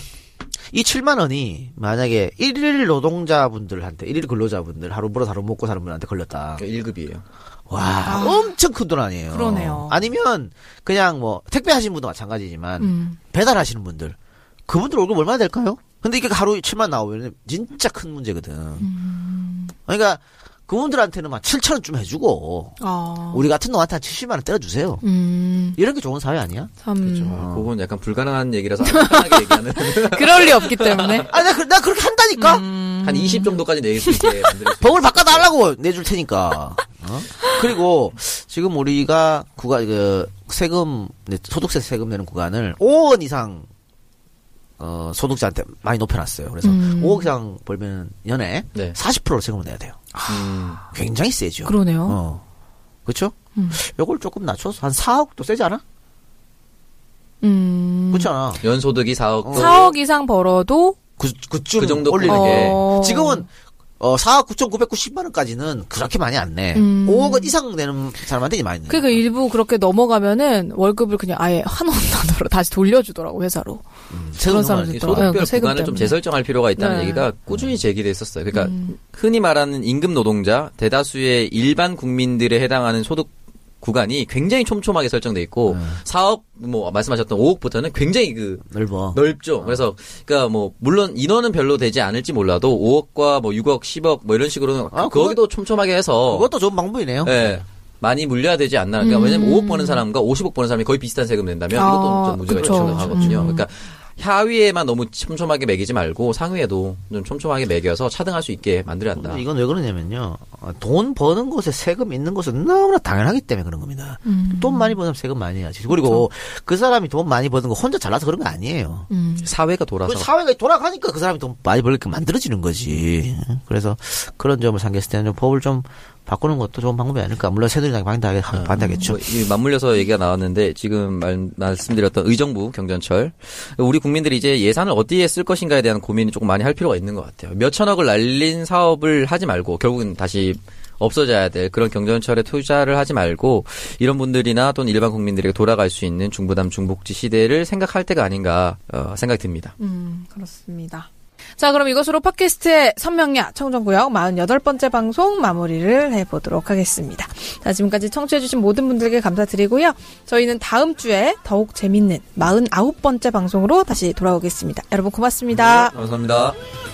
[SPEAKER 3] 이 7만 원이 만약에 일일 노동자분들한테 일일 근로자분들 하루 벌어 하루 먹고 사는 분한테 걸렸다.
[SPEAKER 12] 그
[SPEAKER 5] 1급이에요.
[SPEAKER 3] 와, 엄청 큰 돈 아니에요.
[SPEAKER 2] 아. 그러네요.
[SPEAKER 3] 아니면 그냥 뭐 택배 하시는 분도 마찬가지지만
[SPEAKER 2] 음.
[SPEAKER 3] 배달 하시는 분들 그분들 월급 얼마나
[SPEAKER 2] 음.
[SPEAKER 3] 될까요? 근데 이게 하루 7만 나오면 진짜 큰 문제거든. 그러니까 그분들한테는 막 7천 원쯤 해주고
[SPEAKER 2] 아.
[SPEAKER 3] 우리 같은 놈한테 한 70만 원 때려주세요.
[SPEAKER 2] 음.
[SPEAKER 3] 이런 게 좋은 사회 아니야?
[SPEAKER 2] 참.
[SPEAKER 5] 그건 약간 불가능한 얘기라서 아주 편하게 얘기하는
[SPEAKER 2] 그럴 리 없기 때문에.
[SPEAKER 3] 아, 나, 그- 나 그렇게 한다니까?
[SPEAKER 2] 음.
[SPEAKER 5] 한 20 정도까지 내릴 수 있게 만들
[SPEAKER 3] 법을 바꿔달라고 내줄 테니까. 어? 그리고 지금 우리가 구간 그 세금 네, 소득세 세금 내는 구간을 5원 이상 어, 소득자한테 많이 높여놨어요. 그래서
[SPEAKER 15] 음.
[SPEAKER 3] 5억 이상 벌면 연에 40%를 세금을 내야 돼요.
[SPEAKER 5] 음.
[SPEAKER 3] 굉장히 세죠.
[SPEAKER 15] 그러네요.
[SPEAKER 3] 어. 그렇죠? 요걸 조금 낮춰서 한 4억도 세지 않아?
[SPEAKER 2] 음.
[SPEAKER 3] 그렇잖아.
[SPEAKER 5] 연소득이 4억
[SPEAKER 2] 4억 이상 벌어도
[SPEAKER 3] 그, 그쯤
[SPEAKER 5] 그 정도
[SPEAKER 3] 올리는
[SPEAKER 5] 꼴.
[SPEAKER 3] 게.
[SPEAKER 2] 어.
[SPEAKER 3] 지금은 어, 4억 9,990만원까지는 그렇게 많이 안 내.
[SPEAKER 2] 음.
[SPEAKER 3] 5억원 이상 내는 사람한테 많이 내.
[SPEAKER 2] 그러니까 일부 그렇게 넘어가면은 월급을 그냥 아예 한원 단위로 다시 돌려주더라고 회사로.
[SPEAKER 3] 그러니까 세금
[SPEAKER 2] 그런
[SPEAKER 3] 정말
[SPEAKER 2] 사람들
[SPEAKER 5] 이
[SPEAKER 2] 있더라고요.
[SPEAKER 5] 소득별
[SPEAKER 2] 세금
[SPEAKER 5] 구간을 좀
[SPEAKER 2] 때문에.
[SPEAKER 5] 재설정할 필요가 있다는
[SPEAKER 2] 네.
[SPEAKER 5] 얘기가 꾸준히 제기됐었어요. 그러니까 흔히 말하는 임금 노동자 대다수의 일반 국민들에 해당하는 소득 구간이 굉장히 촘촘하게 설정돼 있고 사업 뭐 말씀하셨던 5억부터는 굉장히 그
[SPEAKER 3] 넓어.
[SPEAKER 5] 넓죠. 그래서 그러니까 뭐 물론 인원은 별로 되지 않을지 몰라도 5억과 뭐 6억, 10억 뭐 이런 식으로는
[SPEAKER 3] 아, 그거-
[SPEAKER 5] 거기도 촘촘하게 해서
[SPEAKER 3] 그것도 좋은
[SPEAKER 2] 어?
[SPEAKER 3] 방법이네요.
[SPEAKER 5] 예. 많이 물려야 되지 않나. 그러니까 왜냐면 5억 버는 사람과 50억 버는 사람이 거의 비슷한 세금 낸다면
[SPEAKER 2] 음. 아,
[SPEAKER 5] 이것도 좀 문제가
[SPEAKER 2] 그쵸.
[SPEAKER 5] 있다고 하거든요. 그러니까 하위에만 너무 촘촘하게 매기지 말고 상위에도 좀 촘촘하게 매겨서 차등할 수 있게 만들어야 한다.
[SPEAKER 3] 근데 이건 왜 그러냐면요. 어, 돈 버는 곳에 세금 있는 것은 너무나 당연하기 때문에 그런 겁니다. 돈 많이 버는 사람 세금 많이 해야지. 그리고 그 사람이 돈 많이 버는 거 혼자 잘나서 그런 거 아니에요.
[SPEAKER 5] 사회가
[SPEAKER 3] 그
[SPEAKER 5] 돌아서
[SPEAKER 3] 사회가 돌아가니까 그 사람이 돈 많이 벌게 만들어지는 거지. 그래서 그런 점을 상기했을 때는 좀 법을 좀 바꾸는 것도 좋은 방법이 아닐까. 물론 새누리당이 반대하겠, 반대하겠죠.
[SPEAKER 5] 뭐, 이 맞물려서 얘기가 나왔는데 지금 말- 말씀드렸던 의정부 경전철 우리 국민들이 이제 예산을 어디에 쓸 것인가에 대한 고민이 조금 많이 할 필요가 있는 것 같아요. 몇 천억을 날린 사업을 하지 말고 결국은 다시 없어져야 될 그런 경전철에 투자를 하지 말고 이런 분들이나 또는 일반 국민들에게 돌아갈 수 있는 중부담 중복지 시대를 생각할 때가 아닌가 어, 생각이 듭니다.
[SPEAKER 2] 음, 그렇습니다. 자, 그럼 이것으로 팟캐스트의 선명야 청정구역 48번째 방송 마무리를 해보도록 하겠습니다. 자, 지금까지 청취해주신 모든 분들께 감사드리고요. 저희는 다음 주에 더욱 재밌는 49번째 방송으로 다시 돌아오겠습니다. 여러분 고맙습니다.
[SPEAKER 5] 감사합니다.
[SPEAKER 16] Thank